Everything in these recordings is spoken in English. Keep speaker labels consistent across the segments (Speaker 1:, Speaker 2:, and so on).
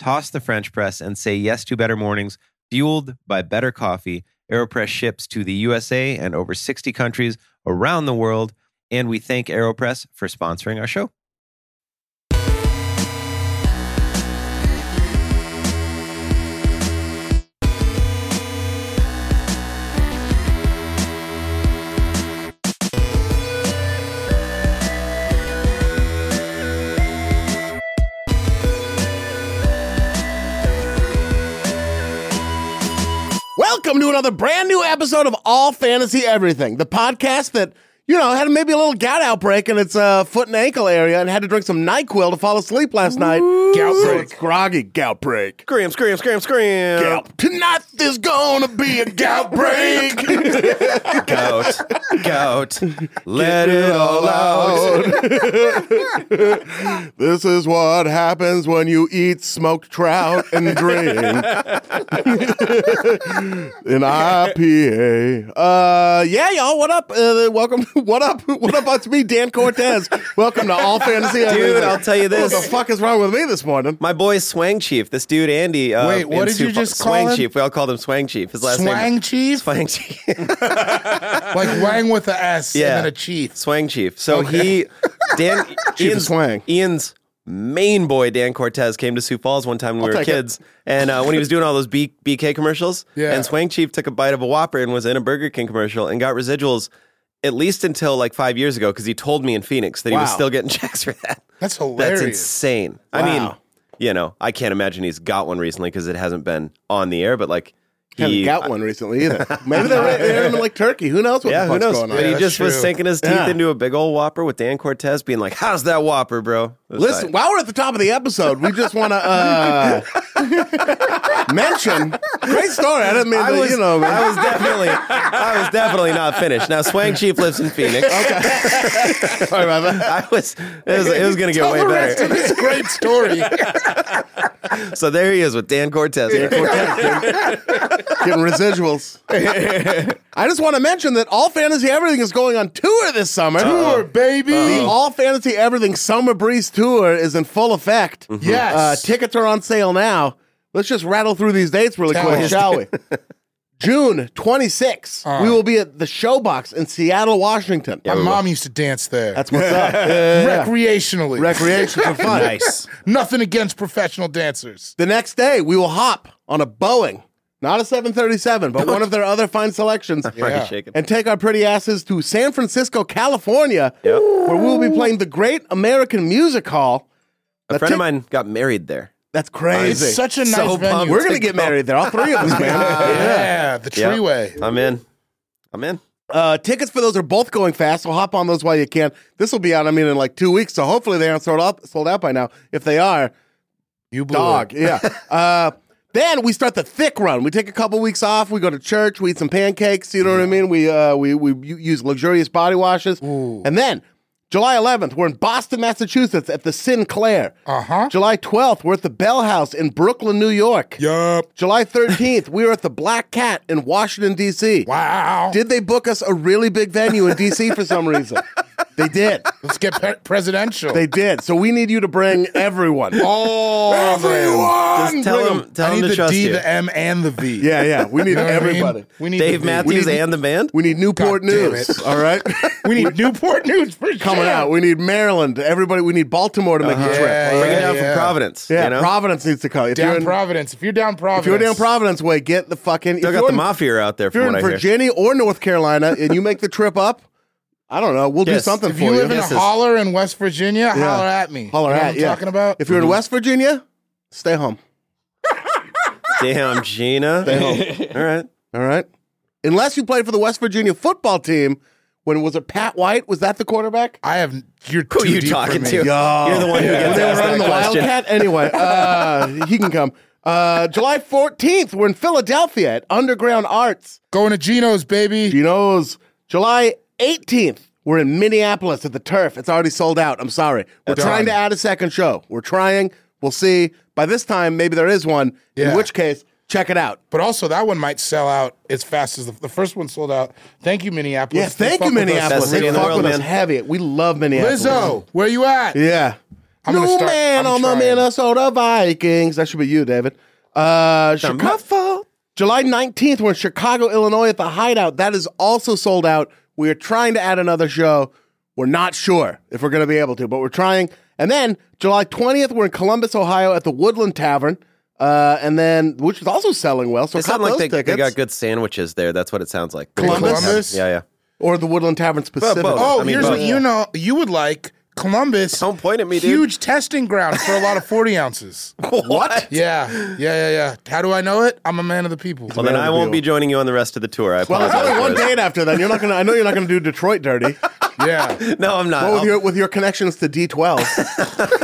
Speaker 1: toss the French press, and say yes to better mornings fueled by better coffee. AeroPress ships to the USA and over 60 countries around the world. And we thank AeroPress for sponsoring our show.
Speaker 2: Welcome to another brand new episode of All Fantasy Everything, the podcast that, you know, had maybe a little gout outbreak in its uh, foot and ankle area and had to drink some NyQuil to fall asleep last night. Gout break. it's groggy gout break.
Speaker 1: Scream, scream, scream, scream.
Speaker 2: Gout. Tonight there's gonna be a gout break.
Speaker 1: Goat, goat, let it all out.
Speaker 2: this is what happens when you eat smoked trout and drink an IPA. Uh, yeah, y'all. What up? Uh, welcome. What up? What up? It's me, Dan Cortez. Welcome to All Fantasy. Everything.
Speaker 3: I'll tell you this.
Speaker 2: What the fuck is wrong with me this morning?
Speaker 3: My boy Swang Chief, this dude Andy. Uh,
Speaker 4: Wait, what
Speaker 3: in
Speaker 4: did you
Speaker 3: Sioux Fa-
Speaker 4: just call
Speaker 3: Swang
Speaker 4: him?
Speaker 3: Chief? We all called him Swang Chief. His last
Speaker 4: Swang
Speaker 3: name.
Speaker 4: chief?
Speaker 3: Swang Chief.
Speaker 4: Like Wang with a S
Speaker 3: Yeah.
Speaker 4: and then a chief.
Speaker 3: Swang Chief. So he, Dan, Ian's,
Speaker 2: Swang.
Speaker 3: Ian's main boy, Dan Cortez, came to Sioux Falls one time when we were
Speaker 2: take it.
Speaker 3: kids. And uh, when he was doing all those B- BK commercials,
Speaker 4: Yeah.
Speaker 3: and Swang Chief took a bite of a Whopper and was in a Burger King commercial and got residuals at least until like five years ago because he told me in Phoenix that he was
Speaker 2: Wow.
Speaker 3: still getting checks for that.
Speaker 4: That's
Speaker 3: That's
Speaker 4: hilarious.
Speaker 3: insane. I mean,
Speaker 2: Wow.
Speaker 3: you know, I can't imagine he's got one recently because it hasn't been on the air, but like
Speaker 2: Haven't
Speaker 3: he.
Speaker 2: got one recently either. Maybe they're, they're in like Turkey. Who knows what
Speaker 3: yeah,
Speaker 2: the
Speaker 3: who
Speaker 2: fuck's
Speaker 3: knows?
Speaker 2: going on?
Speaker 3: But he
Speaker 4: Yeah,
Speaker 3: just
Speaker 4: that's
Speaker 3: was
Speaker 4: true.
Speaker 3: sinking his teeth
Speaker 2: Yeah.
Speaker 3: into a big old whopper with Dan Cortez being like, How's that whopper, bro? It was
Speaker 2: Listen,
Speaker 3: like-
Speaker 2: while we're at the top of the episode, we just want to uh, mention great story. I didn't mean
Speaker 3: I
Speaker 2: to,
Speaker 3: was,
Speaker 2: you know. man.
Speaker 3: I was definitely, I was definitely not finished. Now Swang Chief lives in Phoenix.
Speaker 2: sorry about
Speaker 3: I
Speaker 2: that.
Speaker 3: was, it was, it was going to get
Speaker 4: Tell
Speaker 3: way
Speaker 4: the rest
Speaker 3: better.
Speaker 4: of this great story.
Speaker 3: So there he is with Dan Cortez.
Speaker 2: Getting residuals. I just want to mention that All Fantasy Everything is going on tour this summer. Uh-huh.
Speaker 4: Tour, baby.
Speaker 2: The All Fantasy Everything Summer Breeze Tour is in full effect.
Speaker 4: Mm-hmm. Yes.
Speaker 2: Uh, tickets are on sale now. Let's just rattle through these dates really
Speaker 4: Tell
Speaker 2: quick,
Speaker 4: us. Uh-huh.
Speaker 2: shall we? June 26th, we will be at the Showbox in Seattle, Washington.
Speaker 4: My mom used to dance there.
Speaker 2: That's what's up.
Speaker 4: recreationally.
Speaker 2: Recreation for fun.
Speaker 1: Nice.
Speaker 4: Nothing against professional dancers.
Speaker 2: The next day, we will hop on a Boeing, not a 737, but one of their other fine selections,
Speaker 4: Yeah.
Speaker 1: Shaking.
Speaker 2: and take our pretty asses to San Francisco, California, where we will be playing the Great American Music Hall.
Speaker 1: A friend of mine got married there.
Speaker 2: That's crazy.
Speaker 4: It's such a nice
Speaker 1: So
Speaker 4: venue.
Speaker 1: pumped.
Speaker 2: We're gonna get married there, all three of us, man.
Speaker 4: yeah, the
Speaker 1: Yeah.
Speaker 4: treeway.
Speaker 1: I'm in. I'm in.
Speaker 2: Uh, tickets for those are both going fast, so hop on those while you can. This will be out, I mean, in like two weeks, so hopefully they aren't sold out, sold out by now. If they are,
Speaker 4: You blew
Speaker 2: dog.
Speaker 4: it.
Speaker 2: Yeah. uh, then we start the thick run. We take a couple weeks off. We go to church. We eat some pancakes. You know what I mean? We uh, we we u- use luxurious body washes. And then July 11th, we're in Boston, Massachusetts, at the Sinclair.
Speaker 4: Uh-huh.
Speaker 2: July 12th, we're at the Bell House in Brooklyn, New York.
Speaker 4: Yup.
Speaker 2: July 13th, we are at the Black Cat in Washington D.C.
Speaker 4: Wow.
Speaker 2: Did they book us a really big venue in D.C. for some reason? They did.
Speaker 4: Let's get pe- presidential.
Speaker 2: They did. So we need you to bring everyone.
Speaker 4: oh, everyone.
Speaker 1: Just tell
Speaker 4: Bring
Speaker 1: him-
Speaker 4: 'em.
Speaker 1: tell him
Speaker 4: I need
Speaker 1: to
Speaker 4: the
Speaker 1: trust
Speaker 4: D,
Speaker 1: you.
Speaker 4: the M, and the V.
Speaker 2: Yeah, yeah. We need
Speaker 4: You know what I mean?
Speaker 2: everybody.
Speaker 4: We need
Speaker 1: Dave
Speaker 4: the V.
Speaker 1: Matthews
Speaker 2: We need-
Speaker 1: and the band.
Speaker 2: We need Newport
Speaker 4: God damn
Speaker 2: News.
Speaker 4: it.
Speaker 2: All right,
Speaker 4: We need Newport News for
Speaker 2: coming
Speaker 4: sure.
Speaker 2: out. We need Maryland. Everybody. We need Baltimore to make a trip.
Speaker 4: Uh-huh. Yeah,
Speaker 1: Bring it
Speaker 4: yeah,
Speaker 1: down
Speaker 4: yeah.
Speaker 1: from Providence.
Speaker 2: Yeah,
Speaker 1: you know?
Speaker 2: Providence needs to come. If you're
Speaker 4: Down
Speaker 2: in,
Speaker 4: Providence. If you're down Providence,
Speaker 2: if you're down Providence way, get the fucking.
Speaker 1: Still
Speaker 2: if
Speaker 1: got
Speaker 2: you're
Speaker 1: the
Speaker 2: in-
Speaker 1: mafia out there
Speaker 2: If you're
Speaker 1: from
Speaker 2: in
Speaker 1: what I hear.
Speaker 2: Virginia or North Carolina and you make the trip up, I don't know. We'll
Speaker 1: Yes.
Speaker 2: do something
Speaker 4: If
Speaker 2: for
Speaker 4: you
Speaker 2: you.
Speaker 4: live in
Speaker 1: Yes,
Speaker 4: a
Speaker 1: it's-
Speaker 4: holler in West Virginia, holler at me.
Speaker 2: Holler
Speaker 4: you know
Speaker 2: at,
Speaker 4: what I'm
Speaker 2: yeah.
Speaker 4: talking about. Mm-hmm.
Speaker 2: If you're in West Virginia, stay home.
Speaker 1: Damn, Gina. All right.
Speaker 2: All right. Unless you played for the West Virginia football team, when was it Pat White? Was that the quarterback?
Speaker 4: I have you're
Speaker 1: Who
Speaker 4: too
Speaker 1: are you
Speaker 4: deep for
Speaker 1: talking
Speaker 4: me.
Speaker 1: to? You're the one who
Speaker 2: When
Speaker 1: gets
Speaker 2: they were
Speaker 1: asked
Speaker 2: running
Speaker 1: that
Speaker 2: the
Speaker 1: question.
Speaker 2: Wildcat. Anyway, uh, he can come. Uh, July 14th, we're in Philadelphia at Underground Arts.
Speaker 4: Going to Geno's, baby.
Speaker 2: You knows. July 18th, we're in Minneapolis at the Turf. It's already sold out. I'm sorry. We're trying to add a second show. We're trying. We'll see. By this time, maybe there is one, in
Speaker 4: Yeah.
Speaker 2: which case, check it out.
Speaker 4: But also that one might sell out as fast as the, the first one sold out. Thank you, Minneapolis.
Speaker 2: Yes,
Speaker 4: They
Speaker 2: thank you,
Speaker 4: fuck with us.
Speaker 2: Minneapolis.
Speaker 1: Best city
Speaker 2: They
Speaker 1: in the
Speaker 2: fuck
Speaker 1: world,
Speaker 2: with us
Speaker 1: man.
Speaker 2: heavy. We love Minneapolis.
Speaker 4: Lizzo, where you at?
Speaker 2: Yeah.
Speaker 4: I'm
Speaker 2: New
Speaker 4: gonna start-
Speaker 2: man
Speaker 4: I'm
Speaker 2: on the
Speaker 4: trying.
Speaker 2: Minnesota Vikings. That should be you, David. Uh, Chica-
Speaker 1: My fault.
Speaker 2: July 19th, we're in Chicago, Illinois at the Hideout. That is also sold out. We are trying to add another show. We're not sure if we're going to be able to, but we're trying. And then July 20th, we're in Columbus, Ohio at the Woodland Tavern. Uh, and then, which is also selling well. So,
Speaker 1: It
Speaker 2: cop
Speaker 1: sounds like
Speaker 2: those
Speaker 1: they, they
Speaker 2: tickets.
Speaker 1: got good sandwiches there. That's what it sounds like.
Speaker 2: Columbus?
Speaker 4: Columbus?
Speaker 1: Yeah, yeah.
Speaker 2: Or the Woodland Tavern specifically.
Speaker 4: Oh,
Speaker 1: I mean,
Speaker 4: here's
Speaker 1: both.
Speaker 4: what you know you would like. Columbus.
Speaker 1: Don't point at me, dude.
Speaker 4: Huge testing ground for a lot of 40 ounces.
Speaker 1: What?
Speaker 4: Yeah, yeah, yeah, yeah. How do I know it? I'm a man of the people.
Speaker 1: Well, then I won't be joining you on the rest of the tour. I
Speaker 2: Well,
Speaker 1: apologize.
Speaker 2: there's only one
Speaker 1: for this.
Speaker 2: date after that. You're not gonna. I know you're not gonna do Detroit dirty.
Speaker 4: yeah.
Speaker 1: No, I'm not.
Speaker 2: Well, Oh, with
Speaker 1: I'll-
Speaker 2: your with your connections to D12,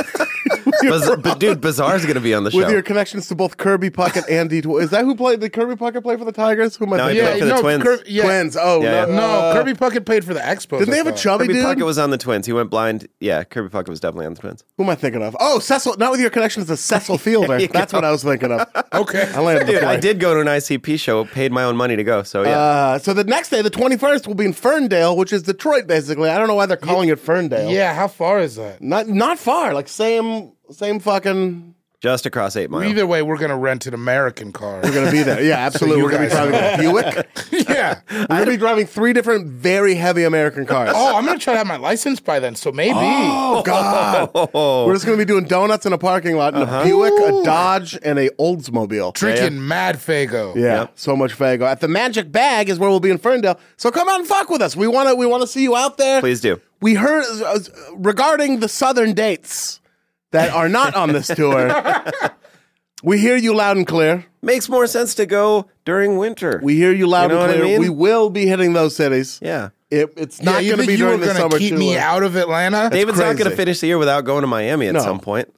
Speaker 1: Baz- but dude, Bazaar's going to be on the show.
Speaker 2: with your connections to both Kirby Puckett and D12. Is that who played? Did Kirby Puckett play for the Tigers? Who am I
Speaker 1: No, he
Speaker 2: thinking?
Speaker 1: played
Speaker 4: Yeah,
Speaker 2: of?
Speaker 1: for the
Speaker 4: no,
Speaker 1: Twins.
Speaker 4: Kirby- yeah.
Speaker 2: Twins. Oh
Speaker 1: Yeah,
Speaker 2: no,
Speaker 1: yeah.
Speaker 4: No,
Speaker 2: uh,
Speaker 4: Kirby Puckett paid for the Expos.
Speaker 2: Didn't they
Speaker 4: I
Speaker 2: have a
Speaker 4: thought.
Speaker 2: chubby
Speaker 1: Kirby
Speaker 2: dude?
Speaker 1: Puckett was on the Twins. He went blind. Yeah, Kirby Puckett was definitely on the Twins.
Speaker 2: Who am I thinking of? Oh, Cecil. Not with your connections to Cecil Fielder. That's what I was thinking of.
Speaker 4: Okay.
Speaker 2: I landed the
Speaker 1: Dude, I
Speaker 2: plane.
Speaker 1: did go to an ICP show. Paid my own money to go. So yeah,
Speaker 2: Uh, so the next day, the 21st, will be in Ferndale, which is Detroit, basically. I don't know why they're calling it Ferndale.
Speaker 4: Yeah, how far is that?
Speaker 2: Not not far. Like same same fucking
Speaker 1: just across eight miles.
Speaker 4: Either way, we're gonna rent an American car.
Speaker 2: We're gonna be there. Yeah, absolutely.
Speaker 4: you
Speaker 2: We're gonna be
Speaker 4: guys
Speaker 2: driving a Buick.
Speaker 4: yeah.
Speaker 2: We're gonna be driving three different very heavy American cars.
Speaker 4: Oh, I'm gonna try to have my license by then. So maybe.
Speaker 2: Oh, God!
Speaker 1: Oh,
Speaker 2: We're just gonna be doing donuts in a parking lot in
Speaker 1: Uh-huh.
Speaker 2: a Buick, a Dodge, and a Oldsmobile.
Speaker 4: Drinking mad Fago.
Speaker 2: yeah, so much Fago. At the Magic Bag is where we'll be in Ferndale. So come out and fuck with us. We wanna we wanna see you out there.
Speaker 1: Please do.
Speaker 2: We heard uh, regarding the Southern dates that are not on this tour. we hear you loud and clear.
Speaker 1: Makes more sense to go during winter.
Speaker 2: We hear you loud
Speaker 1: You know
Speaker 2: and
Speaker 1: what I
Speaker 2: clear.
Speaker 1: mean?
Speaker 2: We will be hitting those cities.
Speaker 1: yeah.
Speaker 2: It, it's
Speaker 4: Yeah,
Speaker 2: not
Speaker 4: you
Speaker 2: going to
Speaker 4: think
Speaker 2: be
Speaker 4: you were
Speaker 2: during the
Speaker 4: gonna
Speaker 2: summer.
Speaker 4: keep me
Speaker 2: too, uh,
Speaker 4: out of Atlanta?
Speaker 1: David's not going
Speaker 2: crazy.
Speaker 1: to finish the year without going to Miami at
Speaker 2: No.
Speaker 1: some point.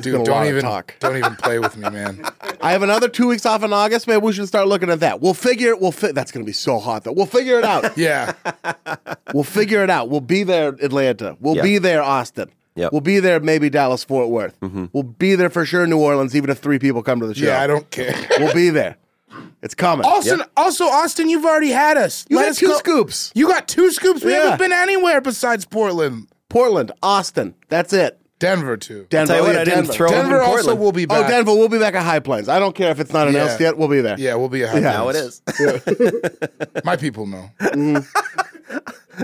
Speaker 4: Dude,
Speaker 2: lot
Speaker 4: don't
Speaker 2: of
Speaker 4: even
Speaker 2: talk.
Speaker 4: don't even play with me, man.
Speaker 2: I have another two weeks off in August. Maybe we should start looking at that. We'll figure it. We'll fi- that's going to be so hot though. We'll figure it out.
Speaker 4: Yeah.
Speaker 2: we'll figure it out. We'll be there, Atlanta. We'll
Speaker 1: Yeah.
Speaker 2: be there, Austin.
Speaker 1: Yep. Mm-hmm.
Speaker 2: We'll be there, maybe Dallas, Fort Worth. We'll be there for sure, New Orleans. Even if three people come to the show,
Speaker 4: Yeah, I don't care.
Speaker 2: We'll be there. It's coming.
Speaker 4: Austin, also Austin, you've already had us.
Speaker 2: you
Speaker 4: Let
Speaker 2: got
Speaker 4: us
Speaker 2: two
Speaker 4: go-
Speaker 2: scoops.
Speaker 4: You got two scoops. We
Speaker 2: Yeah.
Speaker 4: haven't been anywhere besides Portland.
Speaker 2: Portland, Austin. That's it.
Speaker 4: Denver too.
Speaker 2: Denver.
Speaker 1: Tell you what,
Speaker 2: yeah,
Speaker 1: I didn't
Speaker 2: Denver.
Speaker 1: throw it in
Speaker 4: Denver also
Speaker 1: Portland.
Speaker 4: will be
Speaker 2: Oh,
Speaker 4: back.
Speaker 2: Denver, we'll be back at High Plains. I don't care if it's not announced
Speaker 4: Yeah.
Speaker 2: yet. We'll be there.
Speaker 4: Yeah, we'll be a hot
Speaker 1: Now it
Speaker 4: mess.
Speaker 1: is.
Speaker 4: My people know.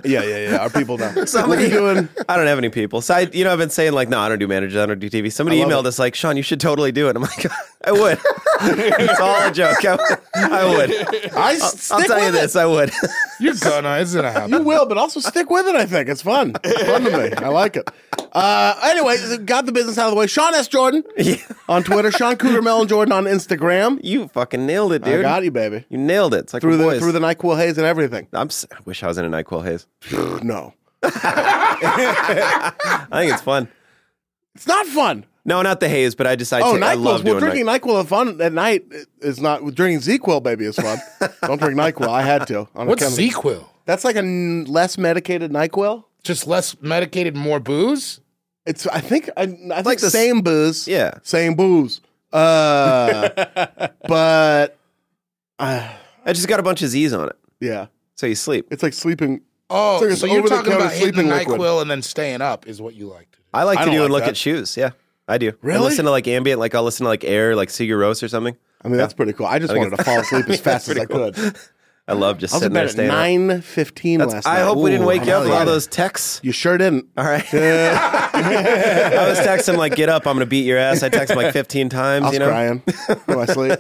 Speaker 2: yeah, yeah. yeah. Our people know.
Speaker 1: Somebody-
Speaker 2: What are you doing?
Speaker 1: I don't have any people. So I, you know, I've been saying like, no, I don't do managers. I don't do TV. Somebody
Speaker 2: love
Speaker 1: emailed
Speaker 2: it.
Speaker 1: us like, Sean, you should totally do it. I'm like, I would. it's all a joke. I would. I would.
Speaker 2: I
Speaker 1: I'll,
Speaker 2: stick
Speaker 1: I'll tell
Speaker 2: with
Speaker 1: you
Speaker 2: it.
Speaker 1: this. I would.
Speaker 4: You're gonna. It's gonna happen.
Speaker 2: You will, but also stick with it. I think it's fun. It's fun to me. I like it. Uh, anyway, got the business out of the way. Sean S. Jordan
Speaker 1: Yeah.
Speaker 2: on Twitter. Sean Cougar Mellon Jordan on Instagram.
Speaker 1: you fucking nailed it,
Speaker 2: I
Speaker 1: dude.
Speaker 2: got you, baby.
Speaker 1: You nailed it. It's like
Speaker 2: Through
Speaker 1: a
Speaker 2: the
Speaker 1: voice.
Speaker 2: through the Nyquil haze and everything.
Speaker 1: I'm, s- I wish I was in a Nyquil haze.
Speaker 2: No,
Speaker 1: I think it's fun.
Speaker 2: it's not fun.
Speaker 1: No, not the haze, but I just I,
Speaker 2: Oh,
Speaker 1: take- I
Speaker 2: Nyquil. Well,
Speaker 1: love doing
Speaker 2: drinking
Speaker 1: Nyquil.
Speaker 2: Nyquil is fun at night is not drinking ZQL, baby, is fun. Don't drink Nyquil. I had to. On
Speaker 4: What's
Speaker 2: account of-
Speaker 4: Sequel?
Speaker 2: That's like a n- less medicated Nyquil.
Speaker 4: Just less medicated, more booze.
Speaker 2: It's I think I, I think
Speaker 1: Like the s-
Speaker 2: same booze.
Speaker 1: Yeah.
Speaker 2: same booze. Uh, but
Speaker 1: I just got a bunch of Z's on it,
Speaker 2: yeah,
Speaker 1: so you sleep.
Speaker 2: it's like sleeping.
Speaker 4: Oh,
Speaker 2: So
Speaker 4: so,
Speaker 2: it's
Speaker 4: you're
Speaker 2: over-the-counter
Speaker 4: talking about hitting
Speaker 2: sleeping liquid.
Speaker 4: Nyquil and then staying up is what you like to do.
Speaker 1: I like
Speaker 2: I
Speaker 1: to
Speaker 2: don't
Speaker 1: do and
Speaker 2: like
Speaker 1: look
Speaker 2: that.
Speaker 1: at shoes. Yeah, I do. I
Speaker 2: Really?
Speaker 1: listen to like ambient, like I'll listen to like air, like Sigur Rós or something.
Speaker 2: I mean, that's pretty cool. I just
Speaker 1: think
Speaker 2: wanted to fall asleep as fast as I could. I
Speaker 1: I love just
Speaker 2: was in
Speaker 1: sitting there
Speaker 2: bed at
Speaker 1: staying. up.
Speaker 2: nine fifteen last night.
Speaker 1: I hope we didn't
Speaker 2: Ooh,
Speaker 1: wake you
Speaker 2: I
Speaker 1: up with
Speaker 2: know,
Speaker 1: all
Speaker 2: yeah.
Speaker 1: those texts.
Speaker 2: You sure didn't.
Speaker 1: All right. I was texting him like, "Get up! I'm gonna beat your ass." I text him like 15 times.
Speaker 2: I was
Speaker 1: you know,
Speaker 2: crying. Oh, I sleep.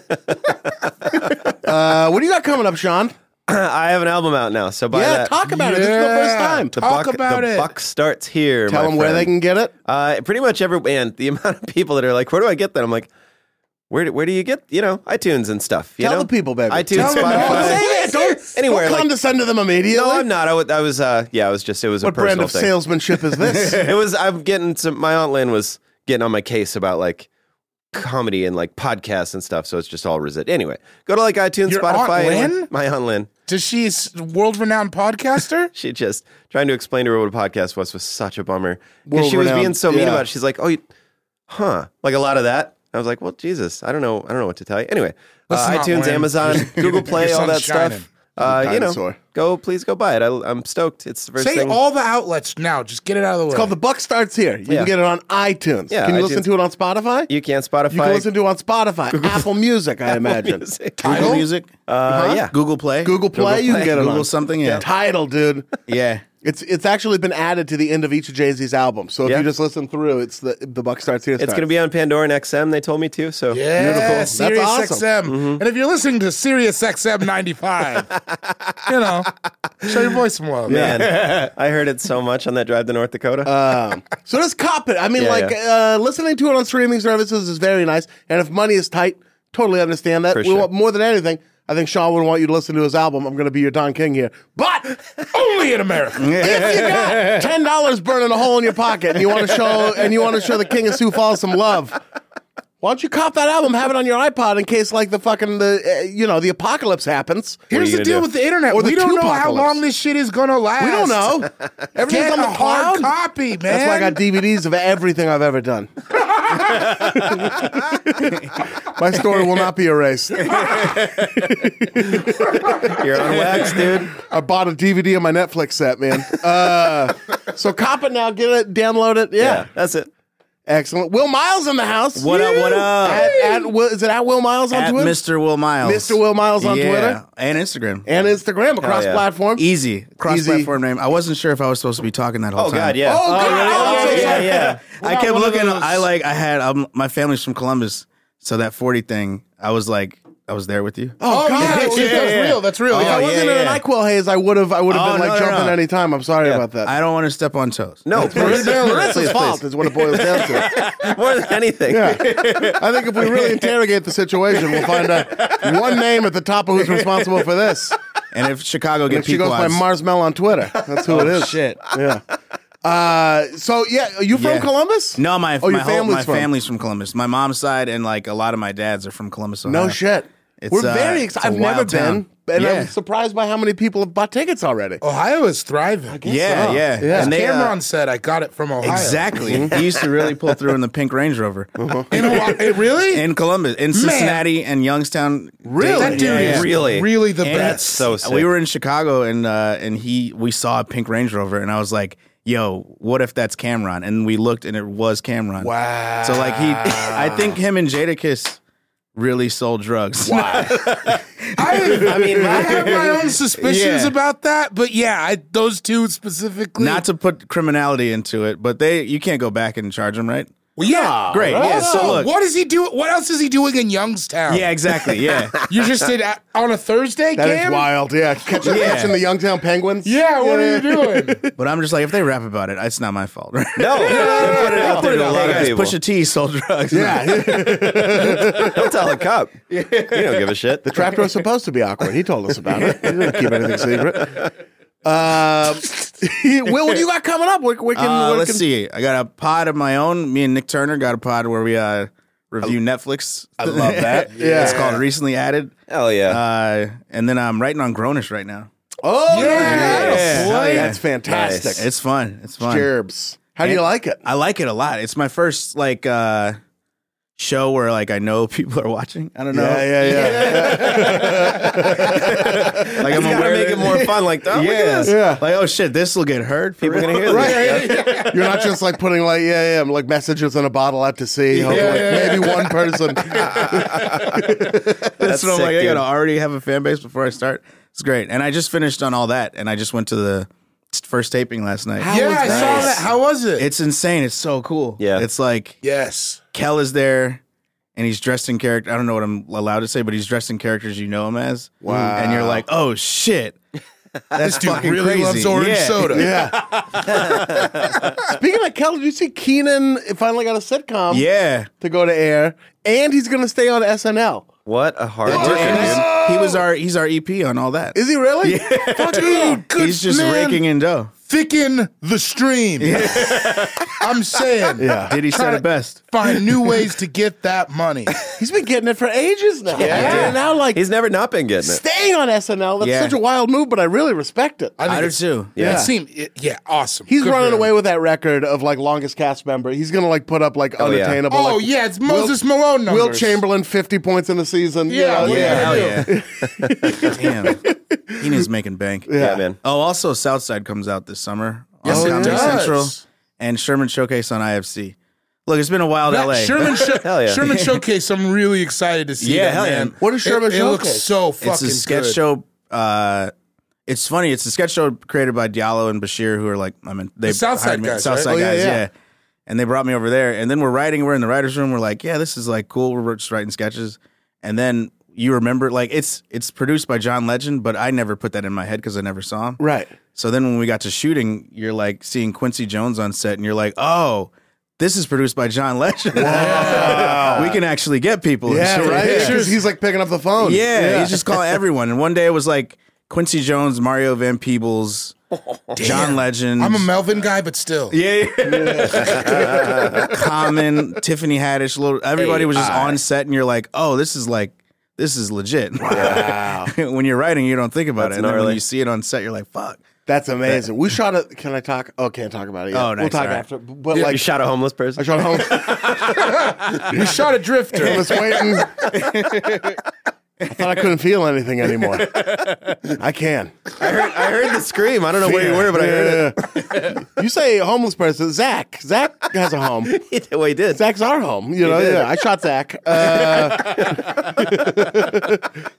Speaker 2: uh, what do you got coming up, Sean?
Speaker 1: I have an album out now, so by
Speaker 2: yeah,
Speaker 1: that,
Speaker 2: talk about it. This is the first
Speaker 4: Yeah.
Speaker 2: time.
Speaker 1: the
Speaker 4: talk
Speaker 1: buck,
Speaker 4: about
Speaker 1: the
Speaker 4: it.
Speaker 1: buck starts here.
Speaker 2: Tell
Speaker 1: my
Speaker 2: them where they
Speaker 1: friend.
Speaker 2: can get it.
Speaker 1: Uh, pretty much every and the amount of people that are like, "Where do I get that?" I'm like, "Where do, where do you get you know iTunes and stuff?" You
Speaker 2: Tell
Speaker 1: know?
Speaker 2: the people, baby.
Speaker 1: iTunes,
Speaker 4: them all.
Speaker 2: Don't
Speaker 1: Spotify.
Speaker 2: say it. Don't,
Speaker 1: Anywhere,
Speaker 2: don't
Speaker 1: like-
Speaker 2: condescend to them immediately.
Speaker 1: No, I'm not. I, w- I was. Uh, yeah, I was just. It was a
Speaker 2: what brand
Speaker 1: personal
Speaker 2: of
Speaker 1: thing.
Speaker 2: salesmanship is this?
Speaker 1: It was. I'm getting some. My aunt Lynn was getting on my case about like comedy and like podcasts and stuff. So it's just all resist. Anyway, go to like iTunes,
Speaker 4: Your Aunt
Speaker 1: Spotify. and-
Speaker 4: Lynn?
Speaker 1: my aunt Lynn.
Speaker 4: Does she world renowned podcaster?
Speaker 1: She just trying to explain to her what a podcast was was such a bummer because she was
Speaker 2: World-renowned,
Speaker 1: being so mean
Speaker 2: yeah.
Speaker 1: about. it. She's like, "Oh, you, huh?" Like a lot of that. I was like, "Well, Jesus, I don't know. I don't know what to tell you." Anyway, uh,
Speaker 4: Listen up,
Speaker 1: iTunes,
Speaker 4: Lynn.
Speaker 1: Amazon, Google Play,
Speaker 4: Your
Speaker 1: all that
Speaker 4: sun's shining.
Speaker 1: stuff. Uh, you know,
Speaker 2: Dinosaur.
Speaker 1: go please go buy it. I, I'm stoked. It's the first
Speaker 4: Say
Speaker 1: thing.
Speaker 4: all the outlets now. Just get it out of the way.
Speaker 2: It's called The Buck Starts Here. You
Speaker 1: Yeah.
Speaker 2: can get it on iTunes.
Speaker 1: Yeah,
Speaker 2: can you listen
Speaker 1: iTunes.
Speaker 2: to it on Spotify?
Speaker 1: you can Spotify.
Speaker 2: You can listen to it on Spotify, Apple Music, I imagine.
Speaker 1: Music.
Speaker 4: Title?
Speaker 5: Google Music,
Speaker 1: Uh, yeah.
Speaker 5: Google Play,
Speaker 2: Google Play, you can get it
Speaker 5: Google
Speaker 2: on.
Speaker 5: something, yeah,
Speaker 2: Title, dude.
Speaker 5: yeah.
Speaker 2: It's it's actually been added to the end of each of Jay Z's albums. So if
Speaker 1: Yeah.
Speaker 2: you just listen through, it's the the buck starts here.
Speaker 1: It's going to be on Pandora and XM. They told me to. So
Speaker 4: Yeah,
Speaker 2: That's
Speaker 4: Sirius
Speaker 2: awesome. Mm-hmm.
Speaker 4: XM. And if you're listening to Sirius XM 95, you know, show your voice some love.
Speaker 1: man, I heard it so much on that drive to North Dakota.
Speaker 2: so just cop it. I mean,
Speaker 1: Yeah,
Speaker 2: like Uh, listening to it on streaming services is very nice, and if money is tight, totally understand that.
Speaker 1: For
Speaker 2: we
Speaker 1: sure.
Speaker 2: want more than anything. I think Sean would want you to listen to his album. I'm going to be your Don King here, but.
Speaker 4: Only in America.
Speaker 2: if you got ten dollars burning a hole in your pocket and you want to show and you want to show the King of Sioux Falls some love, why don't you cop that album, have it on your iPod in case like the fucking the uh, you know the apocalypse happens.
Speaker 4: Here's
Speaker 1: you
Speaker 4: the
Speaker 1: gonna
Speaker 4: deal
Speaker 1: do?
Speaker 4: with the internet.
Speaker 2: Or the
Speaker 4: we don't know how
Speaker 2: Tupacalypse.
Speaker 4: long this shit is going to last.
Speaker 2: We don't know. Everything's
Speaker 4: Get
Speaker 2: on
Speaker 4: a
Speaker 2: the
Speaker 4: hard
Speaker 2: cloud.
Speaker 4: copy, man.
Speaker 2: That's why I got DVDs of everything I've ever done. My story will not be erased.
Speaker 1: You're on wax, dude.
Speaker 2: I bought a DVD on my Netflix set, man. Uh, so cop it now, get it, download it. yeah.
Speaker 1: Yeah, that's it.
Speaker 2: Excellent. Will Miles in the house.
Speaker 1: What up, what up?
Speaker 2: At, at Will, is it at Will Miles on
Speaker 5: At
Speaker 2: Twitter?
Speaker 5: Mr. Will Miles,
Speaker 2: Mr. Will Miles on
Speaker 5: Yeah,
Speaker 2: Twitter?
Speaker 5: and Instagram,
Speaker 2: And Instagram across
Speaker 5: Oh,
Speaker 1: yeah.
Speaker 2: platform.
Speaker 5: easy cross-platform name. I wasn't sure if I was supposed to be talking that whole
Speaker 1: Oh
Speaker 5: time.
Speaker 1: God, yeah.
Speaker 2: Oh, God.
Speaker 1: Oh,
Speaker 2: Okay.
Speaker 1: yeah, yeah.
Speaker 5: I kept
Speaker 4: one of
Speaker 5: looking.
Speaker 4: those-
Speaker 5: I like. I had um, my family's from Columbus, so that forty thing. I was like, I was there with you.
Speaker 4: Oh, yeah, that's, that's real. That's real.
Speaker 2: If I
Speaker 4: yeah.
Speaker 2: wasn't
Speaker 5: Oh, yeah,
Speaker 2: in
Speaker 5: yeah.
Speaker 2: an NyQuil haze, I would have I would have
Speaker 5: Oh,
Speaker 2: been like
Speaker 5: no, no,
Speaker 2: jumping
Speaker 5: no.
Speaker 2: any time. I'm sorry about that.
Speaker 5: I don't want to step on toes.
Speaker 1: No, more
Speaker 2: it's
Speaker 1: than,
Speaker 2: Marissa's fault is what it boils down to.
Speaker 1: more than anything.
Speaker 2: I think if we really interrogate the situation, we'll find out one name at the top of who's responsible for this.
Speaker 5: And if Chicago
Speaker 2: If
Speaker 5: gets
Speaker 2: she goes by Mars Mel on Twitter, that's who it is.
Speaker 5: Oh, shit.
Speaker 2: Yeah. Uh, so yeah, are you from
Speaker 5: Yeah.
Speaker 2: Columbus?
Speaker 5: No, my
Speaker 2: oh,
Speaker 5: my,
Speaker 2: your
Speaker 5: whole,
Speaker 2: family's
Speaker 5: my
Speaker 2: from.
Speaker 5: family's from Columbus. My mom's side and like a lot of my dads are from Columbus.
Speaker 2: No
Speaker 5: Ohio.
Speaker 2: shit.
Speaker 5: It's,
Speaker 2: We're
Speaker 5: uh,
Speaker 2: very
Speaker 5: it's a
Speaker 2: excited. I've never
Speaker 5: wild town.
Speaker 2: been, and I'm
Speaker 5: Yeah.
Speaker 2: surprised by how many people have bought tickets already.
Speaker 4: Ohio is thriving.
Speaker 5: Yeah, yeah,
Speaker 2: Yeah.
Speaker 5: And they, uh,
Speaker 4: Cameron said I got it from Ohio.
Speaker 5: exactly. he used to really pull through in the pink Range Rover
Speaker 4: In Ohio, really?
Speaker 5: in Columbus, in Cincinnati, and Youngstown. Really,
Speaker 4: that dude is
Speaker 1: Really?
Speaker 4: really the
Speaker 5: And
Speaker 4: best.
Speaker 1: so sick.
Speaker 5: We were in Chicago and uh, and he we saw a pink Range Rover and I was like, yo, what if that's Cameron? And we looked and it was Cameron. Wow. So like he, I think him and Jadakiss really sold drugs.
Speaker 4: I, I mean, I have my own suspicions
Speaker 5: Yeah.
Speaker 4: about that, but yeah, I, those two specifically.
Speaker 5: Not to put criminality into it, but they you can't go back and charge them, right?
Speaker 4: well, yeah,
Speaker 5: Oh, Great, yeah, so
Speaker 4: Also,
Speaker 5: look-
Speaker 4: what is he doing? What else is he doing in Youngstown?
Speaker 5: Yeah, exactly. Yeah.
Speaker 4: you just did a- on a Thursday,
Speaker 2: That is
Speaker 4: Cam.
Speaker 2: wild. Yeah. Catching,
Speaker 5: Yeah.
Speaker 2: catching the Youngtown Penguins.
Speaker 4: Yeah, what are you doing?
Speaker 5: but I'm just like, if they rap about it, it's not my fault. Right?
Speaker 1: No, they put it out there to a lot of people.
Speaker 5: Push a T sold drugs.
Speaker 2: Yeah.
Speaker 1: Don't tell a cop. You don't give a shit.
Speaker 2: The trapdoor was supposed to be awkward. He told us about it. He didn't keep anything secret. Uh, Will, what do you got coming up? Where, where can,
Speaker 5: Uh,
Speaker 2: where
Speaker 5: let's
Speaker 2: can-
Speaker 5: see. I got a pod of my own. Me and Nick Turner got a pod where we uh, review Netflix. I love that.
Speaker 2: Yeah.
Speaker 5: It's called Recently Added.
Speaker 1: Hell yeah.
Speaker 5: Uh, and then I'm writing on Grownish right now.
Speaker 2: Oh,
Speaker 4: Yeah.
Speaker 2: yes. Oh,
Speaker 5: Hell yeah.
Speaker 2: that's fantastic.
Speaker 1: Nice.
Speaker 5: It's fun. It's fun.
Speaker 2: Jerbs. How do you like it?
Speaker 5: I like it a lot. It's my first like uh, show where like I know people are watching. I don't know.
Speaker 2: yeah, yeah.
Speaker 5: Like I'm
Speaker 1: gotta
Speaker 5: aware
Speaker 1: make it
Speaker 5: that-
Speaker 1: more fun. Like, oh, look at
Speaker 5: yeah.
Speaker 1: this.
Speaker 2: Yeah.
Speaker 5: Like oh shit, this will get heard. People
Speaker 1: We're gonna hear
Speaker 2: Right.
Speaker 1: this.
Speaker 2: You're not just like putting like yeah, yeah, like messages in a bottle out to sea. hopefully. Oh, Maybe one person.
Speaker 5: That's, what I'm
Speaker 1: sick,
Speaker 5: like. I
Speaker 1: dude.
Speaker 5: gotta already have a fan base before I start. It's great. And I just finished on all that, and I just went to the first taping last night.
Speaker 4: yeah, I saw
Speaker 1: nice.
Speaker 4: that. How was it?
Speaker 5: It's insane. It's so cool.
Speaker 1: Yeah.
Speaker 5: It's like
Speaker 4: yes.
Speaker 5: Kel is there and he's dressed in character. I don't know what I'm allowed to say, but he's dressed in characters you know him as. Wow. And you're like, oh shit. That's
Speaker 4: This dude
Speaker 5: fucking
Speaker 4: really
Speaker 5: crazy.
Speaker 4: loves orange
Speaker 5: Yeah.
Speaker 4: soda.
Speaker 2: yeah. Speaking of Kel, did you see Keenan finally got a sitcom
Speaker 5: Yeah.
Speaker 2: to go to air, and he's going to stay on SNL.
Speaker 1: What a hard
Speaker 5: Dude,
Speaker 1: worker,
Speaker 5: and
Speaker 1: dude.
Speaker 5: he's- He was our he's our EP on all that.
Speaker 2: Is he really?
Speaker 4: Dude, good
Speaker 5: he's just
Speaker 4: man.
Speaker 5: raking in dough.
Speaker 4: thicken the stream. I'm saying,
Speaker 2: Yeah.
Speaker 5: Did he said
Speaker 4: Kinda-
Speaker 5: it best?
Speaker 4: find new ways to get that money.
Speaker 2: He's been getting it for ages now.
Speaker 1: Yeah.
Speaker 2: And now, like,
Speaker 1: He's never not been getting it.
Speaker 2: staying on SNL, that's
Speaker 5: Yeah.
Speaker 2: such a wild move, but I really respect it.
Speaker 4: I
Speaker 5: I do
Speaker 4: think
Speaker 5: too.
Speaker 4: yeah.
Speaker 2: Yeah.
Speaker 4: it seemed it, yeah, awesome.
Speaker 2: He's
Speaker 4: Good for
Speaker 2: running
Speaker 4: him.
Speaker 2: away with that record of, like, longest cast member. He's going to, like, put up, like,
Speaker 1: yeah.
Speaker 2: unattainable.
Speaker 4: Oh
Speaker 2: like,
Speaker 4: yeah, it's Moses Malone numbers.
Speaker 2: Will Chamberlain, 50 points in the season.
Speaker 4: Yeah,
Speaker 2: You know,
Speaker 4: Oh, yeah.
Speaker 5: Hell yeah. Damn. Keenan's making bank.
Speaker 1: Yeah, man.
Speaker 5: Oh, also Southside comes out this summer
Speaker 4: Yes,
Speaker 2: Oh,
Speaker 5: on
Speaker 4: it
Speaker 5: Comedy
Speaker 4: does.
Speaker 5: Central and Sherman Showcase on IFC. Look, it's been a wild
Speaker 4: That
Speaker 5: LA.
Speaker 4: Sherman, Sho-
Speaker 1: Hell yeah.
Speaker 4: Sherman Showcase. I'm really excited to see.
Speaker 5: Yeah,
Speaker 4: that,
Speaker 5: hell yeah.
Speaker 4: man.
Speaker 2: What is Sherman
Speaker 4: it, It looks
Speaker 2: Showcase?
Speaker 4: so fucking
Speaker 5: it's a sketch
Speaker 4: good.
Speaker 5: show. Uh, it's funny. It's a sketch show created by Diallo and Bashir, who are like, I mean, they
Speaker 4: The Southside
Speaker 5: hired me-
Speaker 4: guys,
Speaker 5: Southside
Speaker 4: right?
Speaker 2: Oh, yeah,
Speaker 5: guys,
Speaker 2: yeah.
Speaker 5: yeah, And they brought me over there, and then we're writing. We're in the writers' room. We're like, yeah, this is like cool. We're just writing sketches, and then you remember, like, it's it's produced by John Legend, but I never put that in my head because I never saw him.
Speaker 2: Right.
Speaker 5: So then when we got to shooting, you're like seeing Quincy Jones on set, and you're like, oh. This is produced by John Legend. we can actually get people.
Speaker 2: Yeah,
Speaker 5: Sure.
Speaker 2: right?
Speaker 5: Yeah.
Speaker 2: 'Cause He's, like, picking up the phone.
Speaker 5: Yeah, he's just calling everyone. And one day it was like Quincy Jones, Mario Van Peebles, John Legend,
Speaker 4: I'm a Melvin guy, but still.
Speaker 5: yeah, yeah. Common, Tiffany Haddish, little everybody was just on set, and you're like, oh, this is like this is legit. Wow. when you're writing, you don't think about
Speaker 1: That's
Speaker 5: it, and then when
Speaker 1: gnarly.
Speaker 5: you see it on set, you're like, fuck.
Speaker 2: That's amazing. We shot it. Can I talk? Oh, can't talk about it yet.
Speaker 5: Oh,
Speaker 2: We'll
Speaker 5: nice,
Speaker 2: talk
Speaker 5: all right.
Speaker 2: after. But,
Speaker 1: You
Speaker 2: like,
Speaker 1: shot a homeless
Speaker 2: I
Speaker 1: person.
Speaker 2: shot home.
Speaker 4: We shot a drifter.
Speaker 2: I was waiting. I thought I couldn't feel anything anymore. I can.
Speaker 1: I heard, I heard the scream. I don't know where you were, but I heard
Speaker 2: Yeah. You say homeless person, Zach. Zach has a home.
Speaker 1: it. well, he did.
Speaker 2: Zach's our home. You know, yeah. I shot Zach. Uh,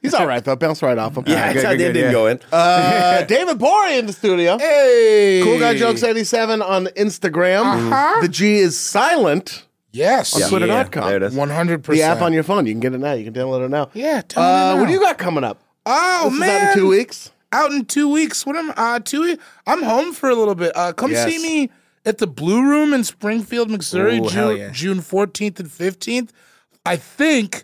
Speaker 2: he's all right though. Bounced right off him.
Speaker 1: Yeah,
Speaker 5: good,
Speaker 1: I
Speaker 5: good,
Speaker 1: did,
Speaker 5: good,
Speaker 1: didn't
Speaker 5: yeah.
Speaker 1: go in.
Speaker 2: Uh, David Bory in the studio.
Speaker 4: hey,
Speaker 2: Cool Guy Jokes eighty seven on Instagram. The G is silent
Speaker 4: Yes,
Speaker 2: on Twitter.com.
Speaker 1: there it is.
Speaker 4: one hundred
Speaker 2: The
Speaker 4: percent.
Speaker 2: app on your phone. You can get it now. You can download it now.
Speaker 4: Yeah, download it
Speaker 2: Uh, what
Speaker 4: now.
Speaker 2: do you got coming up?
Speaker 4: Oh
Speaker 2: This is
Speaker 4: man,
Speaker 2: out in two weeks.
Speaker 4: out in two weeks. What am uh two? we- I'm home for a little bit. Uh, come
Speaker 2: Yes.
Speaker 4: see me at the Blue Room in Springfield, Missouri,
Speaker 5: Ooh, hell
Speaker 4: June,
Speaker 5: yeah.
Speaker 4: June 14th and 15th. I think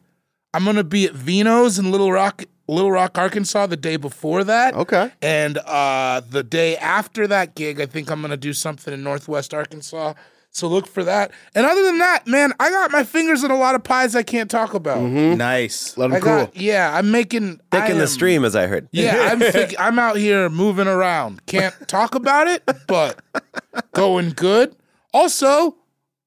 Speaker 4: I'm gonna be at Vino's in Little Rock, Little Rock, Arkansas, the day before that.
Speaker 2: Okay.
Speaker 4: And uh, the day after that gig, I think I'm gonna do something in Northwest Arkansas. So look for that. And other than that, man, I got my fingers in a lot of pies I can't talk about.
Speaker 5: Mm-hmm. Nice.
Speaker 2: Let
Speaker 4: I
Speaker 2: him cool.
Speaker 4: got, yeah, I'm making I
Speaker 1: Thick in the
Speaker 4: am-
Speaker 1: stream, as I heard.
Speaker 4: yeah, I'm thick, I'm out here moving around. Can't talk about it, but going good. Also,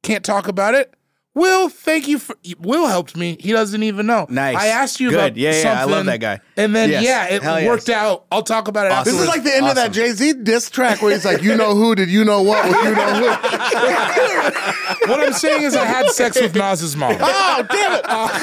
Speaker 4: can't talk about it. Will, thank you for Will helped me. He doesn't even know.
Speaker 5: Nice.
Speaker 4: I asked you
Speaker 5: Good.
Speaker 4: about
Speaker 5: Yeah, yeah, I love
Speaker 4: something,
Speaker 5: that guy.
Speaker 4: And then
Speaker 5: Yes.
Speaker 4: yeah, it
Speaker 5: Hell yes.
Speaker 4: worked out. I'll talk about it
Speaker 5: Awesome.
Speaker 4: after.
Speaker 2: This is like the end of that
Speaker 5: Awesome.
Speaker 2: Jay Z diss track where he's like, "You know who? Did you know what? Well, you know who?"
Speaker 4: what I'm saying is I had sex with Nas's mom.
Speaker 2: Oh, damn it!
Speaker 4: Uh,
Speaker 2: is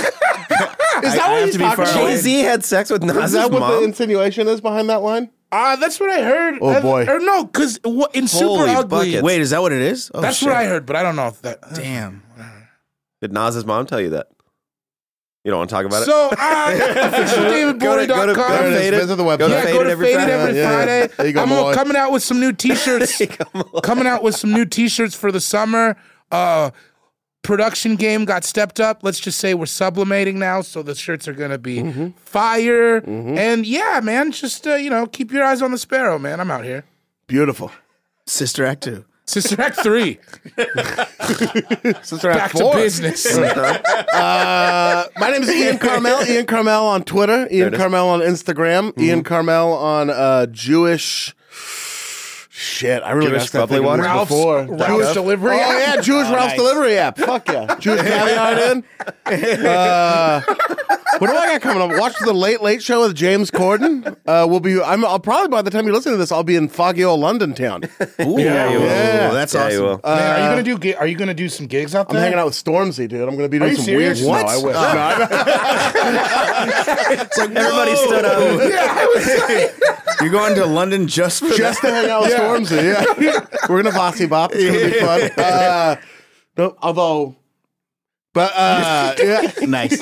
Speaker 2: that
Speaker 5: I
Speaker 2: what
Speaker 5: have
Speaker 2: he's
Speaker 5: to be
Speaker 2: talking
Speaker 5: far
Speaker 2: about?
Speaker 5: away.
Speaker 1: Jay Z had sex with
Speaker 2: Is
Speaker 1: Nas's
Speaker 2: that what the
Speaker 1: mom.
Speaker 2: insinuation is behind that line?
Speaker 4: Ah, that's what I heard.
Speaker 2: Oh,
Speaker 4: I-
Speaker 2: boy.
Speaker 4: Or no, because in Super
Speaker 1: Holy
Speaker 4: Ugly,
Speaker 1: buckets.
Speaker 5: Wait, is that what it is? Oh,
Speaker 4: that's
Speaker 5: shit.
Speaker 4: what I heard, but I don't know if that.
Speaker 5: Damn.
Speaker 1: Did Nas's mom tell you that? You don't want to talk about
Speaker 4: So,
Speaker 1: Go
Speaker 4: uh,
Speaker 1: to- go to- go
Speaker 4: officialdavidbordy.com.
Speaker 1: to Faded.
Speaker 2: Visit the website.
Speaker 1: Go to
Speaker 4: yeah,
Speaker 1: Faded
Speaker 4: go to
Speaker 1: every
Speaker 4: Faded
Speaker 1: Friday.
Speaker 4: every
Speaker 2: Yeah, yeah.
Speaker 4: Friday.
Speaker 2: There you go,
Speaker 4: I'm
Speaker 2: Malloy.
Speaker 4: coming out with some new t-shirts. coming out with some new t-shirts for the summer. Uh, production game got stepped up. Let's just say we're sublimating now, so the shirts are gonna be
Speaker 2: Mm-hmm.
Speaker 4: fire. And yeah, man, just uh, you know, keep your eyes on the sparrow, man. I'm out here.
Speaker 2: Beautiful.
Speaker 5: Sister Act 2.
Speaker 4: Sister Act three,
Speaker 2: Since we're at
Speaker 4: back
Speaker 2: four.
Speaker 4: to business.
Speaker 2: Uh, my name is Ian Carmel. Ian Carmel on Twitter. Ian Carmel on Instagram.
Speaker 1: Mm-hmm.
Speaker 2: Ian Carmel on uh, Jewish. Shit, I really
Speaker 1: Jewish
Speaker 2: messed up
Speaker 1: bubbly
Speaker 2: thinking
Speaker 1: water?
Speaker 2: this
Speaker 4: Ralph's-
Speaker 2: before.
Speaker 4: Ralph's
Speaker 2: Jewish-
Speaker 4: delivery
Speaker 2: Oh
Speaker 4: app?
Speaker 2: yeah, Jewish Ralph's delivery app. Fuck yeah, Jewish caviar in. Uh, what do I got coming up? Watch the Late Late Show with James Corden. Uh, we'll be. I'm. I'll probably by the time you listen to this, I'll be in foggy old London town.
Speaker 5: Ooh, yeah,
Speaker 1: you will.
Speaker 5: that's
Speaker 1: that? Yeah,
Speaker 5: awesome.
Speaker 1: you will.
Speaker 4: man, are you gonna do? gi- Are you gonna do some gigs out
Speaker 2: Uh, I'm
Speaker 4: there?
Speaker 2: hanging out with Stormzy, dude. I'm gonna be doing
Speaker 4: you
Speaker 2: some
Speaker 4: serious?
Speaker 2: weird.
Speaker 4: What? Uh,
Speaker 2: No, I wish.
Speaker 5: Oh.
Speaker 2: No, I'm-
Speaker 1: Everybody stood up. Oh,
Speaker 4: Yeah, I was like,
Speaker 5: You're going to London just for
Speaker 2: just to hang out with Stormzy. Yeah, we're gonna bossy bop. It's gonna be fun. Uh, no, although, but uh, yeah.
Speaker 5: that? Nice.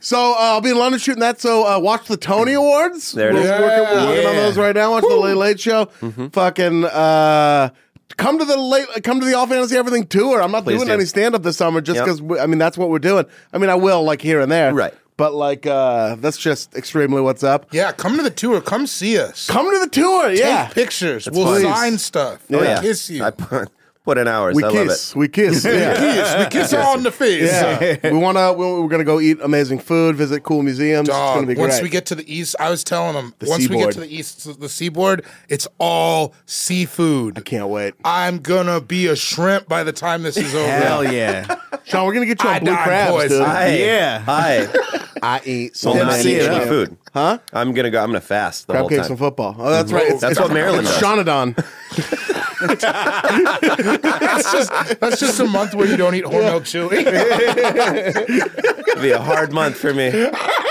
Speaker 2: So uh, I'll be in London shooting that. So uh, watch the Tony Awards.
Speaker 1: There it
Speaker 2: we're,
Speaker 1: is. Mm-hmm.
Speaker 2: Working, we're working on
Speaker 5: Yeah.
Speaker 2: those right now. Watch the Late Late Show. Fucking. Uh, Come to the late, come to the All Fantasy Everything tour. I'm not doing
Speaker 1: do.
Speaker 2: any stand up this summer just
Speaker 1: Yep.
Speaker 2: because I mean that's what we're doing. I mean I will like here and there,
Speaker 1: Right.
Speaker 2: But like uh, that's just extremely what's up.
Speaker 4: yeah, come to the tour. Come see us.
Speaker 2: Come to the tour, yeah.
Speaker 4: Take pictures. we'll
Speaker 2: fun.
Speaker 4: sign stuff.
Speaker 1: Oh,
Speaker 4: We'll
Speaker 1: yeah.
Speaker 4: kiss you.
Speaker 1: I put, put in hours.
Speaker 2: we
Speaker 1: I love
Speaker 2: kiss,
Speaker 1: it.
Speaker 2: we kiss, yeah.
Speaker 4: kiss. We kiss her on the face.
Speaker 2: Yeah, we want to. We're, we're gonna go eat amazing food, visit cool museums. it's gonna
Speaker 4: Dog,
Speaker 2: be great.
Speaker 4: once we get to the east, I was telling them once we
Speaker 2: seaboard.
Speaker 4: get to the east, the seaboard, it's all seafood.
Speaker 2: I can't wait,
Speaker 4: I'm gonna be a shrimp by the time this is over.
Speaker 5: Hell yeah.
Speaker 2: Sean. We're gonna get you on
Speaker 4: I
Speaker 2: blue
Speaker 4: die,
Speaker 2: crabs,
Speaker 4: boys.
Speaker 2: dude.
Speaker 5: I-
Speaker 2: I,
Speaker 5: Yeah.
Speaker 1: I
Speaker 2: eat so
Speaker 1: will not
Speaker 2: many
Speaker 1: eat
Speaker 2: crab-
Speaker 1: any food.
Speaker 2: Huh?
Speaker 1: I'm gonna go. I'm gonna fast the
Speaker 2: Crab
Speaker 1: whole
Speaker 2: cakes
Speaker 1: time.
Speaker 2: and football. Oh, that's right. It's,
Speaker 1: That's
Speaker 2: it's,
Speaker 1: what Maryland
Speaker 2: It's
Speaker 1: does.
Speaker 2: Shawnadon.
Speaker 4: that's just that's just a month where you don't eat hormel chewy.
Speaker 1: It'll be a hard month for me.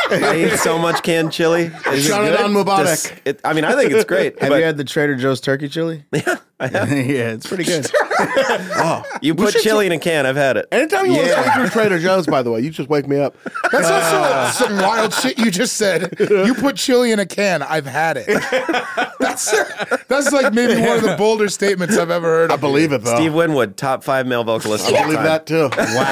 Speaker 1: I eat so much canned chili. Is
Speaker 2: Shout it
Speaker 1: good?
Speaker 2: on Mubarak.
Speaker 1: Dis- it- I mean, I think it's great.
Speaker 5: Have
Speaker 1: but
Speaker 5: you had the Trader Joe's turkey chili? Yeah, yeah, it's pretty good.
Speaker 1: Oh, you put chili in a can. I've had it.
Speaker 2: Anytime you want to
Speaker 5: Yeah.
Speaker 2: sneak through Trader Joe's, by the way, you just wake me up.
Speaker 4: That's also some wild shit you just said. You put chili in a can. I've had it. That's that's like maybe one of the bolder statements I've ever heard.
Speaker 2: I believe it though.
Speaker 1: Steve Winwood, top five male vocalist.
Speaker 2: I
Speaker 1: of all
Speaker 2: believe
Speaker 1: time.
Speaker 2: that too. Wow.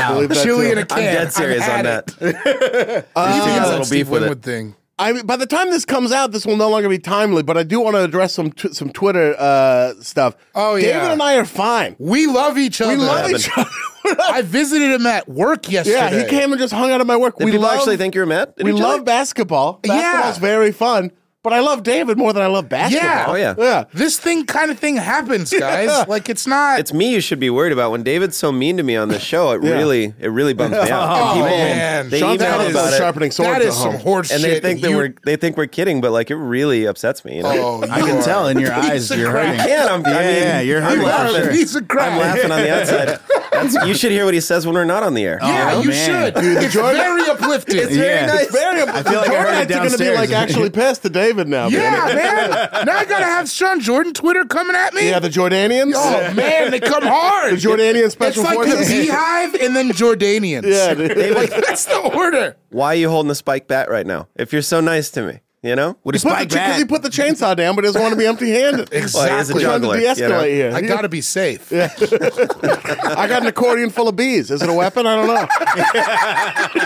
Speaker 2: I believe that
Speaker 4: chili
Speaker 2: too.
Speaker 4: in a can.
Speaker 1: I'm dead serious
Speaker 4: I've
Speaker 1: on
Speaker 4: had
Speaker 1: that.
Speaker 4: it.
Speaker 1: You two
Speaker 4: Yeah,
Speaker 1: got a
Speaker 4: that
Speaker 1: little
Speaker 4: Steve
Speaker 1: beef with
Speaker 4: Winwood
Speaker 1: it.
Speaker 4: thing.
Speaker 2: I mean, by the time this comes out, this will no longer be timely. But I do want to address some tw- some Twitter uh, stuff.
Speaker 4: Oh, yeah.
Speaker 2: David and I are fine.
Speaker 4: We love each other.
Speaker 2: We love each other. We're not
Speaker 4: I visited him at work yesterday.
Speaker 2: Yeah, he came and just hung out at my work.
Speaker 1: Did
Speaker 2: we
Speaker 1: people
Speaker 2: love,
Speaker 1: actually think you're mad? at
Speaker 2: we
Speaker 1: each
Speaker 2: love
Speaker 1: other?
Speaker 2: basketball. Basketball's very fun, but I love David more than I love
Speaker 4: Yeah.
Speaker 2: basketball.
Speaker 1: Oh, yeah.
Speaker 2: yeah.
Speaker 4: This thing kind of thing happens, guys. Like it's not.
Speaker 1: It's me you should be worried about. When David's so mean to me on the show, it really it really bums me out. And
Speaker 4: oh
Speaker 1: people-
Speaker 4: man,
Speaker 1: they
Speaker 2: Sean's
Speaker 1: email
Speaker 2: got
Speaker 4: that
Speaker 2: his
Speaker 4: is,
Speaker 1: about it.
Speaker 2: sharpening sword.
Speaker 4: that
Speaker 2: to
Speaker 4: is some
Speaker 2: home.
Speaker 4: horse
Speaker 1: and
Speaker 4: shit.
Speaker 1: they think that
Speaker 4: You-
Speaker 1: we're they think we're kidding, but like it really upsets me. You know?
Speaker 4: Oh,
Speaker 5: I can tell in your eyes you're hurting.
Speaker 1: Yeah, I'm, I
Speaker 5: Yeah,
Speaker 1: mean,
Speaker 5: yeah, you're
Speaker 1: I'm
Speaker 5: hurting for
Speaker 1: laughing.
Speaker 5: sure.
Speaker 4: He's a crap.
Speaker 1: I'm laughing on the outside. That's, you should hear what he says when we're not on the air.
Speaker 4: Yeah,
Speaker 5: Oh,
Speaker 4: you
Speaker 5: man.
Speaker 4: should. it's very uplifting.
Speaker 5: yeah.
Speaker 2: It's very. I
Speaker 5: feel like I heard it
Speaker 2: going to be
Speaker 5: downstairs.
Speaker 2: like actually pissed to David now.
Speaker 4: Yeah,
Speaker 2: man.
Speaker 4: man. Now I gotta have Sean Jordan Twitter coming at me.
Speaker 2: yeah. The Jordanians.
Speaker 4: oh man, they come hard.
Speaker 2: The Jordanian
Speaker 4: It's
Speaker 2: special
Speaker 4: like the
Speaker 2: forces.
Speaker 4: beehive and then Jordanians.
Speaker 2: Yeah, dude.
Speaker 4: like that's the order.
Speaker 1: Why are you holding the spike bat right now? If you're so nice to me, you know.
Speaker 2: Put
Speaker 5: With a
Speaker 2: the,
Speaker 5: spike
Speaker 2: because
Speaker 5: bat.
Speaker 2: he put the chainsaw down, but doesn't want to be empty-handed.
Speaker 4: Exactly.
Speaker 1: Well, he is a
Speaker 2: He's trying to
Speaker 1: juggler.
Speaker 2: de-escalate
Speaker 1: you know?
Speaker 2: here.
Speaker 4: I gotta be safe.
Speaker 2: I got an accordion full of bees. Is it a weapon? I don't know.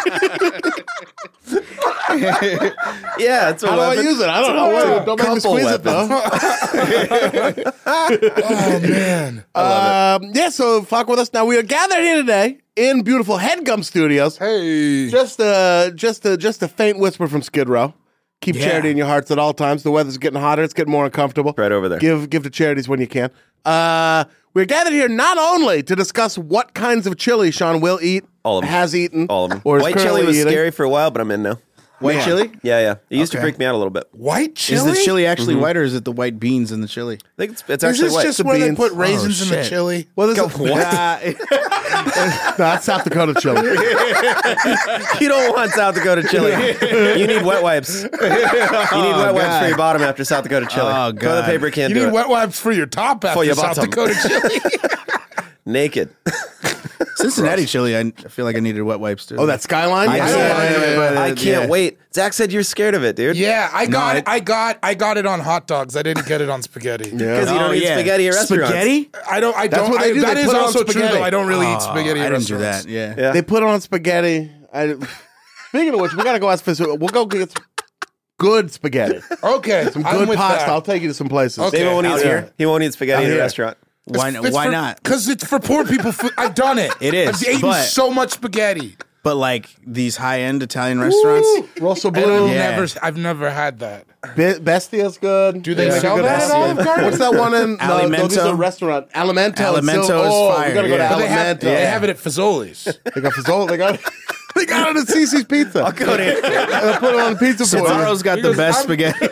Speaker 1: Yeah, it's a
Speaker 2: How do I
Speaker 1: weapon.
Speaker 2: use it? I don't know. Wait, Don't make me
Speaker 1: Couple
Speaker 2: squeeze it
Speaker 1: weapons.
Speaker 2: though.
Speaker 4: Oh man.
Speaker 2: Um, yeah, so fuck with us. Now we are gathered here today in beautiful Headgum Studios.
Speaker 4: Hey.
Speaker 2: Just a just a just a faint whisper from Skid Row. Keep
Speaker 5: Yeah.
Speaker 2: charity in your hearts at all times. The weather's getting hotter. It's getting more uncomfortable.
Speaker 1: Right over there.
Speaker 2: Give give to charities when you can. Uh, We're gathered here not only to discuss what kinds of chili Sean will eat,
Speaker 1: All of 'em.
Speaker 2: has eaten,
Speaker 1: All of them.
Speaker 2: or is
Speaker 1: White chili
Speaker 2: currently
Speaker 1: was
Speaker 2: eating.
Speaker 1: scary for a while, but I'm in now.
Speaker 5: White chili?
Speaker 1: Yeah, yeah. It used to
Speaker 5: Okay.
Speaker 1: freak me out a little bit.
Speaker 4: White
Speaker 5: Is
Speaker 4: chili?
Speaker 5: the chili actually white or is it the white beans in the chili?
Speaker 1: I think it's, it's
Speaker 4: Is
Speaker 1: actually
Speaker 4: this
Speaker 1: white.
Speaker 4: just
Speaker 2: The
Speaker 4: where
Speaker 2: beans.
Speaker 4: they put raisins
Speaker 5: Oh,
Speaker 4: in the
Speaker 5: shit.
Speaker 4: chili?
Speaker 2: Well, there's
Speaker 1: Go- what?
Speaker 5: Uh,
Speaker 2: no, that's South Dakota chili.
Speaker 1: you don't want South Dakota chili. you need wet wipes. You need wet wipes for your bottom after South Dakota chili.
Speaker 5: Oh,
Speaker 1: Go to the
Speaker 5: God.
Speaker 1: paper can
Speaker 4: You
Speaker 1: do
Speaker 4: need
Speaker 1: it.
Speaker 4: wet wipes for your top after
Speaker 1: your
Speaker 4: South
Speaker 1: bottom.
Speaker 4: Dakota chili.
Speaker 1: Naked.
Speaker 5: Cincinnati chili, I I feel like I needed wet wipes too.
Speaker 2: Oh, that skyline.
Speaker 5: I
Speaker 2: Yeah.
Speaker 5: don't
Speaker 4: Yeah,
Speaker 5: want it,
Speaker 4: yeah,
Speaker 5: but, uh,
Speaker 1: I can't
Speaker 5: yeah.
Speaker 1: wait. Zach said you're scared of it, dude.
Speaker 4: yeah, I got
Speaker 5: I-
Speaker 4: it. I got I got it on hot dogs. I didn't get it on spaghetti.
Speaker 1: Because you don't
Speaker 5: Oh,
Speaker 1: eat
Speaker 5: yeah.
Speaker 1: spaghetti at restaurants.
Speaker 5: Spaghetti?
Speaker 4: I don't. I
Speaker 2: That's
Speaker 4: don't.
Speaker 2: what they
Speaker 4: I,
Speaker 2: do.
Speaker 4: that
Speaker 2: They
Speaker 4: is
Speaker 2: put it on
Speaker 4: also true,
Speaker 2: spaghetti.
Speaker 4: though. I don't really eat
Speaker 5: Oh,
Speaker 4: spaghetti. at
Speaker 5: I didn't do
Speaker 4: restaurants.
Speaker 5: that. Yeah.
Speaker 1: Yeah.
Speaker 2: They put on spaghetti. I, speaking of which, we gotta go ask for some. We'll go get some good spaghetti, some
Speaker 4: Okay, some
Speaker 2: good pasta. I'll take you to some places.
Speaker 4: Okay.
Speaker 1: Dave won't eat,
Speaker 4: Out
Speaker 1: here. He won't eat spaghetti in a restaurant.
Speaker 5: Why, why not?
Speaker 4: Because it's for poor people. food. I've done it.
Speaker 5: It is,
Speaker 4: I've eaten
Speaker 5: but-
Speaker 4: so much spaghetti.
Speaker 5: But like these high end Italian restaurants,
Speaker 2: Russell
Speaker 4: I don't
Speaker 2: Blue,
Speaker 5: Yeah.
Speaker 4: never. I've never had that.
Speaker 2: Be- Bestia's good.
Speaker 4: Do they
Speaker 2: Yeah.
Speaker 4: sell that at
Speaker 5: Bestia.
Speaker 4: Olive Garden?
Speaker 2: What's that one in? uh, no, no, this is a
Speaker 5: Alimento?
Speaker 2: restaurant. Alimento.
Speaker 5: Alimento
Speaker 2: Sil-
Speaker 5: is
Speaker 2: oh, We
Speaker 5: fire,
Speaker 2: gotta go
Speaker 5: yeah.
Speaker 2: to
Speaker 4: But They have,
Speaker 2: Alimento.
Speaker 4: they have it at Fazoli's.
Speaker 2: They got Fazol. They got. They got it at CC's Pizza. I'll go to. put it on the pizza for you.
Speaker 5: Sabaro's got the
Speaker 4: Because
Speaker 5: best
Speaker 4: I'm-
Speaker 5: spaghetti.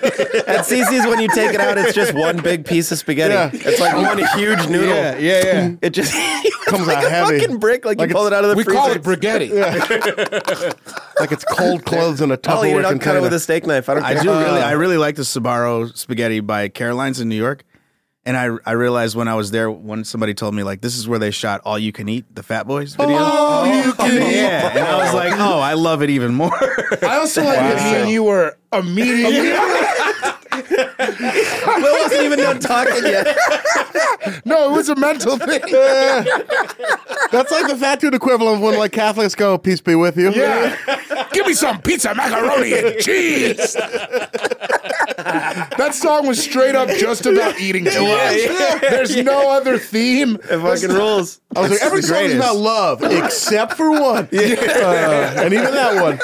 Speaker 1: At CC's, when you take it out, it's just one big piece of spaghetti.
Speaker 2: Yeah.
Speaker 1: It's like one huge noodle.
Speaker 5: yeah, yeah, yeah.
Speaker 1: It just
Speaker 2: Comes
Speaker 1: like
Speaker 2: out
Speaker 1: a
Speaker 2: heavy.
Speaker 1: fucking brick. Like, you pull it out of the
Speaker 4: we
Speaker 1: freezer.
Speaker 4: call it brigetti.
Speaker 2: Like it's cold clothes in a
Speaker 1: I'll eat it.
Speaker 2: Tupperware
Speaker 1: I'll cut it with
Speaker 2: container.
Speaker 1: a steak knife. I don't care.
Speaker 5: I do really, I really like the Sabaro spaghetti by Caroline's in New York. And I, I realized when I was there, when somebody told me like this is where they shot all you can eat, the Fat Boys video.
Speaker 4: Oh, you can eat.
Speaker 5: yeah, and I was like, oh, I love it even more.
Speaker 4: I also like that me and you were immediately.
Speaker 1: Will wasn't even done talking yet.
Speaker 4: no, it was a mental thing.
Speaker 2: That's like the fat dude equivalent of when like Catholics go, "Peace be with you."
Speaker 4: Yeah. Give me some pizza, macaroni, and cheese. that song was straight up just about eating cheese. There's no other theme.
Speaker 1: It fucking rules.
Speaker 5: Oh,
Speaker 2: I was like, every song is about love except for one, Uh, and even that one.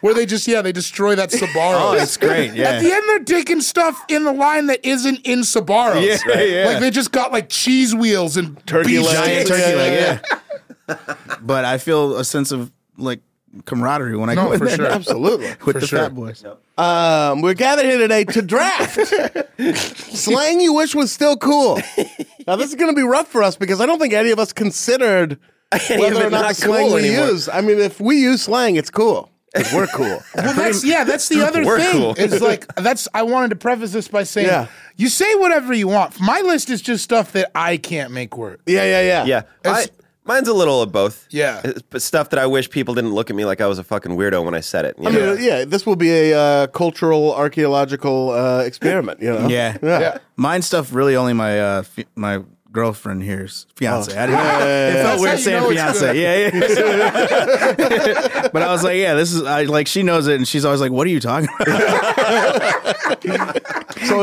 Speaker 4: Where they just, yeah, they destroy that Sbarro.
Speaker 5: oh, it's great. Yeah,
Speaker 4: At the end, they're taking stuff in the line that isn't in Sbarro's.
Speaker 5: Yeah, yeah.
Speaker 4: Like they just got like cheese wheels and turkey
Speaker 2: legs.
Speaker 5: giant
Speaker 2: Giant
Speaker 5: turkey
Speaker 2: yeah,
Speaker 5: leg.
Speaker 2: yeah.
Speaker 5: Yeah. but I feel a sense of like camaraderie when I
Speaker 4: No,
Speaker 5: go in
Speaker 4: for
Speaker 5: there
Speaker 4: sure.
Speaker 2: Absolutely.
Speaker 5: with
Speaker 4: For
Speaker 5: the
Speaker 4: sure.
Speaker 5: Fat Boys.
Speaker 2: Um, we're gathered here today to draft slang you wish was still cool. Now this is going to be rough for us because I don't think any of us considered
Speaker 1: of
Speaker 2: whether
Speaker 1: it
Speaker 2: or not,
Speaker 1: not
Speaker 2: the slang
Speaker 1: cool
Speaker 2: we
Speaker 1: anymore.
Speaker 2: use. I mean, if we use slang, it's cool. 'Cause We're cool.
Speaker 4: Well, that's yeah. That's the other
Speaker 1: We're
Speaker 4: thing.
Speaker 1: cool.
Speaker 4: It's like that's. I wanted to preface this by saying,
Speaker 2: Yeah.
Speaker 4: you say whatever you want. My list is just stuff that I can't make work.
Speaker 2: yeah, yeah, yeah,
Speaker 1: Yeah. I,
Speaker 4: It's-
Speaker 1: mine's a little of both.
Speaker 4: Yeah.
Speaker 1: It's- But stuff that I wish people didn't look at me like I was a fucking weirdo when I said it. you
Speaker 2: I
Speaker 1: know?
Speaker 2: mean, yeah, this will be a uh, cultural archaeological uh, experiment. You know?
Speaker 5: Yeah.
Speaker 2: yeah.
Speaker 4: Yeah.
Speaker 5: Mine stuff really only my uh, fi- my girlfriend here's fiance. I didn't, it
Speaker 4: That's
Speaker 5: felt
Speaker 4: how
Speaker 5: weird
Speaker 4: you
Speaker 5: saying
Speaker 4: know it's good.
Speaker 5: fiance. Yeah, yeah. but I was like, yeah, this is I like she knows it, and she's always like, what are you talking about?
Speaker 2: So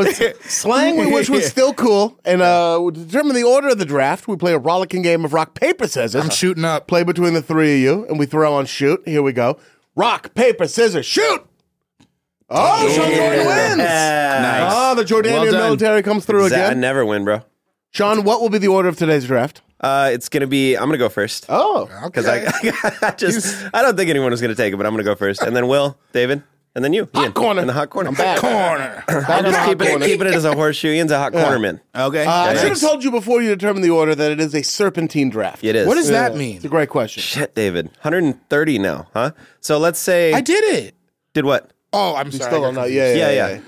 Speaker 2: it's slang we wish was still cool. And uh, we determine the order of the draft. We play a rollicking game of rock paper scissors.
Speaker 4: I'm
Speaker 1: Uh-huh.
Speaker 4: shooting up.
Speaker 2: play between the three of you, and we throw on shoot. Here we go. Rock, paper, scissors, shoot! Oh, Sean Jordan wins!
Speaker 5: nice.
Speaker 2: Oh, the Jordanian
Speaker 5: Well done.
Speaker 2: military comes through
Speaker 1: Uh, Zach, I
Speaker 2: again.
Speaker 1: never win, bro.
Speaker 2: Sean, what will be the order of today's draft?
Speaker 1: Uh, it's gonna be. I'm gonna go first.
Speaker 2: Oh,
Speaker 1: Because I, I just, I don't think anyone was going to take it, but I'm going to go first. And then Will, David, and then you. Hot
Speaker 2: corner.
Speaker 1: In the hot corner.
Speaker 2: I'm back.
Speaker 4: Corner.
Speaker 2: Back in the hot
Speaker 1: Keeping it,
Speaker 2: corner.
Speaker 1: keeping it as a horseshoe. Ian's a hot corner man.
Speaker 5: Okay.
Speaker 2: Uh, I should have
Speaker 1: Thanks.
Speaker 2: told you before you determined the order that it is a serpentine draft.
Speaker 1: It is.
Speaker 4: What does that
Speaker 2: It's a
Speaker 4: mean?
Speaker 2: great question.
Speaker 1: Shit, David. 130 now, huh? So let's say.
Speaker 4: I did it.
Speaker 1: did what?
Speaker 4: Oh, I'm sorry.
Speaker 2: Still
Speaker 4: I
Speaker 2: on
Speaker 4: got
Speaker 2: that. Yeah,
Speaker 1: Yeah,
Speaker 2: yeah,
Speaker 1: yeah.
Speaker 2: yeah.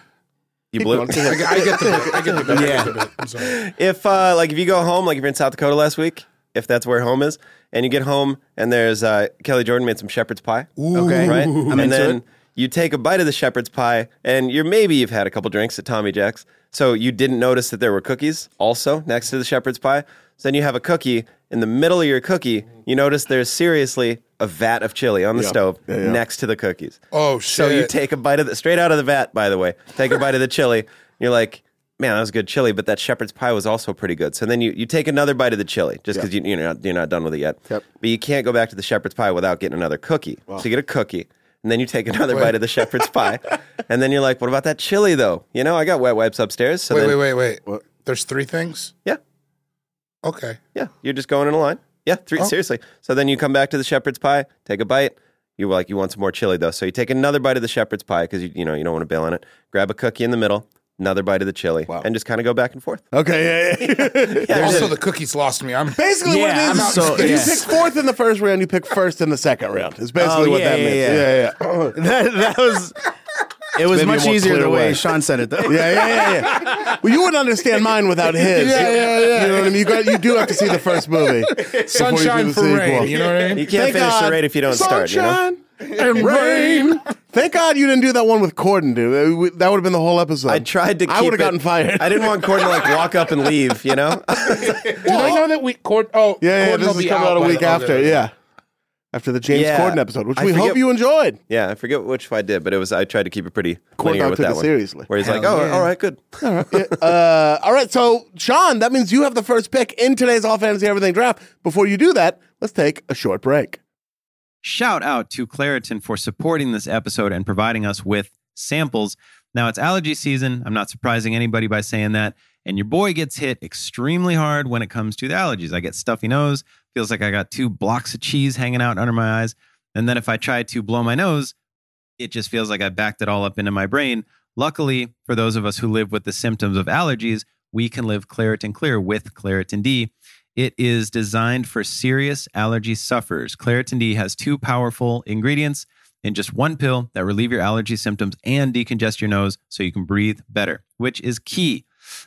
Speaker 1: You blew.
Speaker 2: Keep going.
Speaker 4: confused. I get the bit. I get the bit. I get the bit. I'm sorry.
Speaker 1: if uh, like if you go home, like if you're in South Dakota last week, if that's where home is, and you get home and there's uh, Kelly Jordan made some shepherd's pie.
Speaker 5: Okay.
Speaker 1: right?
Speaker 5: I'm
Speaker 1: and
Speaker 5: into
Speaker 1: then
Speaker 5: it.
Speaker 1: you take a bite of the shepherd's pie, and you're maybe you've had a couple drinks at Tommy Jack's, so you didn't notice that there were cookies also next to the shepherd's pie. So then you have a cookie in the middle of your cookie. You notice there's seriously a vat of chili on the stove next to the cookies.
Speaker 4: Oh shit.
Speaker 1: So you take a bite of the straight out of the vat, by the way. Take a bite of the chili. You're like, man, that was good chili, but that shepherd's pie was also pretty good. So then you, you take another bite of the chili just because you, you're not you're not done with it yet.
Speaker 2: Yep.
Speaker 1: But you can't go back to the shepherd's pie without getting another cookie. So you get a cookie. And then you take another bite of the shepherd's pie, and then you're like, "What about that chili, though? You know, I got wet wipes upstairs." So
Speaker 4: Wait,
Speaker 1: then,
Speaker 4: wait, wait, wait. There's three things.
Speaker 1: yeah,
Speaker 4: Okay.
Speaker 6: Yeah, you're just going in a line. Yeah, three
Speaker 2: Oh.
Speaker 6: seriously. So then you come back to the shepherd's pie, take a bite. You were like you want some more chili though, so you take another bite of the shepherd's pie because you you know you don't want to bail on it. Grab a cookie in the middle, another bite of the chili, and just kind of go back and forth.
Speaker 2: Okay, yeah, yeah.
Speaker 4: also, the cookies lost me. I'm
Speaker 2: Basically,
Speaker 5: Yeah,
Speaker 2: what it
Speaker 5: I'm
Speaker 2: is,
Speaker 5: out
Speaker 2: is
Speaker 5: so-
Speaker 2: if
Speaker 5: yeah.
Speaker 2: you pick fourth in the first round, you pick first in the second round. It's basically
Speaker 5: Oh,
Speaker 2: what
Speaker 5: yeah,
Speaker 2: that
Speaker 5: yeah,
Speaker 2: means.
Speaker 5: yeah.
Speaker 2: Yeah, yeah,
Speaker 5: that that was. It was
Speaker 2: Maybe a
Speaker 5: much
Speaker 2: more
Speaker 5: easier
Speaker 2: clear
Speaker 5: the way,
Speaker 2: way.
Speaker 5: Sean said it though.
Speaker 2: yeah, yeah, yeah, yeah. Well, you wouldn't understand mine without his.
Speaker 4: Yeah, yeah, yeah.
Speaker 2: You know what I mean? You, got, you do have to see the first movie. before you do
Speaker 4: sunshine
Speaker 2: the
Speaker 4: for
Speaker 2: sequel.
Speaker 4: rain. You know what I mean?
Speaker 6: You can't
Speaker 2: Thank
Speaker 6: finish
Speaker 2: God.
Speaker 6: the raid if you don't start. You know?
Speaker 2: Sunshine and rain. Thank God you didn't do that one with Corden, dude. It would- That would have been the whole episode.
Speaker 6: I tried to. Keep
Speaker 2: I would
Speaker 6: it-
Speaker 2: have gotten fired.
Speaker 6: I didn't want Gordon to like walk up and leave. You know,
Speaker 4: Did I know that we cord? Oh,
Speaker 2: Yeah, yeah.
Speaker 4: Gordon
Speaker 2: This
Speaker 4: will
Speaker 2: is
Speaker 4: be
Speaker 2: coming out a
Speaker 4: by
Speaker 2: week
Speaker 4: the-
Speaker 2: after.
Speaker 4: okay.
Speaker 2: Yeah, after the James
Speaker 6: Yeah.
Speaker 2: Corden episode, which
Speaker 6: I
Speaker 2: we hope
Speaker 6: forget-
Speaker 2: you enjoyed.
Speaker 6: yeah. I forget which I did, but it was I tried to keep it pretty
Speaker 2: Gordon
Speaker 6: linear with
Speaker 2: took
Speaker 6: that
Speaker 2: it
Speaker 6: one.
Speaker 2: seriously.
Speaker 6: Where he's like, oh, all right, good.
Speaker 2: uh, all right, so Sean, that means you have the first pick in today's All Fantasy Everything draft. Before you do that, let's take a short break.
Speaker 1: Shout out to Claritin for supporting this episode and providing us with samples. Now it's allergy season. I'm not surprising anybody by saying that. And your boy gets hit extremely hard when it comes to the allergies. I get stuffy nose, feels like I got two blocks of cheese hanging out under my eyes. And then if I try to blow my nose, it just feels like I backed it all up into my brain. Luckily, for those of us who live with the symptoms of allergies, we can live Claritin Clear with Claritin D. It is designed for serious allergy sufferers. Claritin D has two powerful ingredients in just one pill that relieve your allergy symptoms and decongest your nose so you can breathe better, which is key.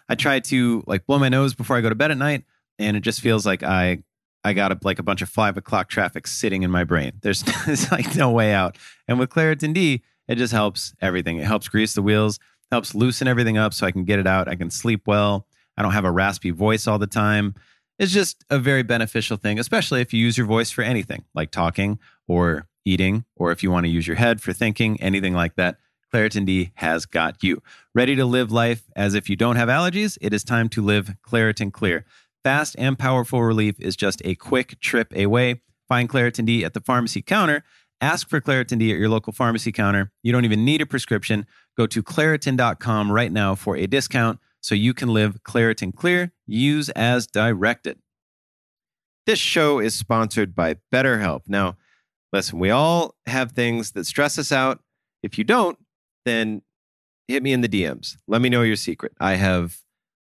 Speaker 1: I try to like blow my nose before I go to bed at night, and it just feels like I I got a, like a bunch of five o'clock traffic sitting in my brain. There's it's like no way out. And with Claritin D, it just helps everything. It helps grease the wheels, helps loosen everything up so I can get it out. I can sleep well. I don't have a raspy voice all the time. It's just a very beneficial thing, especially if you use your voice for anything like talking or eating, or if you want to use your head for thinking, anything like that. Claritin D has got you. Ready to live life as if you don't have allergies? It is time to live Claritin Clear. Fast and powerful relief is just a quick trip away. Find Claritin D at the pharmacy counter. Ask for Claritin D at your local pharmacy counter. You don't even need a prescription. Go to Claritin.com right now for a discount so you can live Claritin Clear. Use as directed. This show is sponsored by BetterHelp. Now, listen, we all have things that stress us out. If you don't, then hit me in the DMs. Let me know your secret. I have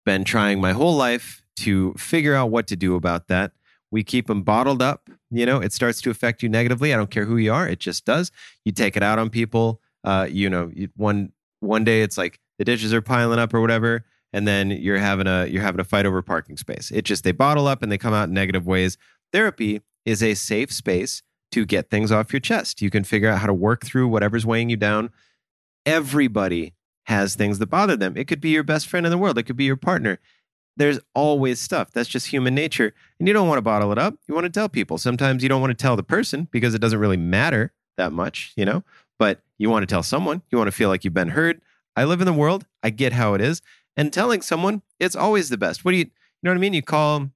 Speaker 1: been trying my whole life to figure out what to do about that. We keep them bottled up. You know, it starts to affect you negatively. I don't care who you are, it just does. You take it out on people. Uh, you know, you, one one day it's like the dishes are piling up or whatever, and then you're having a you're having a fight over parking space. It just they bottle up and they come out in negative ways. Therapy is a safe space to get things off your chest. You can figure out how to work through whatever's weighing you down. Everybody has things that bother them. It could be your best friend in the world. It could be your partner. There's always stuff. That's just human nature. And you don't want to bottle it up. You want to tell people. Sometimes you don't want to tell the person because it doesn't really matter that much, you know? But you want to tell someone. You want to feel like you've been heard. I live in the world. I get how it is. And telling someone, it's always the best. What do you, you know what I mean? You call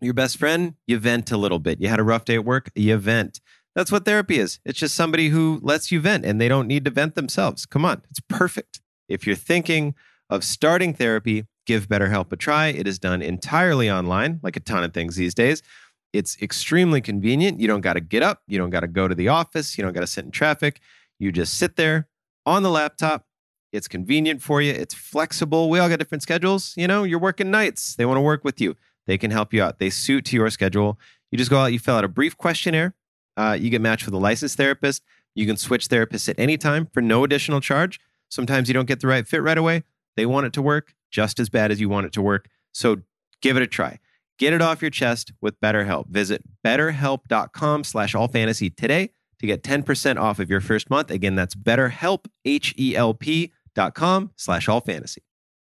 Speaker 1: your best friend, you vent a little bit. You had a rough day at work, you vent. That's what therapy is. It's just somebody who lets you vent and they don't need to vent themselves. Come on, it's perfect. If you're thinking of starting therapy, give BetterHelp a try. It is done entirely online, like a ton of things these days. It's extremely convenient. You don't got to get up, you don't got to go to the office, you don't got to sit in traffic. You just sit there on the laptop. It's convenient for you, it's flexible. We all got different schedules. You know, you're working nights, they want to work with you. They can help you out. They suit to your schedule. You just go out, you fill out a brief questionnaire. Uh, you get matched with a licensed therapist. You can switch therapists at any time for no additional charge. Sometimes you don't get the right fit right away. They want it to work just as bad as you want it to work. So give it a try. Get it off your chest with BetterHelp. Visit betterhelp.com slash allfantasy today to get 10% off of your first month. Again, that's betterhelp, E H-E-L-P dot com slash allfantasy.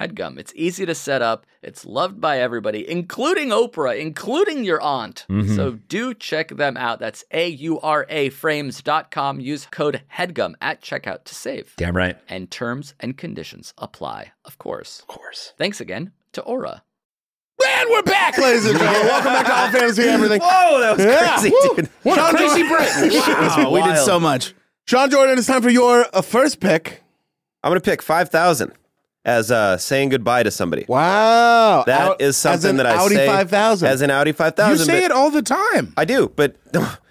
Speaker 7: HEADGUM. It's easy to set up, it's loved by everybody, including Oprah, including your aunt.
Speaker 8: Mm-hmm.
Speaker 7: So do check them out. That's A U R A frames.com. Use code HEADGUM at checkout to save.
Speaker 8: Damn right.
Speaker 7: And terms and conditions apply, of course.
Speaker 8: Of course.
Speaker 7: Thanks again to Aura.
Speaker 2: And we're back, ladies and gentlemen. Welcome back to All Fantasy Everything.
Speaker 1: Whoa, that was
Speaker 2: Yeah,
Speaker 1: crazy,
Speaker 2: woo.
Speaker 1: dude.
Speaker 2: What a crazy
Speaker 1: Shit
Speaker 2: break.
Speaker 1: was
Speaker 5: we did
Speaker 1: wild.
Speaker 5: so much.
Speaker 2: Sean Jordan, it's time for your uh, first pick.
Speaker 1: I'm gonna pick five thousand as uh, saying goodbye to somebody.
Speaker 2: Wow.
Speaker 1: That is something that I
Speaker 2: Audi
Speaker 1: say
Speaker 2: 5000.
Speaker 1: as an Audi five
Speaker 4: You
Speaker 1: thousand.
Speaker 4: say it all the time.
Speaker 1: I do, but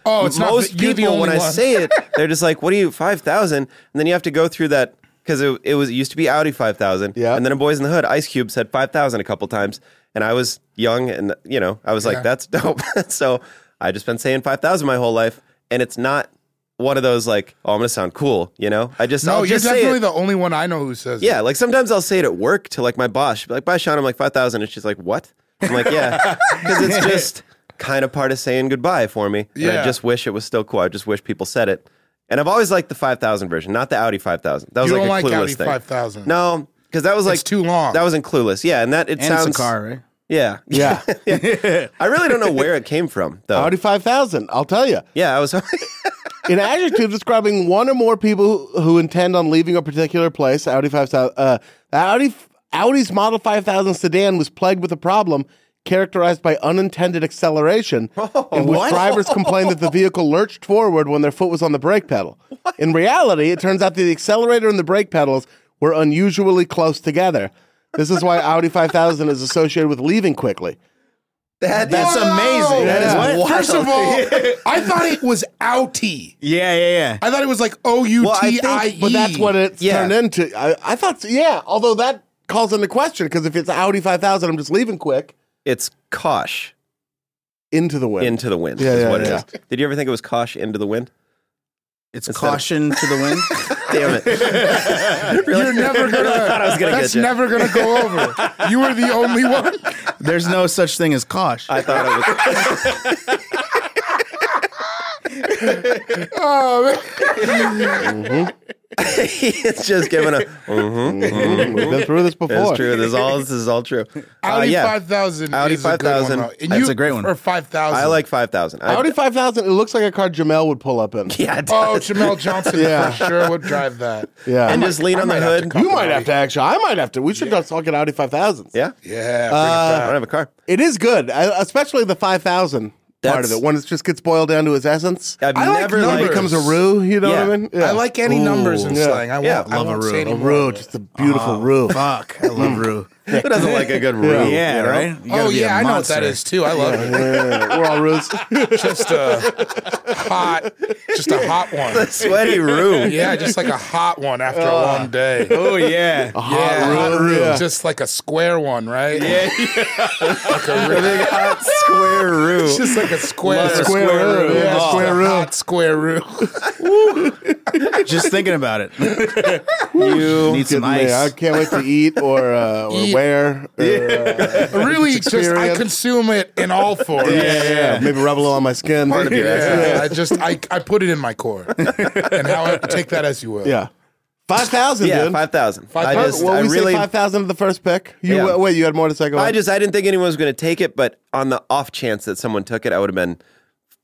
Speaker 4: Oh, it's not
Speaker 1: most
Speaker 4: that you're the
Speaker 1: people when
Speaker 4: only
Speaker 1: I
Speaker 4: one.
Speaker 1: say it, they're just like, "What are you five thousand? And then you have to go through that because it, it was it used to be Audi five thousand,
Speaker 2: Yeah.
Speaker 1: And then in Boys in the Hood, Ice Cube said five thousand a couple times, and I was young, and you know, I was like, "That's dope." so I just been saying five thousand my whole life, and it's not one of those like, "Oh, I'm gonna sound cool," you know. I just
Speaker 4: no,
Speaker 1: I'll
Speaker 4: you're
Speaker 1: just say
Speaker 4: definitely
Speaker 1: it.
Speaker 4: the only one I know who says it.
Speaker 1: Yeah, like sometimes I'll say it at work to like my boss. She'll be like, "Bye, Sean." I'm like five thousand, and she's like, "What?" I'm like, "Yeah," because it's just kind of part of saying goodbye for me. And
Speaker 4: Yeah.
Speaker 1: I just wish it was still cool. I just wish people said it. And I've always liked the five thousand version, not the Audi five thousand. That was
Speaker 4: You
Speaker 1: like
Speaker 4: don't
Speaker 1: a
Speaker 4: like
Speaker 1: clueless
Speaker 4: Audi
Speaker 1: thing.
Speaker 4: 5000.
Speaker 1: No, because that was like
Speaker 4: It's too long.
Speaker 1: That was in clueless. Yeah, and that it
Speaker 5: And
Speaker 1: sounds
Speaker 5: it's a car, right?
Speaker 1: Yeah,
Speaker 2: yeah.
Speaker 1: I really don't know where it came from though.
Speaker 2: Audi 5000. I'll tell you.
Speaker 1: Yeah, I was.
Speaker 2: An adjective describing one or more people who, who intend on leaving a particular place. Audi 5000. Uh, Audi Audi's Model 5000 sedan was plagued with a problem characterized by unintended acceleration, in which drivers complained that the vehicle lurched forward when their foot was on the brake pedal. In reality, it turns out that the accelerator and the brake pedals were unusually close together. This is why Audi 5000 is associated with leaving quickly.
Speaker 1: that,
Speaker 5: That's amazing. That is
Speaker 4: Whoa!
Speaker 5: wild.
Speaker 4: First of all, I thought it was outie.
Speaker 5: Yeah, yeah,
Speaker 4: I thought it was like O U
Speaker 1: I
Speaker 4: T
Speaker 1: think-
Speaker 4: I E.
Speaker 2: But that's what it's
Speaker 1: Yeah.
Speaker 2: turned into. I, I thought, so, yeah. Although that calls into question because if it's Audi 5000, I'm just leaving quick
Speaker 1: it's Kosh
Speaker 2: into the wind.
Speaker 1: into the wind.
Speaker 2: Yeah,
Speaker 1: is
Speaker 2: yeah,
Speaker 1: what
Speaker 2: yeah.
Speaker 1: it is. Did you ever think it was Kosh into the wind?
Speaker 5: It's
Speaker 1: Instead of-
Speaker 5: caution to the wind.
Speaker 1: Damn it. really,
Speaker 4: You're never gonna.
Speaker 1: thought I was gonna
Speaker 4: that's
Speaker 1: get you.
Speaker 4: never gonna go over. You were the only one.
Speaker 5: There's no such thing as caution.
Speaker 1: I thought it was.
Speaker 4: Oh, man.
Speaker 1: it's Mm-hmm. just giving a.
Speaker 4: Mm-hmm.
Speaker 1: mhm,
Speaker 2: Mhm. We've been through this before.
Speaker 1: It's true. This is all. This is all true. Uh,
Speaker 4: Audi
Speaker 1: yeah.
Speaker 4: five thousand.
Speaker 1: Audi
Speaker 4: is a good one,
Speaker 1: 5000.
Speaker 4: though. And
Speaker 5: That's
Speaker 4: you-
Speaker 5: a great one.
Speaker 4: Or five thousand.
Speaker 1: I like five thousand.
Speaker 2: Audi 5000, it looks like a car Jamel would pull up in.
Speaker 1: Yeah. it
Speaker 4: Oh,
Speaker 1: does.
Speaker 4: Jamel Johnson
Speaker 2: Yeah.
Speaker 4: for sure would drive that.
Speaker 2: Yeah.
Speaker 1: and just lean
Speaker 4: I
Speaker 1: on the
Speaker 4: might have to
Speaker 1: hood.
Speaker 4: call-
Speaker 2: you might have to actually. I might have to. We should talk get Audi 5000s.
Speaker 1: Yeah.
Speaker 4: Yeah, bring
Speaker 1: I don't have a car.
Speaker 2: It is good, I, especially the 5000 part
Speaker 1: That's-
Speaker 2: of it when it just gets boiled down to its essence.
Speaker 1: I've
Speaker 4: I like
Speaker 1: never
Speaker 4: numbers.
Speaker 1: liked.
Speaker 4: It
Speaker 2: becomes a roux. You know what I
Speaker 1: Yeah.
Speaker 2: mean?
Speaker 4: it
Speaker 2: Yeah.
Speaker 4: back. I like any numbers in
Speaker 2: Uh, yeah.
Speaker 4: slang. I won't,
Speaker 1: Yeah,
Speaker 4: I
Speaker 5: love
Speaker 4: won't
Speaker 5: a
Speaker 4: say
Speaker 5: roux.
Speaker 4: any
Speaker 2: a
Speaker 4: more
Speaker 2: roux,
Speaker 4: of it.
Speaker 2: just a
Speaker 1: Oh.
Speaker 2: beautiful roux.
Speaker 5: Fuck, I love Rue. Yeah,
Speaker 1: Who doesn't like a good roux?
Speaker 2: Yeah.
Speaker 1: you know?
Speaker 5: right. You gotta
Speaker 4: Oh
Speaker 5: be a
Speaker 4: yeah, I know what that
Speaker 5: monster.
Speaker 4: is too. I love it.
Speaker 2: Yeah, we're all roux.
Speaker 4: Just a hot, just a hot one.
Speaker 1: Sweaty roux.
Speaker 4: Yeah, just like a hot one after a long day.
Speaker 5: Oh yeah.
Speaker 4: yeah,
Speaker 2: roux,
Speaker 4: hot roux.
Speaker 2: yeah.
Speaker 4: just like a square one, right? Yeah, like a
Speaker 1: A
Speaker 4: roux.
Speaker 1: big hot square roux.
Speaker 4: just like a square,
Speaker 2: a square Oh. roux,
Speaker 1: Oh.
Speaker 2: yeah,
Speaker 4: just
Speaker 2: square
Speaker 4: a
Speaker 2: roux.
Speaker 4: hot square roux.
Speaker 5: Just thinking about it.
Speaker 1: you.
Speaker 5: Need some
Speaker 2: Getting
Speaker 5: ice.
Speaker 2: there. I can't wait to eat or uh, or
Speaker 4: Eat.
Speaker 2: wear. Or, uh,
Speaker 4: really, just I
Speaker 2: experience.
Speaker 4: consume it in all forms.
Speaker 2: yeah, maybe rub a little on my skin. Part of your
Speaker 4: Yeah, I just I, I put it in my core, and how take that as you will.
Speaker 2: Yeah. 5,000,
Speaker 1: Yeah,
Speaker 2: dude.
Speaker 1: five thousand. I
Speaker 4: 5,000.
Speaker 1: just.
Speaker 2: well,
Speaker 1: I
Speaker 2: we
Speaker 1: really.
Speaker 2: say 5,000 of the first pick. You,
Speaker 1: Yeah.
Speaker 2: Wait, you had more to say? Go
Speaker 1: I
Speaker 2: on.
Speaker 1: just. I didn't think anyone was going to take it, but on the off chance that someone took it, I would have been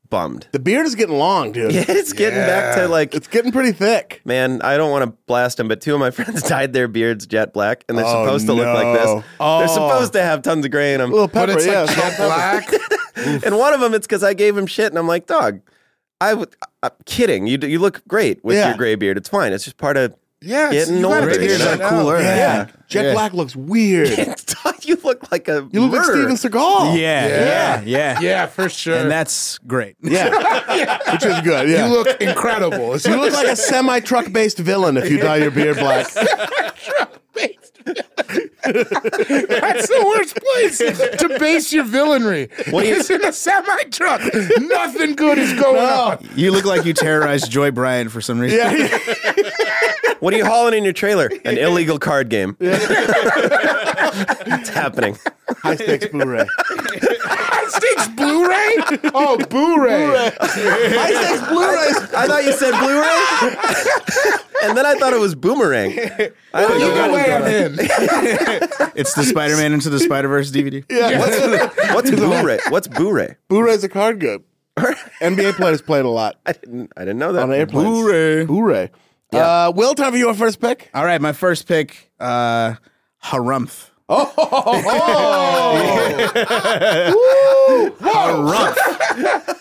Speaker 1: bummed.
Speaker 2: the beard is getting long, dude.
Speaker 1: It's getting back to like
Speaker 2: It's getting pretty thick.
Speaker 1: Man, I don't want to blast them, but two of my friends dyed their beards jet black, and they're
Speaker 2: Oh,
Speaker 1: supposed to look like
Speaker 2: no. Oh.
Speaker 1: this. They're supposed to have tons of gray in them.
Speaker 2: A little
Speaker 4: but
Speaker 2: pepper,
Speaker 4: it's
Speaker 2: yeah.
Speaker 4: like jet black.
Speaker 1: And one of them, it's because I gave him shit, and I'm like, dog, I would. I'm kidding. You d- you look great with
Speaker 2: Yeah.
Speaker 1: your gray beard. It's fine. It's just part of.
Speaker 4: Yeah, it's,
Speaker 1: Getting
Speaker 4: you gotta
Speaker 1: older,
Speaker 4: figure
Speaker 1: you
Speaker 4: that
Speaker 1: know?
Speaker 4: out.
Speaker 5: Cooler.
Speaker 2: Yeah.
Speaker 5: Yeah.
Speaker 2: Jet
Speaker 5: Yeah.
Speaker 2: Black looks weird.
Speaker 1: you look like a.
Speaker 2: you look like
Speaker 1: murderer.
Speaker 2: Steven Seagal.
Speaker 5: Yeah, yeah, yeah.
Speaker 4: Yeah, for sure.
Speaker 5: And that's great.
Speaker 2: Yeah. Which is good. Yeah.
Speaker 4: you look incredible. It's
Speaker 2: You look like a semi truck based villain if you dye your beard black.
Speaker 4: That's the worst place to base your villainry. it's in a semi truck. Nothing good is going on.
Speaker 5: You look like you terrorized Joy Bryan for some reason.
Speaker 2: Yeah, yeah.
Speaker 1: What are you hauling in your trailer? An illegal card game. it's happening.
Speaker 2: High stakes Blu-ray.
Speaker 4: High stakes Blu-ray. Oh, Blu-ray.
Speaker 2: High stakes Blu-ray.
Speaker 1: I thought you said Blu-ray, and then I thought it was Boomerang. I thought you
Speaker 4: Either
Speaker 1: got
Speaker 4: way, I'm in.
Speaker 5: It's the Spider Man into the Spider Verse DVD.
Speaker 1: what's, what's Blu-ray? What's Blu-ray?
Speaker 2: Blu-ray's a card game. NBA players play it a lot
Speaker 1: I didn't. I didn't know that.
Speaker 2: on airplanes.
Speaker 5: Blu-ray.
Speaker 2: Blu-ray. Uh, Will, time for your first pick.
Speaker 5: All right, my first pick, uh, Harumph.
Speaker 2: Oh,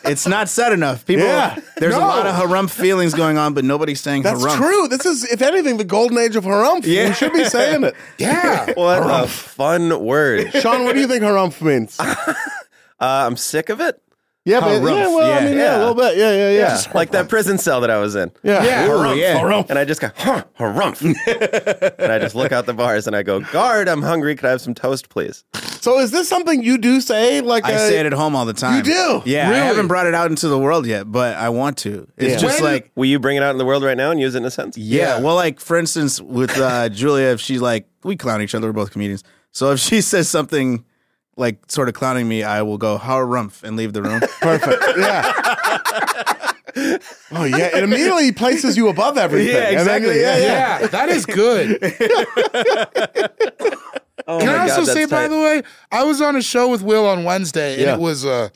Speaker 5: It's not said enough. People,
Speaker 2: Yeah.
Speaker 5: there's a lot of harumph feelings going on, but nobody's saying
Speaker 2: That's
Speaker 5: harumph.
Speaker 2: true. This is, if anything, the golden age of harumph.
Speaker 5: Yeah.
Speaker 2: We should be saying it.
Speaker 4: Yeah.
Speaker 1: What a fun word. Uh,
Speaker 2: Sean, what do you think harumph means?
Speaker 1: I'm sick of it.
Speaker 2: Yeah, but,
Speaker 5: Harumph,
Speaker 2: yeah, well, I
Speaker 5: yeah.
Speaker 2: mean, yeah. a
Speaker 1: Yeah.
Speaker 2: little bit. Yeah, yeah, yeah.
Speaker 1: like that prison cell that I was in.
Speaker 2: Yeah.
Speaker 4: Yeah.
Speaker 5: Oh, yeah.
Speaker 1: And I just go, huh, harumph. and I just look out the bars and I go, guard, I'm hungry. Could I have some toast, please?
Speaker 2: So is this something you do say? Like
Speaker 5: I
Speaker 2: uh,
Speaker 5: say it at home all the time.
Speaker 2: You do?
Speaker 5: Yeah.
Speaker 2: Really?
Speaker 5: I haven't brought it out into the world yet, but I want to. It's
Speaker 2: Yeah.
Speaker 5: just
Speaker 4: When-
Speaker 5: like,
Speaker 1: Will you bring it out in the world right now and use it in a sentence?
Speaker 5: yeah. Well, like, for instance, with uh, Julia, if she's like, we clown each other, we're both comedians. So if she says something like sort of clowning me, I will go, harumph, and leave the room.
Speaker 2: Perfect. Yeah. oh yeah, it immediately places you above everything.
Speaker 5: Yeah,
Speaker 2: And then-
Speaker 5: exactly.
Speaker 2: yeah, yeah.
Speaker 4: Yeah, that is good.
Speaker 1: Oh
Speaker 4: Can
Speaker 1: my
Speaker 4: I
Speaker 1: God,
Speaker 4: also
Speaker 1: that's
Speaker 4: say, by
Speaker 1: tight.
Speaker 4: the way, I was on a show with Will on Wednesday, and
Speaker 2: Yeah.
Speaker 4: it was uh,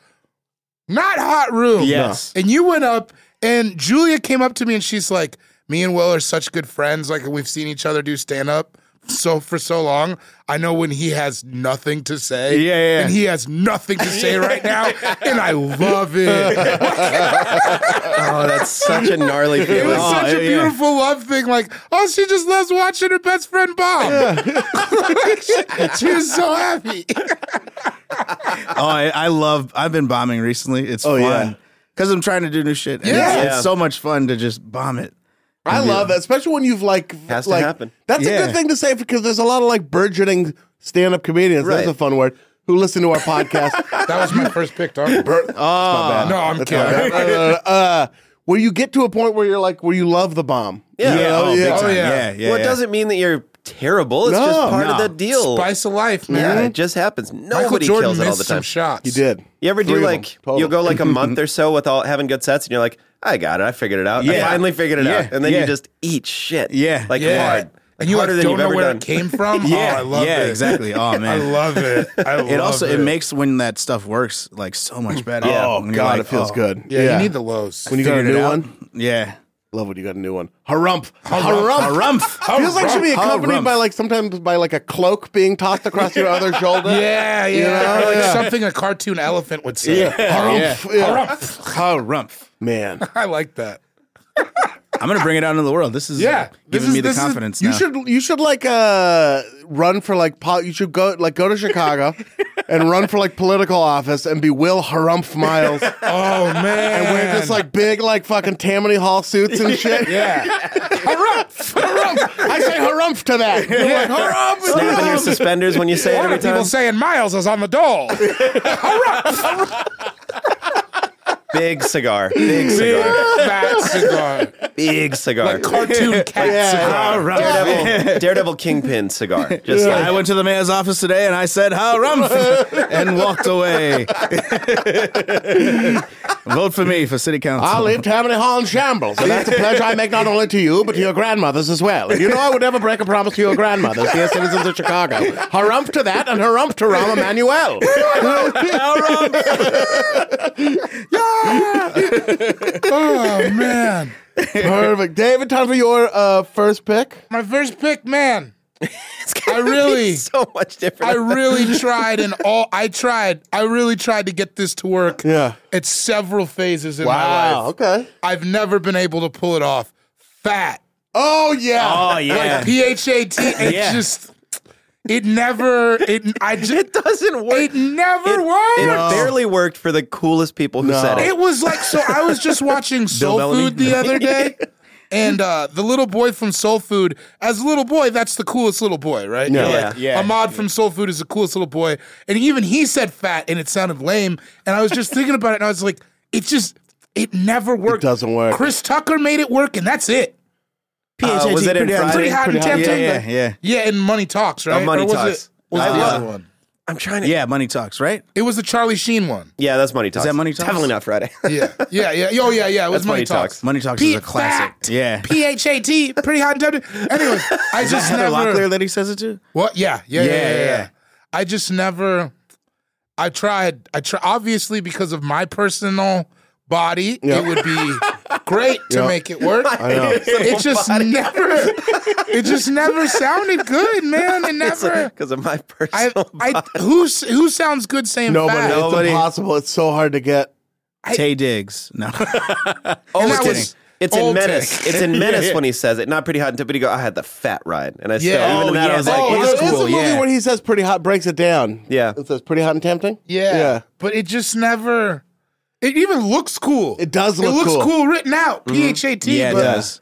Speaker 4: not hot room.
Speaker 5: Yes.
Speaker 4: and you went up, and Julia came up to me, and she's like, "Me and Will are such good friends. Like we've seen each other do stand up." So for so long, I know when he has nothing to say,
Speaker 5: Yeah, yeah, yeah.
Speaker 4: and he has nothing to say right now, and I love it.
Speaker 1: Oh, that's such a gnarly
Speaker 4: It was
Speaker 1: feeling.
Speaker 4: such a
Speaker 5: Oh, yeah, yeah.
Speaker 4: beautiful love thing. Like, oh, she just loves watching her best friend Bob. she was so happy.
Speaker 5: oh, I, I love. I've been bombing recently. It's
Speaker 2: Oh, yeah.
Speaker 5: fun because I'm trying to do new shit. and
Speaker 4: Yeah.
Speaker 5: it's,
Speaker 1: Yeah.
Speaker 5: it's so much fun to just bomb it.
Speaker 2: I love that, especially when you've like
Speaker 1: Has to
Speaker 2: like,
Speaker 1: happen.
Speaker 2: That's a
Speaker 5: Yeah.
Speaker 2: good thing to say because there's a lot of like burgeoning stand-up comedians. That's
Speaker 1: Right.
Speaker 2: a fun word. Who listen to our podcast?
Speaker 4: That was my first pick, dog.
Speaker 5: Oh,
Speaker 4: No, I'm
Speaker 2: Uh,
Speaker 4: kidding.
Speaker 2: uh, uh, where you get to a point where you're like, where you love the bomb.
Speaker 1: Yeah.
Speaker 5: yeah,
Speaker 2: Oh,
Speaker 5: oh,
Speaker 2: yeah.
Speaker 5: big time.
Speaker 4: Oh, yeah.
Speaker 5: yeah, yeah.
Speaker 1: well, it
Speaker 5: yeah.
Speaker 1: doesn't mean that you're terrible. It's
Speaker 2: No,
Speaker 1: just part of
Speaker 5: no.
Speaker 1: the deal.
Speaker 4: Spice of life, man.
Speaker 1: Yeah, it just happens.
Speaker 4: Michael
Speaker 1: Nobody
Speaker 4: Jordan
Speaker 1: kills it
Speaker 4: missed
Speaker 1: all the
Speaker 4: some
Speaker 1: time.
Speaker 4: shots.
Speaker 2: You did.
Speaker 1: You ever
Speaker 2: Three
Speaker 1: do
Speaker 2: of
Speaker 1: like
Speaker 2: them total.
Speaker 1: you'll go like a month or so without having good sets, and you're like, I got it, I figured it out. I
Speaker 5: Yeah.
Speaker 1: finally figured it
Speaker 5: Yeah.
Speaker 1: out, and then
Speaker 5: Yeah.
Speaker 1: you just eat shit.
Speaker 5: Yeah.
Speaker 1: like
Speaker 4: Yeah.
Speaker 1: hard,
Speaker 4: And you like,
Speaker 1: harder
Speaker 4: don't
Speaker 1: than you've
Speaker 4: know
Speaker 1: ever
Speaker 4: where
Speaker 1: done.
Speaker 4: it came from.
Speaker 5: yeah,
Speaker 4: oh, I love
Speaker 5: yeah,
Speaker 4: it.
Speaker 5: exactly. Oh
Speaker 4: I
Speaker 5: man,
Speaker 4: love it. I love
Speaker 5: it also it
Speaker 4: it
Speaker 5: makes when that stuff works like so much better.
Speaker 1: Yeah.
Speaker 2: Oh
Speaker 5: When you're
Speaker 2: God, it
Speaker 5: like,
Speaker 2: feels
Speaker 5: oh,
Speaker 2: good.
Speaker 4: Yeah, you need the lows.
Speaker 2: when you got a
Speaker 5: figured it
Speaker 2: new
Speaker 5: out.
Speaker 2: one.
Speaker 5: Yeah,
Speaker 2: Love when you got a new one. Harumph. Harumph.
Speaker 5: harumph.
Speaker 2: Feels like it should be
Speaker 5: Harumph.
Speaker 2: accompanied by like sometimes by like a cloak being tossed across your other shoulder.
Speaker 4: yeah, yeah,
Speaker 2: know,
Speaker 4: Or like
Speaker 2: yeah.
Speaker 4: something a cartoon elephant would say.
Speaker 2: Harumph. Yeah.
Speaker 5: harumph.
Speaker 2: Man.
Speaker 4: I like that.
Speaker 5: I'm gonna bring it out into the world. This is
Speaker 4: Yeah, this
Speaker 5: giving
Speaker 4: is-
Speaker 5: me the
Speaker 4: this is-
Speaker 5: confidence.
Speaker 2: You
Speaker 5: now.
Speaker 2: should you should like uh run for like po- you should go like go to Chicago and run for like political office and be Will Harumph Miles
Speaker 4: Oh man,
Speaker 2: and wear just like big like fucking Tammany Hall suits and shit.
Speaker 4: yeah, harumph, harumph.
Speaker 2: I say Harumph to that. You're like Harumph. it's
Speaker 1: Snapping your
Speaker 2: Harumph."
Speaker 1: suspenders when you say it
Speaker 4: One
Speaker 1: every
Speaker 4: of people
Speaker 1: time.
Speaker 4: saying Miles is on the dole.
Speaker 1: Big cigar, big cigar,
Speaker 4: Fat cigar,
Speaker 1: big cigar.
Speaker 4: like cartoon cat cigar.
Speaker 1: Daredevil, Daredevil Kingpin cigar. Just
Speaker 5: I
Speaker 1: like
Speaker 5: went to the mayor's office today and I said harumph and walked away. Vote for me for city council. Uh,
Speaker 2: I leave Tammany Hall in shambles, and that's a pledge I make not only to you, but to your grandmothers as well. And you know I would never break a promise to your grandmothers, dear citizens of Chicago. Harumph to that, and harumph to Rahm Emanuel.
Speaker 4: Oh man,
Speaker 2: Perfect. David, time for your uh, first pick.
Speaker 4: my first pick, man.
Speaker 1: It's gonna
Speaker 4: I
Speaker 1: be
Speaker 4: really-
Speaker 1: so much different.
Speaker 4: I really tried and all I tried. I really tried to get this to work.
Speaker 2: Yeah.
Speaker 4: At several phases in my
Speaker 2: Wow.
Speaker 4: life.
Speaker 2: Okay.
Speaker 4: I've never been able to pull it off. Fat.
Speaker 2: Oh yeah.
Speaker 5: Oh yeah.
Speaker 4: Like P H A T. It
Speaker 5: Yeah.
Speaker 4: just it never it I just
Speaker 1: it doesn't work.
Speaker 4: it never worked.
Speaker 1: It barely worked for the coolest people who
Speaker 2: No.
Speaker 1: said it.
Speaker 4: It was like so. I was just watching Soul
Speaker 5: Bellamy?
Speaker 4: Food the other day, and uh, the little boy from Soul Food. As a little boy, that's the coolest little boy, right?
Speaker 2: Yeah.
Speaker 4: You're
Speaker 1: Yeah.
Speaker 5: Yeah.
Speaker 4: Ahmad from Soul Food is the coolest little boy, and even he said fat, and it sounded lame. And I was just thinking about it, and I was like, it just it never worked.
Speaker 2: doesn't work.
Speaker 4: Chris Tucker made it work, and that's it.
Speaker 1: Uh, was it in
Speaker 4: Pretty hot and
Speaker 5: Yeah,
Speaker 4: tempting.
Speaker 5: yeah,
Speaker 4: but-
Speaker 5: yeah.
Speaker 4: yeah, and Money Talks, right?
Speaker 1: Oh, Money
Speaker 4: Or was
Speaker 1: Talks.
Speaker 4: It, was
Speaker 1: I
Speaker 4: it the
Speaker 1: love-
Speaker 4: other one?
Speaker 1: I'm trying to.
Speaker 5: Yeah, money talks, right?
Speaker 4: It was the Charlie Sheen one.
Speaker 1: yeah, that's money talks.
Speaker 5: that Money Talks?
Speaker 1: Definitely not Friday.
Speaker 4: Yeah, yeah, yeah. Oh, yeah, yeah. It was
Speaker 1: That's
Speaker 4: Money,
Speaker 1: Money Talks.
Speaker 4: Talks.
Speaker 5: Money talks
Speaker 4: P-
Speaker 5: is a classic.
Speaker 4: fact.
Speaker 5: Yeah.
Speaker 4: P H A T, pretty hot and tempting. Anyway, I just
Speaker 5: Heather Locklear
Speaker 4: never.
Speaker 5: that he says it to?
Speaker 4: What? Yeah, yeah, yeah,
Speaker 5: Yeah,
Speaker 4: yeah,
Speaker 5: yeah.
Speaker 4: yeah. I just never. I tried. I try. Obviously, because of my personal body, it would be great to
Speaker 2: Yeah.
Speaker 4: make it work.
Speaker 2: know.
Speaker 4: It just never. It just never sounded good, man. It never.
Speaker 1: Because of my
Speaker 4: I,
Speaker 1: personal.
Speaker 4: I, who, s- who sounds good saying
Speaker 2: Nobody.
Speaker 4: fat?
Speaker 1: Nobody-
Speaker 2: It's impossible. It's so hard to get.
Speaker 5: Tay Diggs. No.
Speaker 4: And
Speaker 1: oh,
Speaker 4: that
Speaker 1: it's,
Speaker 4: was
Speaker 1: in- it's in
Speaker 4: old
Speaker 1: Menace.
Speaker 4: tech.
Speaker 1: It's in Menace
Speaker 4: Yeah, yeah.
Speaker 1: when he says it. Not pretty hot and tempting. He go, I had the fat ride, and I still
Speaker 4: Yeah.
Speaker 1: even in
Speaker 5: Oh,
Speaker 1: that I
Speaker 5: yeah,
Speaker 1: was
Speaker 5: that
Speaker 1: like,
Speaker 2: Oh,
Speaker 5: is
Speaker 2: there is a
Speaker 5: cool,
Speaker 2: movie
Speaker 5: yeah.
Speaker 2: where he says pretty hot breaks it down.
Speaker 1: Yeah.
Speaker 2: It says pretty hot and tempting.
Speaker 4: Yeah.
Speaker 2: Yeah.
Speaker 4: But it just never. It even looks cool.
Speaker 2: It does
Speaker 4: it
Speaker 2: look
Speaker 4: looks
Speaker 2: cool. Mm-hmm.
Speaker 4: written out. P H A T.
Speaker 5: yeah, it
Speaker 4: but
Speaker 5: does.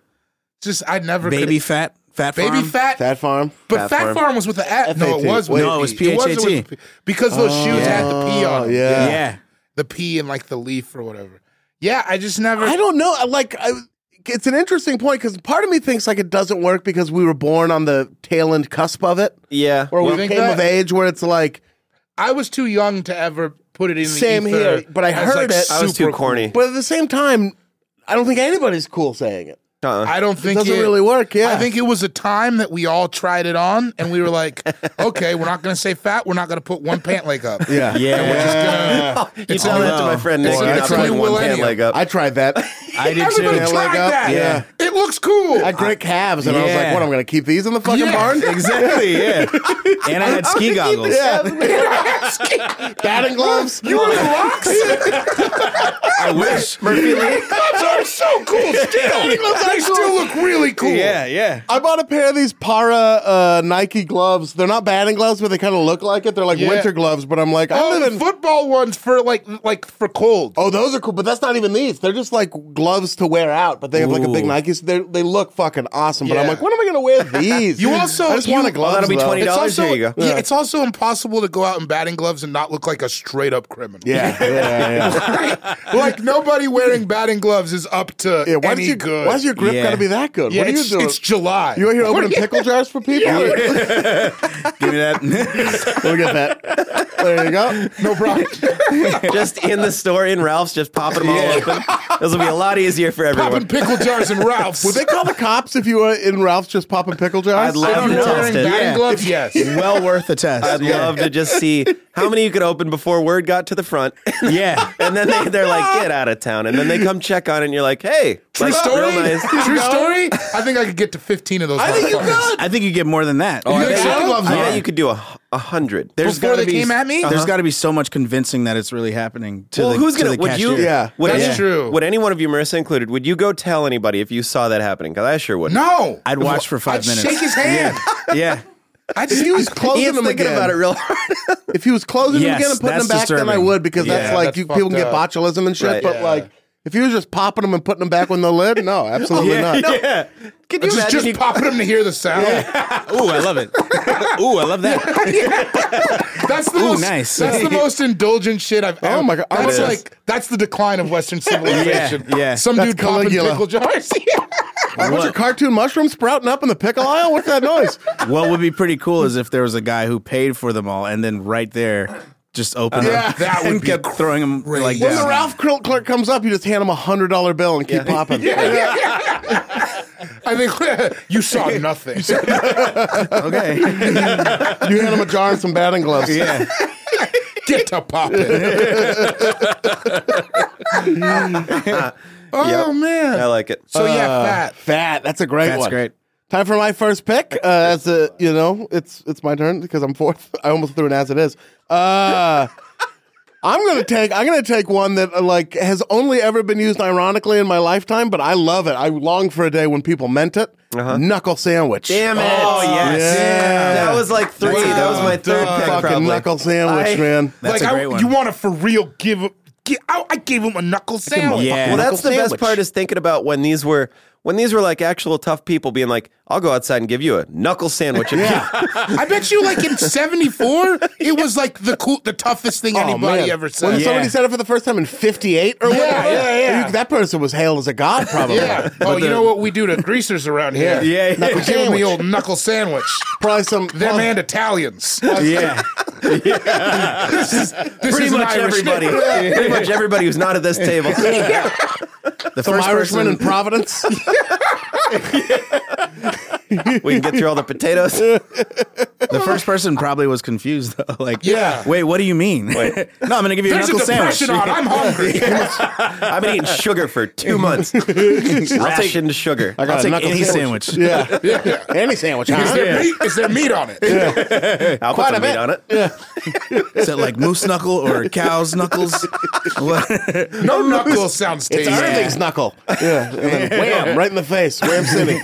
Speaker 4: Just I never.
Speaker 5: Baby
Speaker 4: could've-
Speaker 5: fat. Fat
Speaker 4: baby
Speaker 5: farm.
Speaker 4: fat.
Speaker 2: Fat Farm.
Speaker 4: but
Speaker 1: Fat
Speaker 4: fat
Speaker 1: Farm.
Speaker 4: farm. was with the at. No, it
Speaker 2: F.A.T..
Speaker 4: was.
Speaker 2: Wait.
Speaker 4: with
Speaker 5: No, it was
Speaker 4: the- wasn't
Speaker 5: P.H.A.T..
Speaker 4: with the P- because those shoes had the P on.
Speaker 2: Oh,
Speaker 4: them.
Speaker 2: yeah.
Speaker 5: Yeah.
Speaker 4: The P and like the leaf or whatever. Yeah, I just never.
Speaker 2: I don't know. I- Like, I, it's an interesting point because part of me thinks like it doesn't work because we were born on the tail end cusp of it,
Speaker 1: yeah.
Speaker 2: or we
Speaker 4: think
Speaker 2: came
Speaker 4: that-
Speaker 2: of age where it's like.
Speaker 4: I was too young to ever put it in.
Speaker 2: Same
Speaker 4: the ether
Speaker 2: here, but I
Speaker 4: as,
Speaker 2: heard
Speaker 4: like,
Speaker 2: it.
Speaker 1: I was
Speaker 4: super
Speaker 1: too corny.
Speaker 2: But at the same time, I don't think anybody's cool saying it.
Speaker 1: Uh-uh.
Speaker 4: cool. I don't think
Speaker 2: doesn't really work, yeah.
Speaker 4: I think it was a time that we all tried it on, and we were like, "Okay, we're not going to say fat. We're not going to put one pant leg up."
Speaker 2: Yeah.
Speaker 4: Yeah.
Speaker 1: you tell that to my friend Nick.
Speaker 4: It's a-
Speaker 1: You're
Speaker 4: it's
Speaker 1: not
Speaker 4: a new
Speaker 1: putting one hand
Speaker 4: millennium.
Speaker 1: leg up.
Speaker 2: I tried that. I
Speaker 4: did Everybody too. tried
Speaker 2: Leg up.
Speaker 4: that.
Speaker 2: Yeah.
Speaker 4: It looks cool.
Speaker 2: I had great calves, and I was like,
Speaker 5: Yeah.
Speaker 2: "What? I'm going to keep these in the fucking
Speaker 4: Yeah.
Speaker 2: barn?
Speaker 5: Exactly, yeah. and I had ski goggles.
Speaker 2: Batting gloves?
Speaker 4: you were the rocks?
Speaker 5: I wish.
Speaker 4: Those are so cool still. They still look really cool.
Speaker 5: Yeah, yeah.
Speaker 2: I bought a pair of these para uh, Nike gloves. They're not batting gloves, but they kind of look like it. They're like
Speaker 4: Yeah.
Speaker 2: winter gloves, but I'm like, I
Speaker 4: Oh,
Speaker 2: live
Speaker 4: the
Speaker 2: in.
Speaker 4: football ones for like like for cold.
Speaker 2: Oh, those are cool, but that's not even these. They're just like gloves to wear out, but they have like a big
Speaker 5: Ooh.
Speaker 2: Nike. So they they look fucking awesome, but I'm
Speaker 4: Yeah.
Speaker 2: like, when am I going to wear these?
Speaker 4: You also-
Speaker 2: I just
Speaker 4: you-
Speaker 2: want a
Speaker 4: Oh,
Speaker 2: glove.
Speaker 1: that'll be
Speaker 2: though.
Speaker 1: $20.
Speaker 4: It's also,
Speaker 1: there you go.
Speaker 4: Yeah, it's also impossible to go out in batting gloves and not look like a straight up criminal.
Speaker 2: Yeah, yeah, yeah.
Speaker 4: like nobody wearing batting gloves is up to
Speaker 2: yeah why
Speaker 4: any
Speaker 2: does your,
Speaker 4: good.
Speaker 2: why's your grip
Speaker 5: Yeah.
Speaker 2: got to be that good?
Speaker 4: yeah,
Speaker 2: what are you
Speaker 4: it's,
Speaker 2: doing?
Speaker 4: it's July.
Speaker 2: you out here
Speaker 4: What are
Speaker 2: opening
Speaker 4: you-
Speaker 2: pickle jars for people?
Speaker 5: Give me that.
Speaker 2: Look at that. There you go.
Speaker 4: No problem.
Speaker 1: just in the store in Ralph's, just popping them all open. This will be a lot easier for
Speaker 4: Popping
Speaker 1: everyone.
Speaker 4: pickle jars and Ralph's.
Speaker 2: Would they call the cops if you were in Ralph's just popping pickle jars?
Speaker 1: I'd love
Speaker 4: If
Speaker 1: to
Speaker 4: you're
Speaker 1: test
Speaker 4: wearing
Speaker 1: it.
Speaker 4: batting
Speaker 5: Yeah.
Speaker 4: gloves, yes.
Speaker 5: well worth the test.
Speaker 1: I'd
Speaker 5: yeah.
Speaker 1: love to just see how many you could open before word got to the front.
Speaker 5: yeah.
Speaker 1: and then they, they're like, get out of town. And then they come check on it, and you're like, hey,
Speaker 4: True
Speaker 1: like,
Speaker 4: story.
Speaker 1: real nice.
Speaker 4: True story. I think I could get to fifteen of those. I think you could.
Speaker 5: I think you get more than that.
Speaker 4: Oh, I bet you-
Speaker 1: I
Speaker 4: gloves
Speaker 1: bet
Speaker 4: on.
Speaker 1: you could do a, h- a hundred.
Speaker 5: There's
Speaker 4: Before
Speaker 5: gotta
Speaker 4: they
Speaker 5: be-
Speaker 4: came at me?
Speaker 5: There's
Speaker 4: Uh-huh.
Speaker 5: got to be so much convincing that it's really happening to
Speaker 1: well,
Speaker 5: the
Speaker 1: who's
Speaker 5: to
Speaker 1: gonna?
Speaker 5: the
Speaker 1: Would you?
Speaker 5: cashier.
Speaker 2: Yeah.
Speaker 1: Would
Speaker 4: That's
Speaker 1: any,
Speaker 4: true.
Speaker 1: Would any one of you, Marissa included, would you go tell anybody if you saw that happening? Because I sure wouldn't.
Speaker 4: No.
Speaker 5: I'd watch for five
Speaker 4: I'd
Speaker 5: minutes.
Speaker 4: Shake his hand.
Speaker 5: Yeah.
Speaker 4: I just
Speaker 2: If he was closing
Speaker 1: Ian's
Speaker 2: them
Speaker 1: thinking
Speaker 2: again,
Speaker 1: about it real hard.
Speaker 2: if he was closing them
Speaker 5: Yes,
Speaker 2: again and putting them
Speaker 5: that's
Speaker 2: back, then I
Speaker 5: disturbing.
Speaker 2: would because that's
Speaker 5: Yeah,
Speaker 2: like
Speaker 4: that's
Speaker 2: you, people can get
Speaker 4: fucked
Speaker 2: botulism and shit.
Speaker 1: Right.
Speaker 2: But
Speaker 1: Yeah.
Speaker 2: like, if he was just popping them and putting them back on the lid, no, absolutely not.
Speaker 1: yeah. Could you
Speaker 4: just,
Speaker 1: imagine?
Speaker 4: just
Speaker 1: you-
Speaker 4: popping him to hear the sound.
Speaker 5: Ooh, I love it. Ooh, I love that.
Speaker 4: That's the
Speaker 5: Ooh,
Speaker 4: most.
Speaker 5: nice.
Speaker 4: That's the most indulgent shit I've. ever.
Speaker 2: Oh my God. Oh,
Speaker 4: That's
Speaker 2: it is.
Speaker 4: like that's the decline of Western civilization.
Speaker 5: Yeah, yeah.
Speaker 4: Some
Speaker 2: That's
Speaker 4: dude popping
Speaker 2: Caligula.
Speaker 4: pickle jars. Yeah.
Speaker 2: Why was your cartoon mushroom sprouting up in the pickle aisle? What's that noise?
Speaker 5: what would be pretty cool is if there was a guy who paid for them all and then right there just opened
Speaker 4: Yeah,
Speaker 5: up
Speaker 4: that
Speaker 5: and
Speaker 4: would be
Speaker 5: kept throwing them
Speaker 2: When
Speaker 4: When
Speaker 5: like down.
Speaker 2: the Ralph Cl- clerk comes up, you just hand him a hundred dollar bill and keep popping.
Speaker 4: I think you saw nothing.
Speaker 5: okay.
Speaker 2: You hand him a jar and some batting gloves.
Speaker 5: Yeah.
Speaker 4: Get to popping. oh man.
Speaker 1: I like it.
Speaker 4: So yeah, fat.
Speaker 2: Oh, Uh, Fat. That's a great
Speaker 5: That's
Speaker 2: one.
Speaker 5: great.
Speaker 2: Time for my first pick. Uh, as a, you know, it's it's my turn because I'm fourth. I almost threw an as it is. Uh, I'm gonna take I'm gonna take one that uh, like has only ever been used ironically in my lifetime, but I love it. I long for a day when people meant it. Knuckle sandwich.
Speaker 1: Damn it! Oh yes,
Speaker 2: Yeah.
Speaker 1: that was like three. that was my third
Speaker 2: Fucking
Speaker 1: pick. probably.
Speaker 2: knuckle
Speaker 1: I-
Speaker 2: sandwich, man.
Speaker 5: That's
Speaker 4: like I-
Speaker 5: a great one.
Speaker 4: you want to for real give up. gi- I, I gave him a knuckle sandwich.
Speaker 5: yeah.
Speaker 1: Well, that's the
Speaker 2: Knuckle
Speaker 1: best
Speaker 2: sandwich.
Speaker 1: part is thinking about when these were when these were like actual tough people being like, "I'll go outside and give you a knuckle sandwich." yeah.
Speaker 4: I bet you, like in '74, it was like the cool, the toughest thing anybody
Speaker 2: Oh, man.
Speaker 4: ever
Speaker 2: When
Speaker 4: said.
Speaker 2: somebody said it for the first time in 58 or whatever,
Speaker 4: yeah, yeah.
Speaker 2: you- that person was hailed as a god, probably.
Speaker 4: Yeah. Oh, you know what we do to greasers around here?
Speaker 1: Yeah, yeah.
Speaker 4: We give them the old knuckle sandwich. Oh.
Speaker 2: Probably some.
Speaker 4: Them
Speaker 2: probably-
Speaker 4: and Italians.
Speaker 5: yeah.
Speaker 4: This is, this
Speaker 1: Pretty
Speaker 4: is an
Speaker 1: much
Speaker 4: Irish
Speaker 1: everybody. pretty much everybody who's not at this table.
Speaker 5: The
Speaker 2: some
Speaker 5: first
Speaker 2: Irishman
Speaker 5: person
Speaker 2: in Providence.
Speaker 1: we can get through all the potatoes.
Speaker 5: The first person probably was confused though. Like,
Speaker 4: Yeah.
Speaker 5: Wait, what do you mean? no, I'm gonna give you
Speaker 4: There's
Speaker 5: a
Speaker 4: a
Speaker 5: knuckle
Speaker 4: depression
Speaker 5: sandwich.
Speaker 4: on. I'm hungry.
Speaker 1: I've been eating sugar for two months. Rationed sugar.
Speaker 2: I got
Speaker 5: I'll
Speaker 2: a
Speaker 5: take
Speaker 2: knuckle
Speaker 5: any
Speaker 2: sandwich.
Speaker 5: sandwich.
Speaker 2: Yeah. Any sandwich,
Speaker 4: Is
Speaker 2: huh?
Speaker 4: there meat? Is there meat on it?
Speaker 1: I'll
Speaker 2: quite
Speaker 1: put some
Speaker 2: a
Speaker 1: meat
Speaker 2: bit.
Speaker 1: on it.
Speaker 5: Is it like moose knuckle or cow's knuckles? What?
Speaker 4: No knuckle sounds
Speaker 2: It's
Speaker 4: tasty.
Speaker 2: Irving's knuckle. Yeah. And then wham, right in the face. Wham City.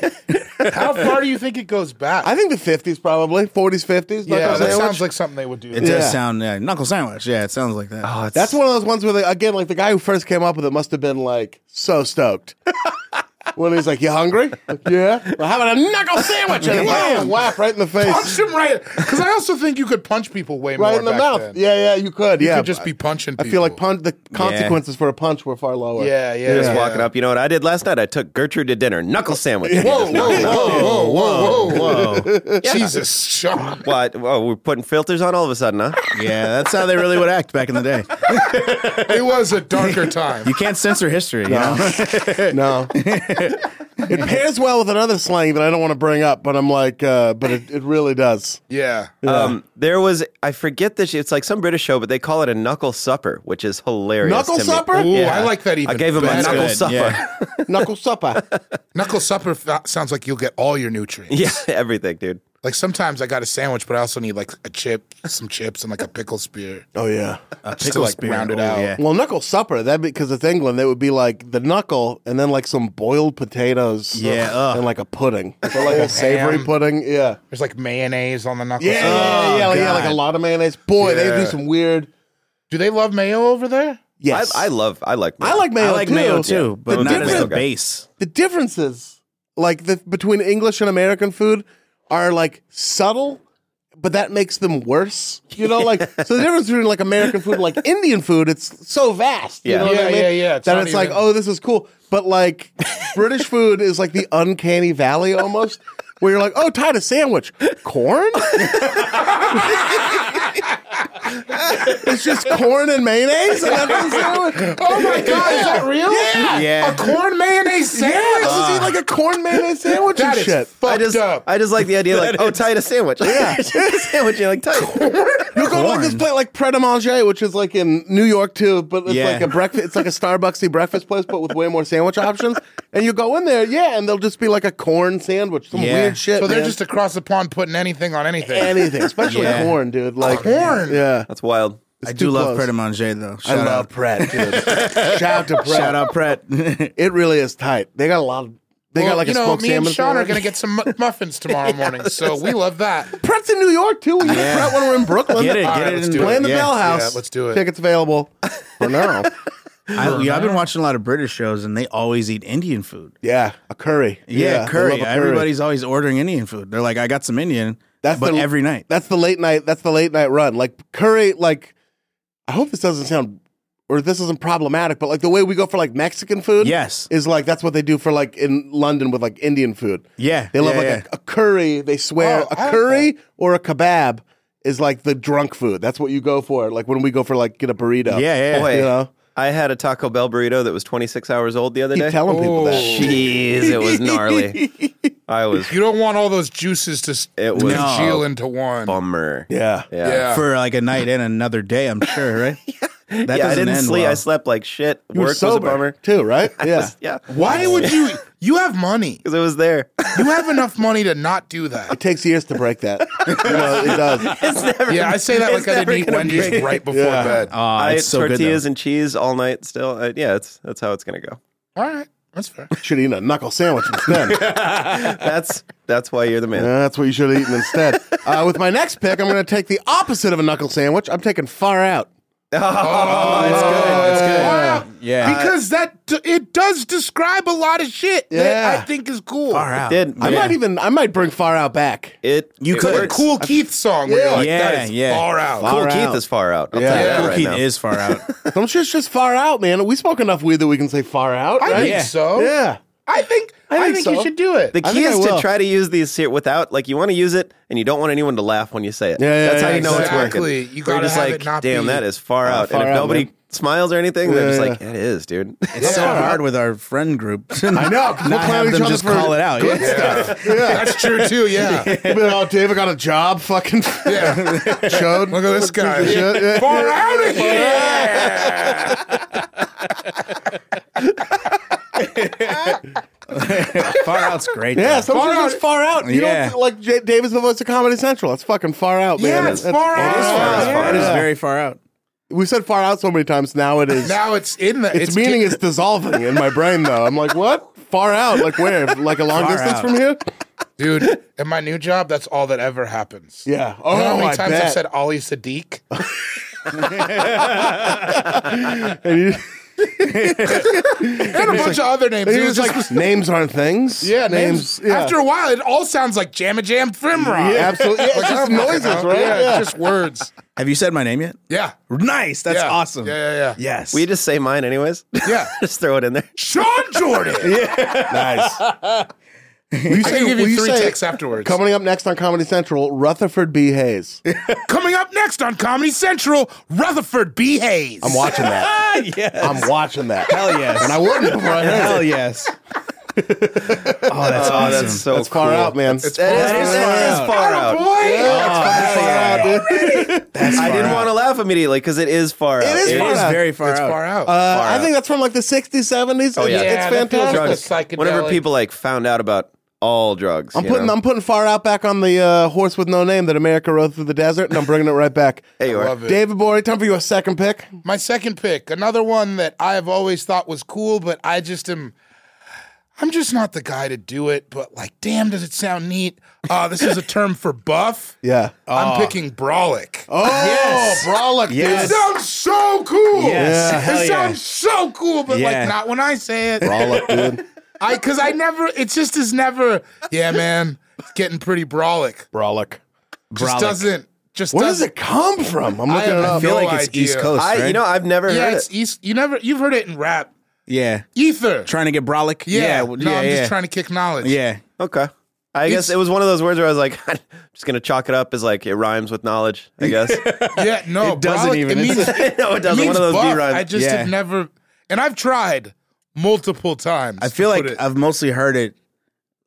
Speaker 4: How far do you think it goes back?
Speaker 2: I think the 50s probably. 40s, 50s.
Speaker 4: yeah,
Speaker 2: knuckle
Speaker 4: that
Speaker 2: sandwich.
Speaker 4: sounds like something they would do.
Speaker 5: It does
Speaker 2: Yeah.
Speaker 5: sound yeah, knuckle sandwich. Yeah, it sounds like that.
Speaker 1: Oh, it's-
Speaker 2: That's one of those ones where, they, again, like the guy who first came up with it must have been like so stoked. when he's like, You hungry? Like, yeah. Well, how about a knuckle sandwich? And wham, whap right in the face.
Speaker 4: Punch him right, because I also think you could punch people way more
Speaker 2: Right in the
Speaker 4: back
Speaker 2: mouth.
Speaker 4: then.
Speaker 2: Yeah, yeah, you could.
Speaker 4: you
Speaker 2: yeah.
Speaker 4: could just be punching.
Speaker 2: I
Speaker 4: people.
Speaker 2: feel like pun- the consequences for a punch were far lower.
Speaker 4: Yeah, yeah.
Speaker 1: Just
Speaker 4: yeah.
Speaker 1: walking up. You know what I did last night? I took Gertrude to dinner. Knuckle sandwich.
Speaker 4: Whoa, whoa, whoa,
Speaker 5: Oh.
Speaker 4: whoa, whoa, whoa! Jesus, Sean.
Speaker 1: What? Whoa, we're putting filters on all of a sudden, huh?
Speaker 5: Yeah, that's how they really would act back in the day.
Speaker 4: It was a darker time.
Speaker 5: You can't censor history. You know?
Speaker 2: No. it pairs well with another slang that I don't want to bring up, but I'm like, uh, but it, it really does.
Speaker 4: Yeah. Uh,
Speaker 1: Um, there was I forget this. It's like some British show, but they call it a knuckle supper, which is hilarious.
Speaker 2: Knuckle
Speaker 1: to me.
Speaker 2: supper?
Speaker 4: Ooh, I like that even.
Speaker 1: I gave him a
Speaker 4: better.
Speaker 1: knuckle
Speaker 5: Good,
Speaker 1: supper.
Speaker 5: yeah.
Speaker 1: Yeah.
Speaker 2: Knuckle supper.
Speaker 4: Knuckle supper fa- sounds like you'll get all your nutrients.
Speaker 1: everything, dude.
Speaker 4: Like sometimes I got a sandwich, but I also need like a chip, some chips, and like a pickle spear.
Speaker 2: Oh yeah.
Speaker 5: A
Speaker 4: Just to, like, round it
Speaker 5: Oh,
Speaker 4: out.
Speaker 5: Yeah.
Speaker 2: Well, knuckle supper. That because it's England, that would be like the knuckle and then like some boiled potatoes.
Speaker 5: Yeah, ugh.
Speaker 2: and like a pudding, or like a savory
Speaker 4: ham.
Speaker 2: pudding. Yeah.
Speaker 4: There's like mayonnaise on the knuckle.
Speaker 2: Yeah,
Speaker 4: supper.
Speaker 2: yeah, yeah, yeah, yeah, like a
Speaker 5: God.
Speaker 2: lot of mayonnaise. Boy, they
Speaker 4: Yeah.
Speaker 2: do some weird.
Speaker 4: Do they love mayo over there?
Speaker 2: Yes,
Speaker 1: I, I love I like
Speaker 2: I like mayo.
Speaker 5: I like
Speaker 2: too.
Speaker 5: mayo too, but
Speaker 2: the
Speaker 5: not as
Speaker 2: difference-
Speaker 5: a base.
Speaker 2: the differences like the between English and American food are like subtle, but that makes them worse. You know, like so the difference between like American food and like Indian food, it's so vast. You
Speaker 1: Yeah.
Speaker 2: know what
Speaker 4: Yeah,
Speaker 2: I mean?
Speaker 4: yeah, yeah. It's
Speaker 2: that
Speaker 4: not
Speaker 2: it's like,
Speaker 4: even-
Speaker 2: oh, this is cool. But like British food is like the uncanny valley almost. Where you're like, oh, tied a sandwich, corn? it's just corn and mayonnaise, and that's a sandwich.
Speaker 4: Oh my god, is that real?
Speaker 2: Yeah.
Speaker 4: A corn mayonnaise sandwich?
Speaker 2: Let's eat like a corn mayonnaise sandwich
Speaker 4: That
Speaker 2: and
Speaker 4: is
Speaker 2: shit.
Speaker 4: fucked
Speaker 1: I just
Speaker 4: up.
Speaker 1: I just like the idea like oh tight a sandwich yeah sandwich you're like tight
Speaker 2: You go to like this
Speaker 5: Corn.
Speaker 2: place like Pret a Manger, which is like in New York too, but it's
Speaker 5: Yeah.
Speaker 2: like a breakfast. It's like a Starbucksy breakfast place, but with way more sandwich options. And you go in there, yeah, and they'll just be like a corn sandwich, some
Speaker 5: Yeah.
Speaker 2: weird shit.
Speaker 4: So they're
Speaker 2: man.
Speaker 4: just across the pond putting anything on anything.
Speaker 2: anything, especially
Speaker 5: Yeah.
Speaker 2: corn, dude. Like
Speaker 4: Corn?
Speaker 2: yeah.
Speaker 1: that's wild
Speaker 5: I
Speaker 2: too
Speaker 5: do love
Speaker 2: close.
Speaker 5: Pret a Manger though.
Speaker 2: I
Speaker 5: Shout
Speaker 2: love
Speaker 5: out.
Speaker 2: Pret. Dude. Shout out to Pret.
Speaker 5: Shout out Pret.
Speaker 2: It really is tight. They got a lot. Of, they
Speaker 4: Well,
Speaker 2: got like
Speaker 4: you
Speaker 2: a
Speaker 4: know,
Speaker 2: smoked
Speaker 4: me and
Speaker 2: salmon.
Speaker 4: Sean are
Speaker 2: thing.
Speaker 4: gonna get some mu- muffins tomorrow morning, so we love that.
Speaker 2: Pret's in New York too. We get Pret when we're in Brooklyn.
Speaker 5: Get it,
Speaker 4: All
Speaker 5: get
Speaker 4: right,
Speaker 5: it
Speaker 4: let's
Speaker 5: in
Speaker 4: do it.
Speaker 2: Play in the
Speaker 5: yeah.
Speaker 2: Bell House.
Speaker 4: Yeah, let's do it.
Speaker 2: Tickets available for now.
Speaker 5: I, yeah, I've been watching a lot of British shows, and they always eat Indian food.
Speaker 2: Yeah, a curry.
Speaker 5: Yeah,
Speaker 2: I
Speaker 5: curry.
Speaker 2: love a
Speaker 5: Everybody's always ordering Indian food. They're like, I got some Indian, that's but
Speaker 2: the,
Speaker 5: every night.
Speaker 2: That's the late night. That's the late night run. Like curry. Like I hope this doesn't sound or this isn't problematic, but like the way we go for like Mexican food,
Speaker 5: Yes.
Speaker 2: is like that's what they do for like in London with like Indian food.
Speaker 5: Yeah,
Speaker 2: they love
Speaker 5: yeah,
Speaker 2: like
Speaker 5: yeah.
Speaker 2: A, a curry. They swear
Speaker 4: Oh, I
Speaker 2: a
Speaker 4: like
Speaker 2: curry or a kebab is like the drunk food. That's what you go for. Like when we go for like get a burrito.
Speaker 5: Yeah, yeah.
Speaker 1: boy
Speaker 2: You know,
Speaker 1: I had a Taco Bell burrito that was 26 hours old the other
Speaker 2: keep
Speaker 1: day
Speaker 2: telling people that.
Speaker 1: jeez it was gnarly I was
Speaker 4: You don't want all those juices to s-
Speaker 1: It was-
Speaker 4: congeal
Speaker 1: No.
Speaker 4: into one.
Speaker 1: bummer
Speaker 2: Yeah.
Speaker 1: yeah
Speaker 4: Yeah.
Speaker 5: for like a night and another day, I'm sure, right? That
Speaker 1: Yeah, I didn't sleep
Speaker 5: well.
Speaker 1: I slept like shit
Speaker 2: You were
Speaker 1: work was a
Speaker 2: sober
Speaker 1: bummer
Speaker 2: too, right? Yeah.
Speaker 1: yeah
Speaker 4: Why would you? You have money.
Speaker 1: because it was there.
Speaker 5: Ah,
Speaker 4: You have enough money to not do that.
Speaker 2: takes years to break that. you know, it does.
Speaker 1: it's never.
Speaker 4: Yeah, I say that
Speaker 1: it's
Speaker 4: like I
Speaker 1: never
Speaker 4: didn't eat
Speaker 1: gonna
Speaker 4: Wendy's
Speaker 1: break.
Speaker 4: right before
Speaker 2: Yeah.
Speaker 4: bed.
Speaker 5: Ah,
Speaker 1: I ate
Speaker 5: it's so good.
Speaker 1: tortillas
Speaker 5: though.
Speaker 1: and cheese all night. Still, Uh, yeah, it's that's how it's gonna go.
Speaker 4: All right, that's fair.
Speaker 2: Should have eaten a knuckle sandwich instead.
Speaker 1: That's that's why you're the man.
Speaker 2: Yeah, that's what you should have eaten instead. Uh, with my next pick, I'm going to take the opposite of a knuckle sandwich. I'm taking far out.
Speaker 1: Oh, it's good. It's good.
Speaker 4: Wow.
Speaker 5: Yeah.
Speaker 4: because that d- it does describe a lot of shit that
Speaker 2: Yeah.
Speaker 4: I think is cool.
Speaker 5: Far out.
Speaker 1: Did
Speaker 2: I might even I might bring far out back.
Speaker 1: it?
Speaker 5: You
Speaker 1: it
Speaker 5: could.
Speaker 4: The
Speaker 1: works.
Speaker 4: cool Keith song. where you're like,
Speaker 5: Yeah,
Speaker 4: that is
Speaker 5: yeah.
Speaker 4: far out.
Speaker 2: Far
Speaker 1: Cool
Speaker 2: out.
Speaker 1: Keith is far out. I'll
Speaker 2: Yeah.
Speaker 1: tell you that
Speaker 5: Cool
Speaker 1: right
Speaker 5: Keith
Speaker 1: now.
Speaker 5: is far out.
Speaker 2: Don't you just far out, man? We smoke enough weed that we can say far out,
Speaker 4: I
Speaker 2: right?
Speaker 4: think so.
Speaker 2: Yeah.
Speaker 4: I think I think,
Speaker 2: think
Speaker 4: you
Speaker 2: so.
Speaker 4: should do it.
Speaker 1: The
Speaker 2: I
Speaker 1: key is
Speaker 2: think I
Speaker 1: to
Speaker 2: will.
Speaker 1: try to use these here without, like, you want to use it and you don't want anyone to laugh when you say it.
Speaker 2: Yeah, yeah,
Speaker 1: That's how
Speaker 2: yeah,
Speaker 1: you know
Speaker 4: exactly.
Speaker 1: it's working.
Speaker 4: You
Speaker 1: Where
Speaker 4: gotta
Speaker 1: you're just
Speaker 4: have
Speaker 1: like,
Speaker 4: it not
Speaker 1: damn,
Speaker 4: be-
Speaker 1: that is far
Speaker 2: Oh,
Speaker 1: out.
Speaker 2: far
Speaker 1: and if
Speaker 2: out,
Speaker 1: nobody
Speaker 2: man.
Speaker 1: smiles or anything, they're
Speaker 2: Yeah,
Speaker 1: just
Speaker 2: yeah,
Speaker 1: like, it is, dude.
Speaker 5: It's so hard with our friend group. I
Speaker 2: know, 'cause we'll
Speaker 5: Not
Speaker 2: clown
Speaker 5: have
Speaker 2: each
Speaker 5: them
Speaker 2: other
Speaker 5: just
Speaker 2: for
Speaker 5: call it out.
Speaker 2: good
Speaker 5: Yeah.
Speaker 2: stuff. Yeah.
Speaker 4: That's true too. Yeah.
Speaker 2: But, oh, David got a job, fucking
Speaker 4: yeah.
Speaker 2: chode.
Speaker 4: Look at this guy.
Speaker 2: Piece of shit. Yeah.
Speaker 4: Far out of here.
Speaker 5: Far out's great.
Speaker 2: Yeah,
Speaker 5: though.
Speaker 2: sometimes far it's far out. You
Speaker 5: Yeah.
Speaker 2: don't like J- David's the voice of Comedy Central. That's fucking far out, man.
Speaker 4: Yeah, it's far out.
Speaker 5: It is far out.
Speaker 1: It's far
Speaker 5: It is
Speaker 1: out.
Speaker 5: very far out.
Speaker 2: We said far out so many times. Now it is.
Speaker 4: Now it's in the.
Speaker 2: It's, meaning it's dissolving in my brain though. I'm like, what? Far out? Like where? Like a long
Speaker 5: Far
Speaker 2: distance
Speaker 5: out.
Speaker 2: from here?
Speaker 4: dude. At my new job, that's all that ever happens.
Speaker 2: Yeah.
Speaker 4: You know how
Speaker 2: Oh,
Speaker 4: many
Speaker 2: I
Speaker 4: times I've
Speaker 2: bet.
Speaker 4: said Ali Sadiq?
Speaker 2: And you-
Speaker 4: and a bunch of other names.
Speaker 2: and
Speaker 4: It
Speaker 2: you're
Speaker 4: was
Speaker 2: just like names aren't things.
Speaker 4: yeah, names.
Speaker 2: yeah.
Speaker 4: After a while, it all sounds like Jamma Jam Frimrock.
Speaker 2: Yeah, absolutely. Yeah, it's
Speaker 4: Like,
Speaker 2: just
Speaker 4: I'm like,
Speaker 2: noises,
Speaker 4: oh,
Speaker 2: right?
Speaker 4: Yeah,
Speaker 2: Yeah.
Speaker 4: It's just words.
Speaker 5: Have you said my name yet?
Speaker 4: Yeah.
Speaker 5: Nice. That's
Speaker 4: yeah.
Speaker 5: awesome.
Speaker 4: Yeah, yeah, yeah.
Speaker 5: Yes.
Speaker 1: We just say mine anyways.
Speaker 4: Yeah.
Speaker 1: just throw it in there.
Speaker 4: Sean Jordan.
Speaker 5: nice.
Speaker 2: Will you
Speaker 4: I
Speaker 2: say,
Speaker 4: can give
Speaker 2: will
Speaker 4: you
Speaker 2: you
Speaker 4: three
Speaker 2: say-
Speaker 4: texts afterwards.
Speaker 2: Coming up next on Comedy Central, Rutherford B. Hayes.
Speaker 4: Coming up next on Comedy Central, Rutherford B. Hayes.
Speaker 2: I'm watching that.
Speaker 5: yes.
Speaker 2: I'm watching that.
Speaker 5: Hell yes.
Speaker 2: And I wouldn't before I heard
Speaker 5: Hell yes. oh, that's
Speaker 1: Oh,
Speaker 5: awesome.
Speaker 1: that's so
Speaker 2: That's far
Speaker 1: cool.
Speaker 2: out, man.
Speaker 1: That is,
Speaker 5: That is
Speaker 1: that is
Speaker 5: far
Speaker 1: far
Speaker 4: Oh,
Speaker 1: out.
Speaker 4: boy.
Speaker 5: That's far out,
Speaker 1: I didn't want to laugh immediately because it is far out.
Speaker 2: is
Speaker 5: It
Speaker 2: far
Speaker 5: is
Speaker 2: out.
Speaker 5: very far
Speaker 4: It's
Speaker 5: out.
Speaker 4: far out.
Speaker 2: Uh,
Speaker 1: Far
Speaker 2: I
Speaker 1: out.
Speaker 2: think that's from like the 60s, 70s.
Speaker 1: Oh, yeah.
Speaker 2: It's, it's
Speaker 4: Yeah, that feels
Speaker 2: fantastic.
Speaker 4: right.
Speaker 1: drugs.
Speaker 4: psychedelic.
Speaker 1: Whenever people like found out about all drugs,
Speaker 2: I'm
Speaker 1: you
Speaker 2: putting
Speaker 1: know?
Speaker 2: I'm putting far out back on the uh, horse with no name that America rode through the desert, and I'm bringing it right back.
Speaker 1: Hey, you are.
Speaker 4: love it.
Speaker 2: David Bory, time for your second pick.
Speaker 4: My second pick, another one that I have always thought was cool, but I just am. I'm just not the guy to do it, but like, damn, does it sound neat? Uh, this is a term for buff.
Speaker 2: Yeah.
Speaker 4: I'm picking brolic.
Speaker 2: Oh,
Speaker 5: Yes.
Speaker 2: brolic,
Speaker 4: It
Speaker 5: Yes.
Speaker 4: sounds so cool.
Speaker 5: Yes. Yeah. Hell
Speaker 4: It
Speaker 5: yeah.
Speaker 4: sounds so cool, but
Speaker 5: Yeah.
Speaker 4: like not when I say it.
Speaker 2: brolic, dude.
Speaker 4: I because I never. It just is never. Yeah, man, it's getting pretty brolic.
Speaker 2: brolic.
Speaker 4: Just
Speaker 5: Brolic.
Speaker 4: doesn't. Just
Speaker 2: Where does
Speaker 4: doesn't.
Speaker 2: it come from? I'm
Speaker 4: I
Speaker 2: looking
Speaker 4: have
Speaker 2: it up.
Speaker 5: I feel
Speaker 4: No
Speaker 5: like it's East
Speaker 4: idea.
Speaker 5: Coast,
Speaker 1: I,
Speaker 5: right?
Speaker 1: you know, I've never
Speaker 4: yeah,
Speaker 1: heard
Speaker 4: it's
Speaker 1: it.
Speaker 4: east. You never. You've heard it in rap.
Speaker 5: yeah.
Speaker 4: Ether.
Speaker 5: Trying to get brolic.
Speaker 4: Yeah.
Speaker 5: Yeah.
Speaker 4: no,
Speaker 5: yeah,
Speaker 4: I'm
Speaker 5: yeah.
Speaker 4: just trying to kick knowledge.
Speaker 5: Yeah.
Speaker 1: Okay. I guess
Speaker 4: It's-
Speaker 1: it was one of those words where I was like, I'm just gonna chalk it up as like it rhymes with knowledge. I guess.
Speaker 4: Yeah, no,
Speaker 5: It doesn't
Speaker 4: brolic,
Speaker 5: even-
Speaker 4: It means,
Speaker 5: it's-
Speaker 1: no, it doesn't.
Speaker 4: means
Speaker 1: One of those
Speaker 4: buff.
Speaker 1: B rhymes.
Speaker 4: I just
Speaker 5: Yeah.
Speaker 4: have never, and I've tried multiple times.
Speaker 5: I
Speaker 4: to
Speaker 5: feel
Speaker 4: put
Speaker 5: like
Speaker 4: it-
Speaker 5: I've mostly heard it.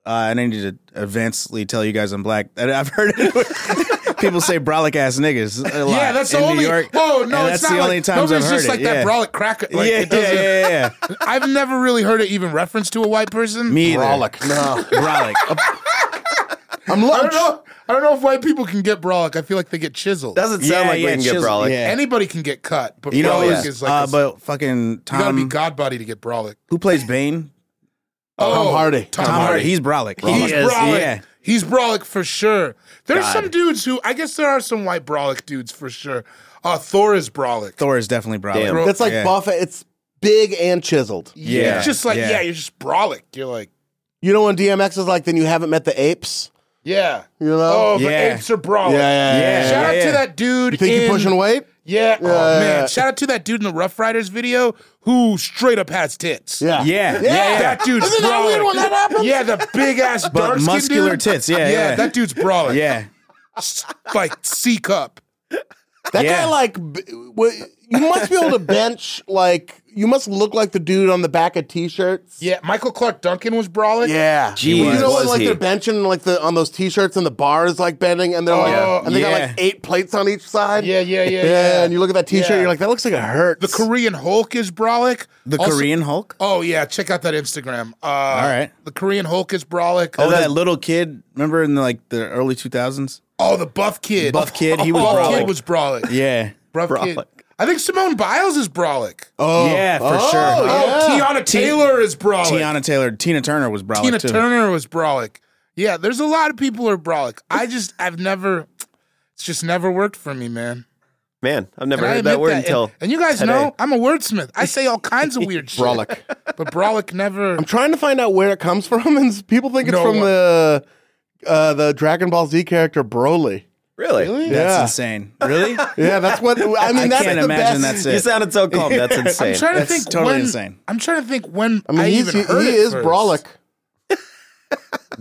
Speaker 5: Uh, and I need to advancedly tell you guys I'm black. And I've heard it with- people say brolic ass niggas a lot
Speaker 4: yeah, that's
Speaker 5: in
Speaker 4: the only.
Speaker 5: New York.
Speaker 4: oh
Speaker 5: and
Speaker 4: no,
Speaker 5: that's
Speaker 4: it's not
Speaker 5: the
Speaker 4: like,
Speaker 5: only times I've
Speaker 4: nobody's
Speaker 5: heard
Speaker 4: just
Speaker 5: it.
Speaker 4: like
Speaker 5: yeah.
Speaker 4: that brolic crack. Like,
Speaker 5: yeah,
Speaker 4: it doesn't,
Speaker 5: yeah, yeah, yeah, yeah.
Speaker 4: I've never really heard it even referenced to a white person.
Speaker 5: Me either.
Speaker 2: Brolic. No.
Speaker 5: Brolic.
Speaker 2: I'm
Speaker 4: I
Speaker 2: looking.
Speaker 4: don't know. I don't know if white people can get brolic. I feel like they get chiseled.
Speaker 1: doesn't sound
Speaker 5: Yeah,
Speaker 1: like
Speaker 5: yeah,
Speaker 1: we can get
Speaker 5: chisel-
Speaker 1: brolic.
Speaker 5: yeah.
Speaker 4: Anybody can get cut, but
Speaker 5: You know,
Speaker 4: brolic
Speaker 5: yeah.
Speaker 4: is like
Speaker 5: uh,
Speaker 4: a-
Speaker 5: but fucking
Speaker 4: you gotta
Speaker 5: Tom,
Speaker 4: be god body to get brolic.
Speaker 5: who plays Bane?
Speaker 4: Oh,
Speaker 2: Hardy.
Speaker 4: Tom,
Speaker 5: Tom
Speaker 4: Hardy.
Speaker 5: Hardy. He's brolic.
Speaker 4: He's
Speaker 5: He is,
Speaker 4: brolic.
Speaker 5: Yeah.
Speaker 4: He's brolic for sure. There's some dudes who I guess there are some white brolic dudes for sure. Uh, Thor is brolic.
Speaker 5: Thor is definitely brolic.
Speaker 1: Damn.
Speaker 2: That's like
Speaker 5: Yeah.
Speaker 2: buffet. It's big and chiseled.
Speaker 4: yeah,
Speaker 5: Yeah.
Speaker 4: it's just like yeah.
Speaker 5: Yeah.
Speaker 4: you're just brolic. You're like
Speaker 2: You know when DMX is like, then you haven't met the apes?
Speaker 4: yeah.
Speaker 2: You know?
Speaker 4: Oh, the
Speaker 5: Yeah.
Speaker 4: apes are brolic.
Speaker 2: Yeah, yeah, yeah,
Speaker 5: yeah.
Speaker 4: Shout out
Speaker 5: Yeah,
Speaker 4: to
Speaker 5: yeah.
Speaker 4: that dude.
Speaker 2: You think
Speaker 4: in,
Speaker 2: you're pushing weight?
Speaker 4: Yeah. Oh
Speaker 2: Yeah.
Speaker 4: man. Shout out to that dude in the Rough Riders video who straight up has tits.
Speaker 2: Yeah.
Speaker 5: Yeah. Yeah.
Speaker 4: That dude's
Speaker 2: Isn't that
Speaker 4: brolic.
Speaker 2: weird when that happens?
Speaker 4: Yeah, the big ass dark skinned
Speaker 5: muscular
Speaker 4: dude.
Speaker 5: tits. Yeah, yeah.
Speaker 4: that dude's brolic.
Speaker 5: Yeah.
Speaker 4: like C cup.
Speaker 2: That
Speaker 5: Yeah.
Speaker 2: guy, like, b- w- you must be able to bench like you must look like the dude on the back of t-shirts.
Speaker 4: Yeah, Michael Clark Duncan was brawling.
Speaker 2: Yeah.
Speaker 1: Jeez,
Speaker 2: you know when
Speaker 1: was
Speaker 2: like
Speaker 1: he.
Speaker 2: they're benching like the on those t-shirts and the bar is like bending and they're like
Speaker 4: Oh,
Speaker 2: and they got
Speaker 5: yeah.
Speaker 2: like eight plates on each side.
Speaker 4: Yeah, yeah, yeah,
Speaker 2: Yeah,
Speaker 4: yeah.
Speaker 2: and you look at that t-shirt,
Speaker 4: Yeah.
Speaker 2: you're like, that looks like it hurts.
Speaker 4: The Korean Hulk is brawlic.
Speaker 5: The
Speaker 4: Also-
Speaker 5: Korean Hulk.
Speaker 4: Oh yeah, check out that Instagram. Uh,
Speaker 5: All right.
Speaker 4: The Korean Hulk is brawlic.
Speaker 5: Oh, that little kid. Remember in the, like the early two thousands?
Speaker 4: Oh, the buff kid.
Speaker 5: Buff kid, he was
Speaker 4: buff
Speaker 5: brolic.
Speaker 4: kid was brawlic.
Speaker 5: Yeah.
Speaker 4: Buff kid. I think Simone Biles is brawlic.
Speaker 5: Oh yeah, for sure.
Speaker 4: Oh, Tiana Taylor is brawlic.
Speaker 5: Tiana Taylor, Tina Turner was brolic
Speaker 4: Tina
Speaker 5: too.
Speaker 4: Turner was brawlic. Yeah, there's a lot of people who are brawlic. I just, I've never, it's just never worked for me, man.
Speaker 1: Man, I've never
Speaker 4: And I
Speaker 1: heard that
Speaker 4: admit
Speaker 1: word until.
Speaker 4: And, and you guys
Speaker 1: today.
Speaker 4: know, I'm a wordsmith. I say all kinds of weird shit.
Speaker 2: Brolic.
Speaker 4: But brawlic never.
Speaker 2: I'm trying to find out where it comes from, and people think it's
Speaker 4: No
Speaker 2: from
Speaker 4: one-
Speaker 2: the uh, the Dragon Ball Z character Broly.
Speaker 1: Really?
Speaker 5: That's
Speaker 2: yeah,
Speaker 5: insane. Really?
Speaker 2: yeah, that's what I mean.
Speaker 5: I
Speaker 2: that's
Speaker 5: can't
Speaker 2: the best.
Speaker 5: imagine that's it.
Speaker 1: You sounded so calm. That's insane.
Speaker 4: I'm trying to
Speaker 5: That's
Speaker 4: think
Speaker 5: totally
Speaker 4: when.
Speaker 5: insane.
Speaker 4: I'm trying to think when.
Speaker 2: I mean, he's,
Speaker 4: even
Speaker 2: he,
Speaker 4: heard
Speaker 2: he
Speaker 4: it
Speaker 2: is
Speaker 4: first.
Speaker 2: Brolic.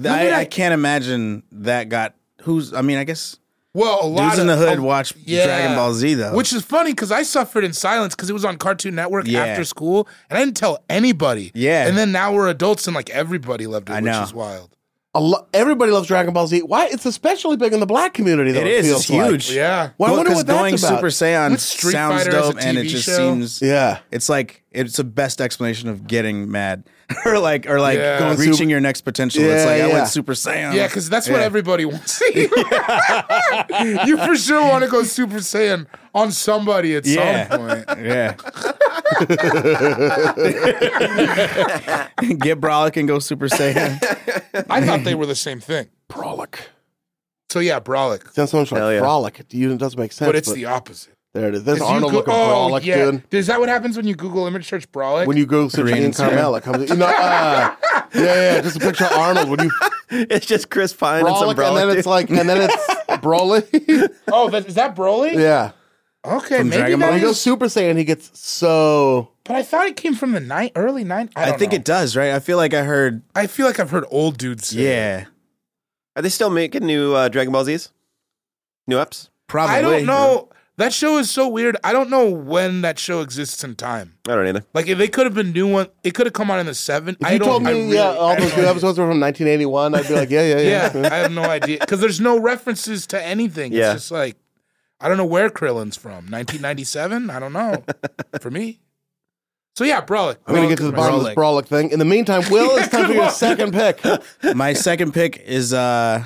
Speaker 5: I, I can't imagine that got who's. I mean, I guess
Speaker 4: Well, a lot
Speaker 5: dudes
Speaker 4: of
Speaker 5: in the hood
Speaker 4: oh,
Speaker 5: watch Dragon Ball Z though.
Speaker 4: which is funny because I suffered in silence because it was on Cartoon Network
Speaker 5: Yeah.
Speaker 4: after school, and I didn't tell anybody.
Speaker 5: Yeah.
Speaker 4: and then now we're adults, and like everybody loved it,
Speaker 5: I
Speaker 4: which
Speaker 5: know.
Speaker 4: is wild.
Speaker 2: A lo- everybody loves Dragon Ball Z. Why? It's especially big in the black community. Though,
Speaker 5: it is.
Speaker 2: feels
Speaker 5: It's
Speaker 2: like.
Speaker 5: huge.
Speaker 4: Yeah,
Speaker 2: Well, I
Speaker 5: Go-
Speaker 2: wonder
Speaker 5: 'cause
Speaker 2: what that's
Speaker 5: going
Speaker 2: about.
Speaker 5: Super Saiyan
Speaker 4: With Street
Speaker 5: sounds
Speaker 4: Fighter as a
Speaker 5: dope, and it
Speaker 4: TV
Speaker 5: just
Speaker 4: show.
Speaker 5: seems.
Speaker 2: Yeah.
Speaker 5: It's like it's the best explanation of getting mad, or like or like
Speaker 4: Yeah.
Speaker 5: going reaching your next potential. it's
Speaker 2: Yeah,
Speaker 5: like I
Speaker 2: yeah.
Speaker 5: went Super Saiyan.
Speaker 4: yeah, because that's what everybody wants. to hear. you for sure want to go Super Saiyan on somebody at
Speaker 5: Yeah.
Speaker 4: some point.
Speaker 5: yeah. Get brolic and go Super Saiyan.
Speaker 4: I thought they were the same thing.
Speaker 2: Brolic.
Speaker 4: So yeah, brolic,
Speaker 2: Sounds so much like
Speaker 1: Hell yeah.
Speaker 2: frolic. It even does make sense.
Speaker 4: but it's the opposite.
Speaker 2: there it is. There's
Speaker 4: 'Cause you
Speaker 2: Arnold
Speaker 4: go-
Speaker 2: looking
Speaker 4: oh,
Speaker 2: frolic,
Speaker 4: yeah.
Speaker 2: dude.
Speaker 4: Is that what happens when you Google image search brolic?
Speaker 2: When you go to Gene Carmel, it comes. You know, uh, yeah, yeah. Just a picture of Arnold. When you
Speaker 1: it's just Chris Pine and some
Speaker 2: frolic, and
Speaker 1: brolic
Speaker 2: then
Speaker 1: dude.
Speaker 2: it's like, and then it's Broly.
Speaker 4: oh, that, is that Broly?
Speaker 2: yeah.
Speaker 4: Okay, maybe
Speaker 5: Dragon
Speaker 4: that
Speaker 5: Ball?
Speaker 2: When he
Speaker 4: is-
Speaker 2: goes Super Saiyan, he gets so.
Speaker 4: But I thought it came from the night, early nine. I,
Speaker 5: I
Speaker 4: don't
Speaker 5: think
Speaker 4: know.
Speaker 5: it does, right? I feel like I heard.
Speaker 4: I feel like I've heard old dudes. Say it.
Speaker 5: Yeah,
Speaker 1: Are they still making new uh, Dragon Ball Zs? New eps?
Speaker 5: probably.
Speaker 4: I don't know. That show is so weird. I don't know when that show exists in time.
Speaker 1: I don't either.
Speaker 4: Like if they could have been new one, it could have come out in the seven.
Speaker 2: If
Speaker 4: I
Speaker 2: you
Speaker 4: don't,
Speaker 2: told me,
Speaker 4: I really-
Speaker 2: yeah, all
Speaker 4: I
Speaker 2: those
Speaker 4: don't
Speaker 2: new
Speaker 4: know.
Speaker 2: episodes were from 1981, I'd be like, yeah, yeah, yeah.
Speaker 4: Yeah, I have no idea because there's no references to anything.
Speaker 1: Yeah.
Speaker 4: It's just like I don't know where Krillin's from. 1997. I don't know. For me. So yeah, Brolic.
Speaker 2: I'm gonna get to the bottom of this brolic thing. In the meantime, Will, it's time for your second pick.
Speaker 5: My second pick is uh,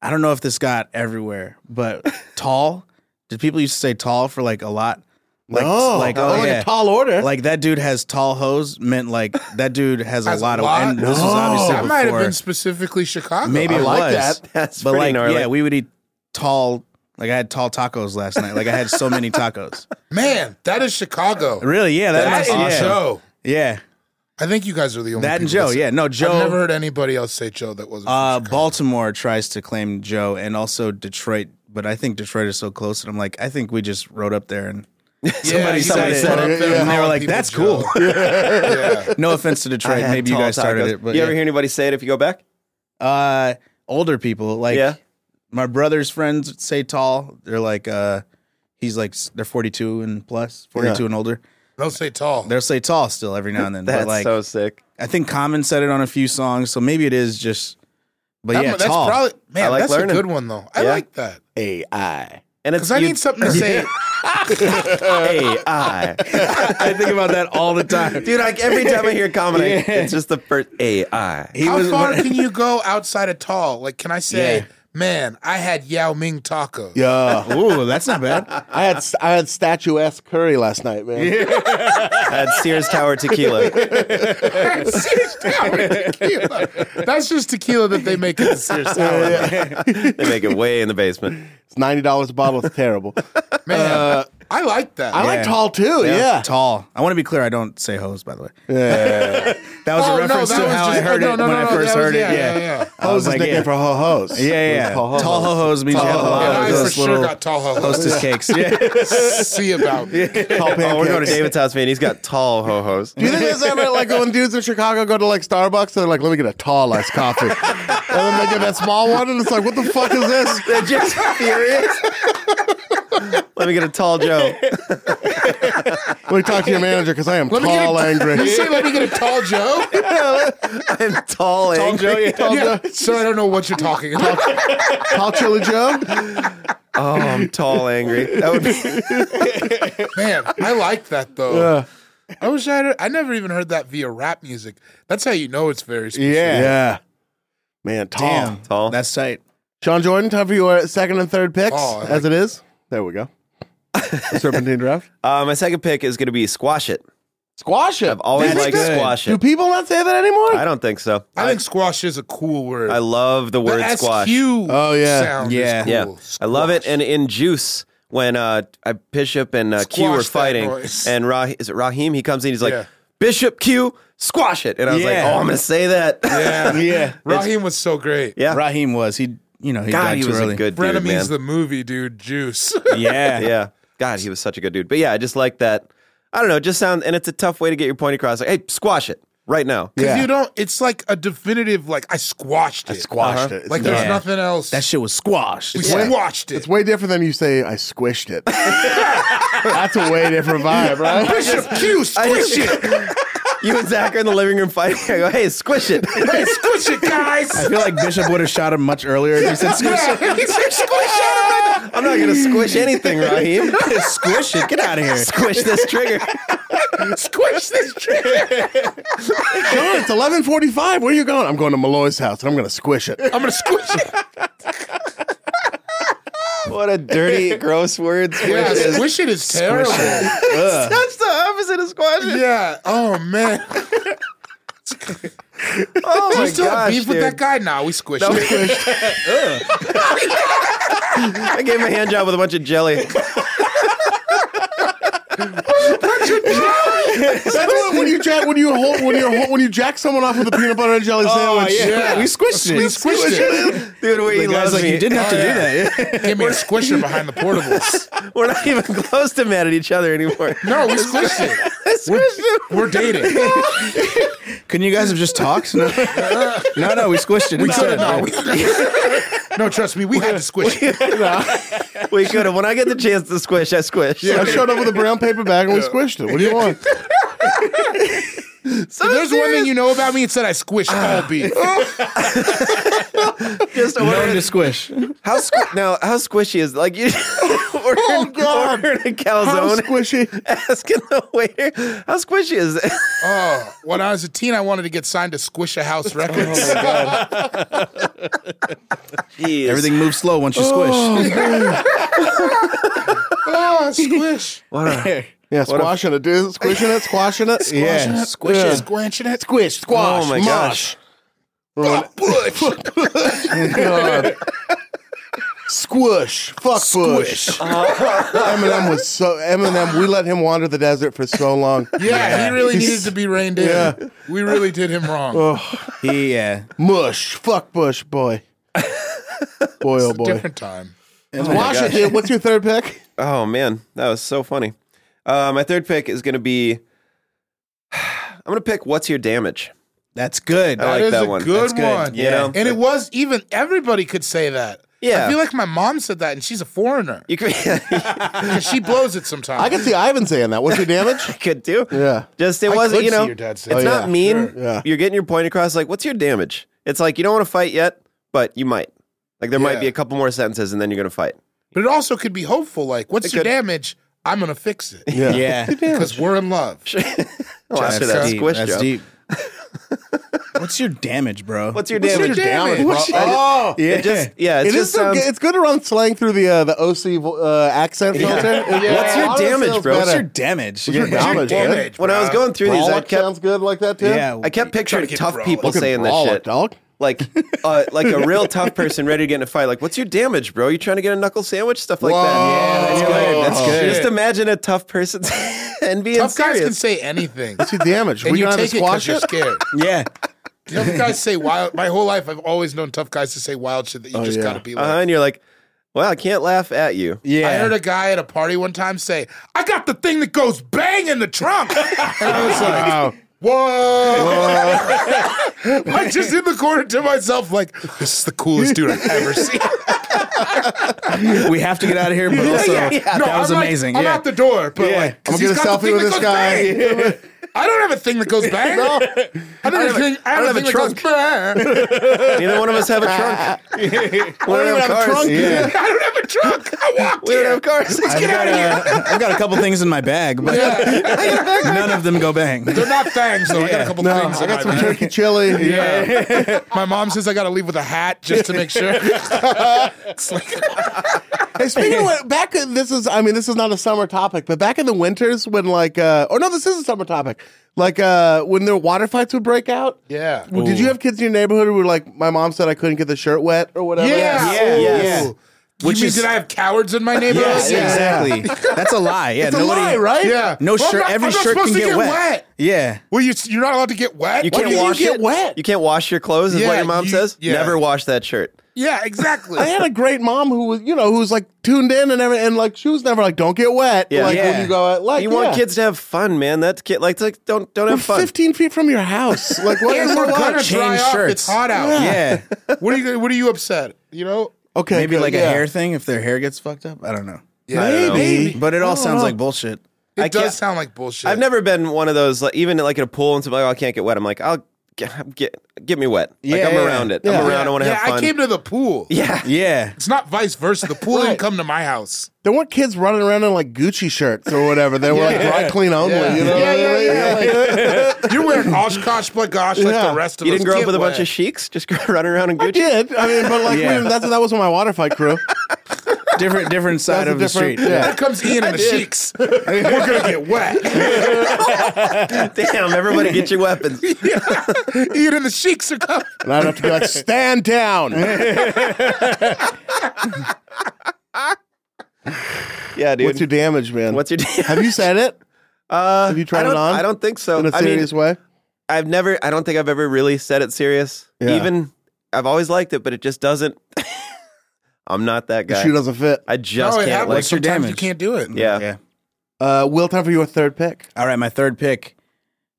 Speaker 5: I don't know if this got everywhere, but tall. Did people used to say tall for like a lot? Like,
Speaker 2: oh,
Speaker 5: like
Speaker 2: oh,
Speaker 5: oh,
Speaker 2: like
Speaker 5: yeah.
Speaker 2: a tall order.
Speaker 5: Like that dude has tall hose meant like that dude has a
Speaker 4: Has a
Speaker 5: lot of.
Speaker 4: lot? Oh.
Speaker 5: And this was obviously
Speaker 4: That might have
Speaker 5: before-
Speaker 4: been specifically Chicago.
Speaker 5: Maybe
Speaker 2: I
Speaker 5: it
Speaker 2: like
Speaker 5: was.
Speaker 2: that.
Speaker 1: That's
Speaker 5: but
Speaker 1: pretty
Speaker 5: like
Speaker 1: gnarly.
Speaker 5: yeah, we would eat tall. Like I had tall tacos last night. Like I had so many tacos.
Speaker 4: man, that is Chicago.
Speaker 5: Really? Yeah, that,
Speaker 4: That
Speaker 5: must-
Speaker 4: and
Speaker 5: yeah.
Speaker 4: Joe.
Speaker 5: Yeah,
Speaker 4: I think you guys are the only
Speaker 5: that and
Speaker 4: people
Speaker 5: Joe.
Speaker 4: that say-
Speaker 5: Yeah, no, Joe.
Speaker 4: I've never heard anybody else say Joe that wasn't. from
Speaker 5: Uh,
Speaker 4: Chicago.
Speaker 5: Baltimore tries to claim Joe and also Detroit, but I think Detroit is so close, and I'm like, I think we just rode up there and.
Speaker 4: somebody,
Speaker 5: somebody said
Speaker 2: it, yeah.
Speaker 5: And they were like, "That's cool."
Speaker 4: yeah.
Speaker 5: No offense to
Speaker 1: I
Speaker 5: Detroit,
Speaker 1: had
Speaker 5: maybe you
Speaker 1: tall
Speaker 5: guys started
Speaker 1: tacos.
Speaker 5: it, but
Speaker 1: you
Speaker 5: yeah.
Speaker 1: ever hear anybody say it if you go back?
Speaker 5: uh, older people like
Speaker 1: Yeah.
Speaker 5: my brother's friends say tall. They're like, uh, he's like s- they're 42 and plus, 42 and older.
Speaker 4: They'll say tall.
Speaker 5: They'll say tall still every now and then,
Speaker 1: That's
Speaker 5: but like
Speaker 1: so sick.
Speaker 5: I think Common said it on a few songs, so maybe it is just. But
Speaker 4: That-
Speaker 5: yeah,
Speaker 4: that's
Speaker 5: tall.
Speaker 4: probably man.
Speaker 1: I like
Speaker 4: that's
Speaker 1: learning.
Speaker 4: a good one though. I
Speaker 1: Yeah.
Speaker 4: like that
Speaker 2: AI.
Speaker 1: And it's
Speaker 4: because I
Speaker 1: you-
Speaker 4: need something to say.
Speaker 1: AI.
Speaker 5: I think about that all the time.
Speaker 1: Dude, like every time I hear comedy, it's just the first AI.
Speaker 5: He
Speaker 4: How
Speaker 5: was-
Speaker 4: far can you go outside of tall? Like, can I say,
Speaker 5: Yeah.
Speaker 4: man, I had Yao Ming tacos?
Speaker 2: Yeah,
Speaker 5: Ooh, that's not bad.
Speaker 2: I had I had statuesque curry last night, man.
Speaker 1: I had Sears Tower tequila.
Speaker 4: Sears Tower tequila. That's just tequila that they make in the Sears Tower.
Speaker 1: They make it way in the basement.
Speaker 2: It's ninety dollars a bottle. It's terrible.
Speaker 4: Man,
Speaker 5: Uh,
Speaker 4: I like that.
Speaker 2: I like tall too. Yeah.
Speaker 5: Oh, Tall. I want to be clear. I don't say hose, by the way. that was
Speaker 4: Oh, no,
Speaker 5: a reference
Speaker 4: that
Speaker 5: to
Speaker 4: was
Speaker 5: how I
Speaker 4: just-
Speaker 5: heard
Speaker 4: no,
Speaker 5: it
Speaker 4: no,
Speaker 5: when
Speaker 4: no,
Speaker 5: I
Speaker 4: no,
Speaker 5: first
Speaker 4: that was-
Speaker 5: heard
Speaker 4: yeah,
Speaker 5: it. Yeah,
Speaker 4: yeah, yeah.
Speaker 5: I was
Speaker 2: Hose is
Speaker 5: like,
Speaker 2: nickname
Speaker 5: yeah.
Speaker 2: for ho hos.
Speaker 5: yeah, yeah.
Speaker 2: It's
Speaker 5: Tall,
Speaker 2: ho hos.
Speaker 5: hose means you have a
Speaker 4: And
Speaker 5: lot
Speaker 4: I
Speaker 5: of
Speaker 4: for
Speaker 5: those
Speaker 4: sure
Speaker 5: little
Speaker 4: got tall ho
Speaker 5: hostess cakes. Yeah.
Speaker 4: See about me.
Speaker 2: Tall
Speaker 1: Oh, we're going to
Speaker 2: pancakes.
Speaker 1: David's house, man. He's got tall ho hos.
Speaker 2: Do you think it's ever like when dudes in Chicago go to like Starbucks, they're like, let me get a tall iced coffee. and then they get that small one, and it's like, what the fuck is this?
Speaker 1: They're just furious. Let me get a tall Joe.
Speaker 2: Let me talk to your manager because I am
Speaker 4: Let me get
Speaker 2: tall
Speaker 4: a- You
Speaker 2: angry.
Speaker 4: say let me get a tall Joe?
Speaker 1: I'm tall,
Speaker 2: Tall
Speaker 1: angry.
Speaker 2: Joe, yeah, tall
Speaker 4: Yeah.
Speaker 2: Joe,
Speaker 4: So I don't know what you're talking about.
Speaker 2: tall chili Joe.
Speaker 1: Oh, I'm tall, angry. That would be
Speaker 4: Man, I like that though. I wish I had, I never even heard that via rap music. That's how you know it's very special.
Speaker 2: Yeah. Yeah. Man, tall.
Speaker 5: Damn.
Speaker 1: tall.
Speaker 5: That's tight.
Speaker 2: Sean Jordan, time for your second and third picks,
Speaker 4: Oh, I
Speaker 2: as it is. There we go. Serpentine draft.
Speaker 1: Uh, my second pick is going to be squash it.
Speaker 2: Squash it.
Speaker 1: I've always liked
Speaker 2: good.
Speaker 1: squash
Speaker 2: Do
Speaker 1: it.
Speaker 2: people not say that anymore?
Speaker 1: I don't think so.
Speaker 4: I think squash is a cool word.
Speaker 1: I love the
Speaker 4: the
Speaker 1: word
Speaker 4: SQ
Speaker 1: squash.
Speaker 4: Oh
Speaker 2: yeah.
Speaker 4: Sound
Speaker 5: Yeah.
Speaker 4: Is cool.
Speaker 1: Yeah, I love it.
Speaker 4: Squash.
Speaker 1: And in Juice, when uh, I Bishop and uh, Q
Speaker 4: Squash
Speaker 1: were
Speaker 4: that
Speaker 1: fighting,
Speaker 4: noise.
Speaker 1: and Rah- is it Raheem? He comes in, he's like,
Speaker 4: Yeah.
Speaker 1: Bishop Q, squash it. And I was like,
Speaker 5: Yeah.
Speaker 1: oh, I'm going to say that.
Speaker 4: yeah.
Speaker 5: Yeah.
Speaker 4: Raheem was so great.
Speaker 1: Yeah.
Speaker 5: Raheem was. He, you know, he
Speaker 1: God,
Speaker 5: died
Speaker 1: he
Speaker 5: too
Speaker 1: was
Speaker 5: early.
Speaker 1: a good dude,
Speaker 4: Frenemies
Speaker 1: man.
Speaker 4: the movie, dude. Juice.
Speaker 5: yeah.
Speaker 1: yeah. God, he was such a good dude. But yeah, I just like that. I don't know, just sound, and it's a tough way to get your point across. Like, hey, squash it right now.
Speaker 4: Because
Speaker 2: Yeah.
Speaker 4: you don't, it's like a definitive, like, I squashed it.
Speaker 2: Squashed it. It's
Speaker 4: Like,
Speaker 2: not-
Speaker 4: there's
Speaker 5: Yeah.
Speaker 4: nothing else.
Speaker 5: That shit was squashed.
Speaker 4: we
Speaker 1: Yeah.
Speaker 4: squashed it.
Speaker 2: It's way different than you say I squished it. That's a way different vibe, right?
Speaker 4: Bishop Q, squish it.
Speaker 1: you and Zach are in the living room fighting. I go, hey, squish it.
Speaker 4: Hey, squish it, guys.
Speaker 5: I feel like Bishop would have shot him much earlier if he said squish it.
Speaker 4: He said squish it.
Speaker 1: I'm not going to squish anything, Raheem.
Speaker 5: squish it. Get out of here.
Speaker 1: squish this trigger.
Speaker 4: Squish this trigger.
Speaker 2: John, it's eleven forty-five. Where are you going? I'm going to Malloy's house, and I'm going to squish it.
Speaker 4: I'm going to squish it.
Speaker 1: what a dirty, gross word. Squish
Speaker 4: Yeah,
Speaker 1: is.
Speaker 4: squish it is terrible.
Speaker 1: That's the opposite of squash it.
Speaker 4: Yeah. Oh man.
Speaker 1: Oh
Speaker 4: Do
Speaker 1: my
Speaker 4: you still have
Speaker 1: gosh,
Speaker 4: beef with that
Speaker 1: dude.
Speaker 4: guy? Nah, we squished
Speaker 1: No.
Speaker 4: it.
Speaker 1: I gave him a hand job with a bunch of jelly.
Speaker 2: That's what- when you jack when you hold when you hold, when you jack someone off with a peanut butter and jelly sandwich.
Speaker 4: yeah.
Speaker 5: Oh, We squished it.
Speaker 4: We squished it.
Speaker 1: Dude, we
Speaker 5: The guy's
Speaker 1: loves
Speaker 5: like,
Speaker 1: me.
Speaker 5: you didn't have to
Speaker 4: Oh, yeah.
Speaker 5: do that.
Speaker 4: Give me a squisher behind the portables.
Speaker 1: We're not even close to mad at each other anymore.
Speaker 4: No, we squished it. We're, we're dating.
Speaker 5: Couldn't you guys have just talked? No, no, no we squished it.
Speaker 4: We
Speaker 5: instead.
Speaker 4: could have. No, trust me, we had to squish it.
Speaker 1: We could have. When I get the chance to squish, I squish.
Speaker 2: I showed up with a brown paper bag and we squished it. What do you want?
Speaker 1: So
Speaker 4: There's one thing you know about me. It's that I squish
Speaker 2: Ah.
Speaker 4: all beef.
Speaker 2: Oh.
Speaker 1: just
Speaker 5: Known
Speaker 1: ordered.
Speaker 5: to squish.
Speaker 1: how squ- now? How squishy is like you ordered,
Speaker 2: God.
Speaker 1: ordered a
Speaker 2: How
Speaker 1: calzone,
Speaker 2: squishy.
Speaker 1: asking the waiter how squishy is it?
Speaker 4: Oh, when I was a teen, I wanted to get signed to Squish a
Speaker 2: Oh,
Speaker 4: House Records.
Speaker 5: Everything moves slow once you squish.
Speaker 4: oh, squish.
Speaker 2: Yeah, squashing it, dude. Squishing it, squishing it. yeah.
Speaker 4: Squish
Speaker 2: Yeah.
Speaker 4: it, squishing it.
Speaker 2: Squish, squash,
Speaker 1: Oh my
Speaker 2: mosh.
Speaker 1: gosh.
Speaker 4: Fuck Bush. Oh,
Speaker 2: God. Squish, fuck Bush. Uh, Eminem was so Eminem. We let him wander the desert for so long.
Speaker 4: Yeah, he really needed to be reined in. We really did him wrong.
Speaker 2: Oh,
Speaker 5: He, yeah.
Speaker 2: Mush, fuck Bush, boy. Boy, oh boy.
Speaker 4: Different time.
Speaker 2: Squash it, dude. What's your third pick?
Speaker 1: Oh man, that was so funny. Uh, my third pick is going to be. I'm going to pick what's your damage.
Speaker 5: That's good.
Speaker 1: I like
Speaker 4: That is
Speaker 1: that
Speaker 4: a
Speaker 1: one.
Speaker 4: good
Speaker 1: That's
Speaker 4: one.
Speaker 1: You know,
Speaker 4: And it was even everybody could say that.
Speaker 1: Yeah.
Speaker 4: I feel like my mom said that, and she's a foreigner.
Speaker 1: you could,
Speaker 4: Because she blows it sometimes.
Speaker 2: I can see Ivan saying that. What's your damage?
Speaker 1: I could do.
Speaker 2: Yeah.
Speaker 1: Just it
Speaker 4: I
Speaker 1: wasn't.
Speaker 4: could
Speaker 1: You
Speaker 4: see
Speaker 1: know,
Speaker 4: your dad
Speaker 1: it's
Speaker 4: saying
Speaker 2: that.
Speaker 1: not
Speaker 2: yeah,
Speaker 1: mean.
Speaker 2: sure, yeah.
Speaker 1: You're getting your point across. Like, what's your damage? It's like you don't want to fight yet, but you might. Like there might
Speaker 4: Yeah.
Speaker 1: be a couple more sentences, and then you're going to fight.
Speaker 4: But it also could be hopeful. Like, what's
Speaker 1: It
Speaker 4: your
Speaker 1: could-
Speaker 4: damage? I'm going to fix it.
Speaker 5: yeah. yeah.
Speaker 4: Because we're in love.
Speaker 1: Oh, after that
Speaker 5: That's deep.
Speaker 1: squish
Speaker 5: That's
Speaker 1: job.
Speaker 5: deep. What's your damage, bro?
Speaker 1: What's your
Speaker 4: What's your
Speaker 1: damage?
Speaker 4: damage?
Speaker 1: bro?
Speaker 2: Oh,
Speaker 5: yeah.
Speaker 1: It just yeah, it,
Speaker 2: it is.
Speaker 1: just
Speaker 2: So
Speaker 1: sounds.
Speaker 2: good. It's good around slang through the uh, the OC vo- uh, accent filter.
Speaker 4: Yeah.
Speaker 1: What's your
Speaker 2: Honestly,
Speaker 1: damage,
Speaker 2: it's
Speaker 1: bro? What's
Speaker 2: better.
Speaker 5: What's your damage?
Speaker 2: your
Speaker 5: Yeah.
Speaker 2: damage?
Speaker 4: Damage,
Speaker 1: when I was
Speaker 4: bruh.
Speaker 1: going through these, I
Speaker 2: Brolic
Speaker 1: kept
Speaker 2: sounds good like that too.
Speaker 5: Yeah.
Speaker 1: I kept picturing
Speaker 4: get
Speaker 1: tough
Speaker 4: brolic.
Speaker 1: people
Speaker 4: Fucking
Speaker 1: saying this
Speaker 2: Brolic,
Speaker 1: shit.
Speaker 2: dog.
Speaker 1: Like, uh, like a real tough person ready to get in a fight. Like, what's your damage, bro? You trying to get a knuckle sandwich? Stuff like that.
Speaker 2: Whoa.
Speaker 1: that's
Speaker 2: Whoa.
Speaker 1: good. That's good.
Speaker 4: Shit.
Speaker 1: Just imagine a tough person and being
Speaker 4: Tough guys can
Speaker 1: serious.
Speaker 4: say anything.
Speaker 2: What's your damage?
Speaker 4: And
Speaker 2: we
Speaker 4: you
Speaker 2: gonna have to
Speaker 4: take it because
Speaker 2: squash
Speaker 4: you're
Speaker 2: it.
Speaker 4: scared.
Speaker 5: Yeah.
Speaker 4: tough guys say wild. My whole life, I've always known tough guys to say wild shit that you just
Speaker 2: yeah.
Speaker 4: got to be like.
Speaker 1: uh, and you're like, well, I can't laugh at you.
Speaker 5: Yeah.
Speaker 4: I heard a guy at a party one time say, I got the thing that goes bang in the trunk. and I was like, Whoa! I just in the corner to myself, like, this is the coolest dude I've ever seen.
Speaker 5: we have to get out of here, but also that
Speaker 4: No,
Speaker 5: was
Speaker 4: I'm like-
Speaker 5: amazing.
Speaker 4: I'm
Speaker 5: yeah.
Speaker 4: out the door, but like,
Speaker 2: I'm
Speaker 4: 'cause
Speaker 2: gonna
Speaker 4: he's
Speaker 2: get a
Speaker 4: got the
Speaker 2: selfie
Speaker 4: thing
Speaker 2: with
Speaker 4: that
Speaker 2: this
Speaker 4: goes
Speaker 2: guy.
Speaker 4: bang. I don't have a thing that goes bang. I don't have a thing. I have a thing that goes bang.
Speaker 1: Neither one of us have a trunk. we don't
Speaker 2: even have a trunk.
Speaker 4: I don't have a trunk. I walked
Speaker 1: We don't
Speaker 4: here.
Speaker 1: have cars. Let's
Speaker 5: I've
Speaker 1: get out
Speaker 5: got,
Speaker 1: of here.
Speaker 5: uh, I've got a couple things in my bag, but none of them go bang.
Speaker 4: They're not fangs though. I got a couple
Speaker 2: No,
Speaker 4: things.
Speaker 2: I
Speaker 4: in
Speaker 2: got
Speaker 4: my
Speaker 2: some
Speaker 4: bag.
Speaker 2: turkey chili.
Speaker 4: Yeah. My mom says I got to leave with a hat just to make sure. It's like-
Speaker 2: Hey, speaking of what, back, in- this is, I mean, this is not a summer topic, but back in the winters when, like, uh, or no, this is a summer topic. Like, uh, when their water fights would break out.
Speaker 4: yeah.
Speaker 2: Well, did you have kids in your neighborhood who were like, my mom said I couldn't get the shirt wet or whatever?
Speaker 4: Yeah.
Speaker 1: Yeah,
Speaker 4: Ooh.
Speaker 1: yeah.
Speaker 4: You
Speaker 5: Which
Speaker 4: mean,
Speaker 5: is-
Speaker 4: did I have cowards in my neighborhood?
Speaker 5: Yes,
Speaker 4: yeah.
Speaker 5: exactly. That's a lie. Yeah,
Speaker 2: It's a
Speaker 5: nobody.
Speaker 2: lie, right?
Speaker 4: Yeah.
Speaker 5: No
Speaker 4: Well, I'm
Speaker 5: shirt.
Speaker 4: not-
Speaker 5: every
Speaker 4: I'm not
Speaker 5: shirt can
Speaker 4: supposed to
Speaker 5: get, wet. Yeah.
Speaker 4: Well, you, you're not allowed to get wet.
Speaker 1: You
Speaker 4: What
Speaker 1: can't
Speaker 4: do
Speaker 1: wash
Speaker 2: get
Speaker 1: it.
Speaker 2: wet?
Speaker 1: You can't wash your clothes, is
Speaker 4: Yeah,
Speaker 1: what your mom
Speaker 4: you-
Speaker 1: says.
Speaker 4: yeah.
Speaker 1: Never wash that shirt.
Speaker 4: Yeah, exactly.
Speaker 2: I had a great mom who was, you know, who was like tuned in and everything, and like she was never like, "Don't get wet."
Speaker 1: Yeah.
Speaker 2: like
Speaker 5: Yeah.
Speaker 2: when you go out, like
Speaker 1: you
Speaker 2: yeah.
Speaker 1: want kids to have fun, man. That's kid like, it's like don't don't
Speaker 2: We're
Speaker 1: have fun.
Speaker 2: fifteen feet from your house. Like what?
Speaker 4: and
Speaker 2: is
Speaker 4: we're
Speaker 2: going
Speaker 4: gonna
Speaker 2: on?
Speaker 4: dry
Speaker 5: Change
Speaker 4: up.
Speaker 5: shirts.
Speaker 4: It's hot out.
Speaker 5: Yeah.
Speaker 4: What are you? What are you upset? You know?
Speaker 2: Okay,
Speaker 5: Maybe
Speaker 2: good,
Speaker 5: like a
Speaker 2: yeah.
Speaker 5: hair thing if their hair gets fucked up. I don't know.
Speaker 2: Maybe.
Speaker 5: But it all sounds
Speaker 2: know.
Speaker 5: like bullshit.
Speaker 4: It
Speaker 1: I can't-
Speaker 4: does sound like bullshit.
Speaker 1: I've never been one of those like even like in a pool and somebody like, oh, I can't get wet. I'm like, I'll get get, get me wet. like
Speaker 5: Yeah,
Speaker 1: I'm
Speaker 5: yeah.
Speaker 1: around it.
Speaker 2: Yeah.
Speaker 1: I'm around. I want to
Speaker 4: yeah,
Speaker 1: have fun.
Speaker 4: I came to the pool.
Speaker 1: yeah.
Speaker 5: Yeah.
Speaker 4: It's not vice versa. The pool
Speaker 2: Right.
Speaker 4: didn't come to my house.
Speaker 2: There weren't kids running around in like Gucci shirts or whatever. They were like
Speaker 4: Yeah.
Speaker 2: dry clean only.
Speaker 4: Yeah.
Speaker 2: You know?
Speaker 4: Yeah, yeah,
Speaker 2: what I mean? Like,
Speaker 4: You're wearing Oshkosh Bagosh like
Speaker 2: Yeah.
Speaker 4: the rest of
Speaker 1: You
Speaker 4: us.
Speaker 1: didn't grow up
Speaker 4: Get
Speaker 1: with a bunch
Speaker 4: wet.
Speaker 1: of sheiks just running around in
Speaker 2: I
Speaker 1: Gucci.
Speaker 2: did. I mean, but like we didn't- that's that was my water fight crew.
Speaker 5: Different different side
Speaker 2: That's a
Speaker 5: of the
Speaker 2: different-
Speaker 5: street.
Speaker 2: yeah.
Speaker 4: Here comes Ian and the Sheiks. We're gonna get wet.
Speaker 1: Damn, everybody get your weapons.
Speaker 4: Ian and the Sheiks are coming.
Speaker 2: And I'd have to be like, stand down.
Speaker 1: Yeah, dude.
Speaker 2: What's your damage, man?
Speaker 1: What's your deal?
Speaker 2: have you said it
Speaker 1: uh,
Speaker 2: have you tried
Speaker 1: I
Speaker 2: it
Speaker 1: don't-
Speaker 2: on?
Speaker 1: I don't think so.
Speaker 2: in a
Speaker 1: I mean,
Speaker 2: serious way?
Speaker 1: I've never. I don't think I've ever really said it serious.
Speaker 2: Yeah.
Speaker 1: Even I've always liked it, but it just doesn't. I'm not that
Speaker 2: The
Speaker 1: guy.
Speaker 2: shoe doesn't fit.
Speaker 1: I just
Speaker 4: it
Speaker 1: can't.
Speaker 4: happens.
Speaker 1: Like,
Speaker 5: your
Speaker 4: Sometimes You
Speaker 5: damage?
Speaker 4: can't do it.
Speaker 1: yeah.
Speaker 5: Yeah.
Speaker 2: Uh, Will, time for your third pick.
Speaker 5: All right, my third pick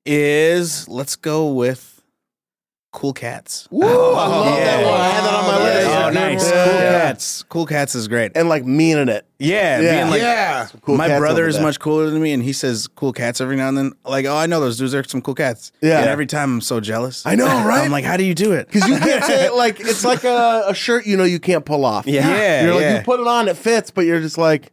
Speaker 5: is let's go with Cool Cats.
Speaker 2: Woo, I love
Speaker 5: yeah.
Speaker 2: that one. I had that on my
Speaker 4: Oh,
Speaker 2: list.
Speaker 4: yeah.
Speaker 5: Oh, nice.
Speaker 2: Yeah.
Speaker 5: Cool Cats. Cool Cats is great.
Speaker 2: And like meaning it.
Speaker 5: Yeah,
Speaker 2: Yeah.
Speaker 5: being like
Speaker 4: yeah.
Speaker 2: Cool
Speaker 5: my
Speaker 2: cats
Speaker 5: brother
Speaker 2: over
Speaker 5: is
Speaker 2: there.
Speaker 5: much cooler than me, and he says cool cats every now and then. Like, oh, I know those dudes are some cool cats.
Speaker 2: Yeah.
Speaker 5: And every time I'm so jealous.
Speaker 2: I know, right?
Speaker 5: I'm like, how do you do it?
Speaker 2: Because you can't say it like it's like a, a shirt you know you can't pull off.
Speaker 1: Yeah.
Speaker 5: yeah,
Speaker 2: you're like
Speaker 5: yeah.
Speaker 2: you put it on, it fits, but you're just like,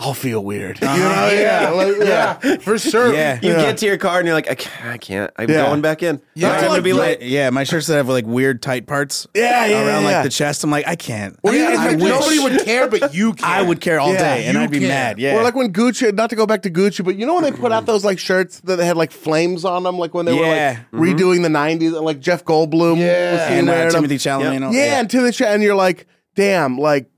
Speaker 2: I'll feel weird. You know?
Speaker 5: Uh-huh.
Speaker 2: Yeah. like- yeah.
Speaker 4: Yeah, for sure.
Speaker 5: yeah.
Speaker 1: You
Speaker 2: Yeah.
Speaker 1: get to your car and you're like, I can't. I can't. I'm
Speaker 2: Yeah.
Speaker 1: going back in.
Speaker 4: Yeah.
Speaker 1: I'm gonna be
Speaker 5: My-
Speaker 1: late.
Speaker 5: yeah, my shirts that have like weird tight parts
Speaker 2: Yeah, yeah,
Speaker 5: around
Speaker 2: yeah.
Speaker 5: like the chest. I'm like, I can't.
Speaker 4: Well, yeah,
Speaker 5: I,
Speaker 4: it's
Speaker 5: I
Speaker 4: like
Speaker 5: wish
Speaker 4: nobody would care, but you care.
Speaker 5: I would care all
Speaker 2: Yeah,
Speaker 5: day, and
Speaker 4: you
Speaker 5: I'd be
Speaker 4: care.
Speaker 5: mad. Yeah,
Speaker 2: Or like when Gucci, not to go back to Gucci, but you know when they put out those like shirts that they had like flames on them, like when they
Speaker 5: Yeah.
Speaker 2: were like redoing the '90s, and like Jeff Goldblum,
Speaker 4: Yeah.
Speaker 2: was seen
Speaker 5: and uh,
Speaker 2: wearing 'em.
Speaker 5: Timothy Chalamet.
Speaker 1: Yep.
Speaker 5: and all-
Speaker 2: yeah, and to the chat, and you're like, damn, like,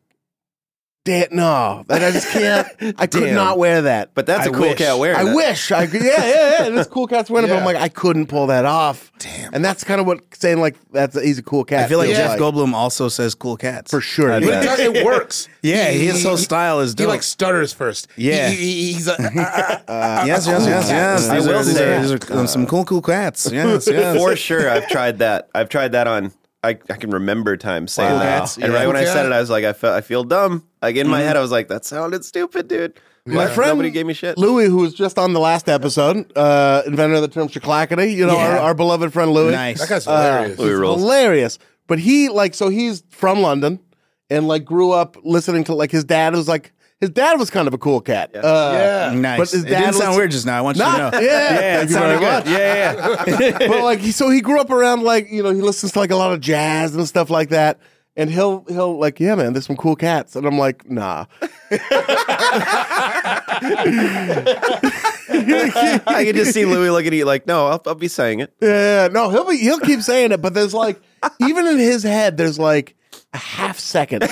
Speaker 2: damn, no, that I just can't, I could
Speaker 1: Damn.
Speaker 2: not wear that.
Speaker 1: But that's a
Speaker 5: I
Speaker 1: cool
Speaker 5: wish.
Speaker 1: cat wearing
Speaker 2: I
Speaker 1: that.
Speaker 2: wish I could. Yeah, yeah, yeah. This cool cat's winning, but I'm
Speaker 4: Yeah.
Speaker 2: like, I couldn't pull that off. Damn. And that's kind of what saying like that's he's a cool cat.
Speaker 5: I feel like
Speaker 2: feels
Speaker 5: Jeff Goldblum also says cool cats
Speaker 2: for sure.
Speaker 5: I
Speaker 4: But it,
Speaker 2: Yeah.
Speaker 5: bet.
Speaker 4: does, it works.
Speaker 5: Yeah, his whole style is
Speaker 4: He
Speaker 5: dope.
Speaker 4: like stutters first.
Speaker 5: Yeah.
Speaker 4: He- he- he's like, "Ah, ah, ah,
Speaker 5: yes,
Speaker 4: ah,
Speaker 5: yes,
Speaker 4: cool
Speaker 5: yes,
Speaker 4: cat."
Speaker 5: yes.
Speaker 1: I
Speaker 5: These
Speaker 1: will
Speaker 5: are, these
Speaker 1: say-
Speaker 5: are, these are um, some cool, cool cats. Yes, yes.
Speaker 1: For sure, I've tried that. I've tried that on. I, I can remember times saying
Speaker 5: Wow.
Speaker 1: that.
Speaker 5: That's-
Speaker 1: And
Speaker 5: yeah.
Speaker 1: right when I
Speaker 4: Yeah.
Speaker 1: said it, I was like, I felt I feel dumb. Like in my head, I was like, that sounded stupid, dude.
Speaker 2: Mm-hmm. My
Speaker 1: Like,
Speaker 2: friend
Speaker 1: nobody gave me shit.
Speaker 2: Louis, who was just on the last episode, uh, inventor of the term chiclackity, you know, our, our beloved friend Louis.
Speaker 5: Nice.
Speaker 4: That guy's
Speaker 2: Uh,
Speaker 4: hilarious.
Speaker 2: he's
Speaker 1: Louis rules.
Speaker 2: hilarious. But he like so he's from London and like grew up listening to like his dad was like his dad was kind of a cool cat. Uh,
Speaker 4: yeah.
Speaker 5: Nice.
Speaker 2: But his
Speaker 5: it
Speaker 2: dad
Speaker 5: didn't sound
Speaker 2: was-
Speaker 5: weird just now. I want you to know.
Speaker 2: Not- yeah,
Speaker 5: yeah,
Speaker 2: thank
Speaker 5: it
Speaker 2: you
Speaker 5: sounded
Speaker 2: very
Speaker 5: good.
Speaker 2: much.
Speaker 5: Yeah, yeah.
Speaker 2: but like he, so he grew up around like you know he listens to like a lot of jazz and stuff like that and he'll he'll like yeah man there's some cool cats and i'm like nah
Speaker 1: I could just see Louis looking at you like, no, I'll, I'll be saying it.
Speaker 2: yeah no he'll be he'll keep saying it but there's like even in his head there's like a half second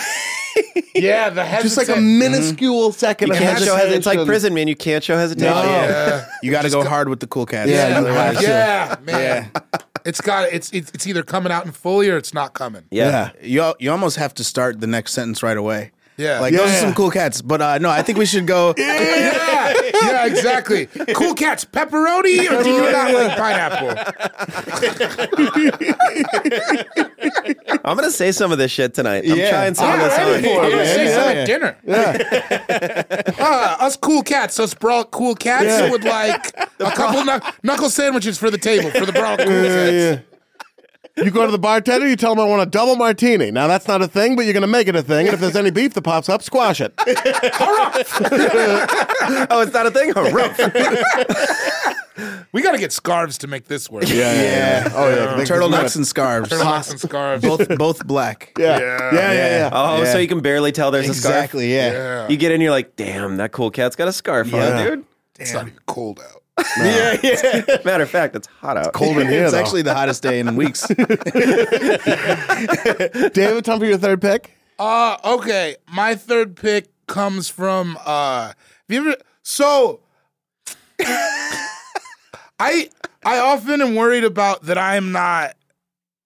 Speaker 4: Yeah, the head
Speaker 2: just like a
Speaker 5: Mm-hmm.
Speaker 2: minuscule second
Speaker 1: You
Speaker 2: of
Speaker 1: can't show
Speaker 2: hesitation.
Speaker 1: hesitation. It's like prison, man. You can't show hesitation.
Speaker 2: No.
Speaker 4: Yeah.
Speaker 5: You got to go hard with the cool cats.
Speaker 2: Yeah,
Speaker 4: Yeah,
Speaker 2: you have
Speaker 4: yeah,
Speaker 2: to.
Speaker 4: man. It's got it's, it's it's either coming out in fully or it's not coming.
Speaker 1: Yeah.
Speaker 5: You, you almost have to start the next sentence right away.
Speaker 4: Yeah.
Speaker 5: Like
Speaker 4: yeah,
Speaker 5: those are
Speaker 4: yeah.
Speaker 5: some cool cats. But uh, no, I think we should go.
Speaker 4: Yeah, yeah, exactly. Cool cats, pepperoni, or do you not like pineapple?
Speaker 1: I'm gonna say some of this shit tonight. I'm
Speaker 5: Yeah.
Speaker 1: trying some
Speaker 4: I'm
Speaker 1: of this
Speaker 4: ready
Speaker 1: on.
Speaker 4: for it,
Speaker 5: Yeah,
Speaker 4: man. Say
Speaker 5: yeah,
Speaker 4: some
Speaker 5: yeah.
Speaker 4: at dinner. Uh, us cool cats, us brawled cool cats would like a couple knuck- knuckle sandwiches for the table for the brawled cool cats.
Speaker 2: You go to the bartender, you tell him I want a double martini. Now that's not a thing, but you're going to make it a thing. And if there's any beef that pops up, squash it.
Speaker 1: Oh, it's not a thing. Oh, rough.
Speaker 4: We got to get scarves to make this work. Yeah,
Speaker 5: yeah.
Speaker 2: Oh yeah, They-
Speaker 5: Turtlenecks and scarves.
Speaker 4: and scarves.
Speaker 5: both both black.
Speaker 2: Yeah. Yeah. Yeah. Yeah.
Speaker 1: Oh, so you can barely tell there's
Speaker 5: Exactly. Yeah.
Speaker 4: Yeah.
Speaker 1: a scarf. You get in, you're like, damn, that cool cat's got a scarf
Speaker 5: Yeah.
Speaker 1: on, dude.
Speaker 4: It's not even cold out.
Speaker 1: Yeah, yeah. Matter of fact, it's hot out.
Speaker 2: Cold in here.
Speaker 5: It's
Speaker 2: though.
Speaker 5: actually the hottest day in weeks.
Speaker 2: David, time for your third pick.
Speaker 4: Uh, okay. My third pick comes from uh have you ever so I I often am worried about that I am not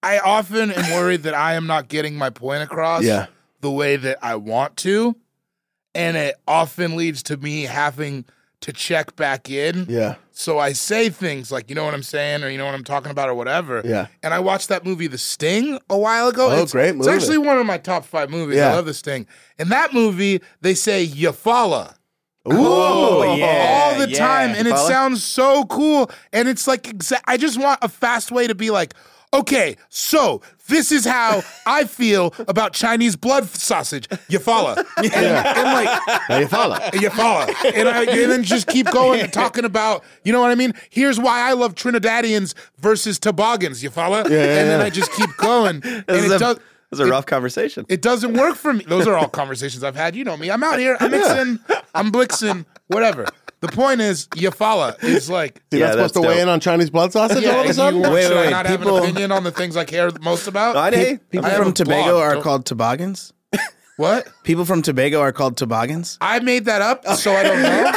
Speaker 4: I often am worried that I am not getting my point across
Speaker 2: Yeah.
Speaker 4: the way that I want to. And it often leads to me having to check back in.
Speaker 2: Yeah.
Speaker 4: So I say things like, you know what I'm saying, or you know what I'm talking about, or whatever.
Speaker 2: Yeah.
Speaker 4: And I watched that movie, The Sting, a while ago.
Speaker 2: Oh,
Speaker 4: it's,
Speaker 2: great
Speaker 4: It's
Speaker 2: movie.
Speaker 4: actually one of my top five movies. I
Speaker 2: Yeah.
Speaker 4: love The Sting. In that movie, they say Yafala
Speaker 2: Ooh.
Speaker 4: all the time, and it sounds so cool. And it's like, exa- I just want a fast way to be like, okay, so this is how I feel about Chinese blood sausage, Yafala. And, and like,
Speaker 2: Now you follow.
Speaker 4: you follow. And, I, and then just keep going and talking about, you know what I mean? Here's why I love Trinidadians versus toboggans, you follow? and then I just keep going. and
Speaker 1: This is
Speaker 4: it,
Speaker 1: a,
Speaker 4: does,
Speaker 1: this is a rough conversation.
Speaker 4: it doesn't work for me. Those are all conversations I've had. You know me. I'm out here, I'm mixing, I'm blixing, whatever. The point is, you follow is like,
Speaker 2: You're
Speaker 1: Yeah,
Speaker 2: not supposed to
Speaker 1: that's
Speaker 2: weigh
Speaker 1: dope.
Speaker 2: in on Chinese blood sausage all of a
Speaker 4: yeah, if you
Speaker 2: sudden.
Speaker 4: want,
Speaker 5: Wait,
Speaker 4: should I
Speaker 5: wait,
Speaker 4: not
Speaker 5: people-
Speaker 4: have an opinion on the things I care most about?
Speaker 1: No, I didn't-
Speaker 5: People
Speaker 4: I have a
Speaker 5: from Tobago
Speaker 4: blog,
Speaker 5: are
Speaker 4: don't-
Speaker 5: called toboggans.
Speaker 4: what?
Speaker 5: People from Tobago are called toboggans.
Speaker 4: I made that up, so I don't know.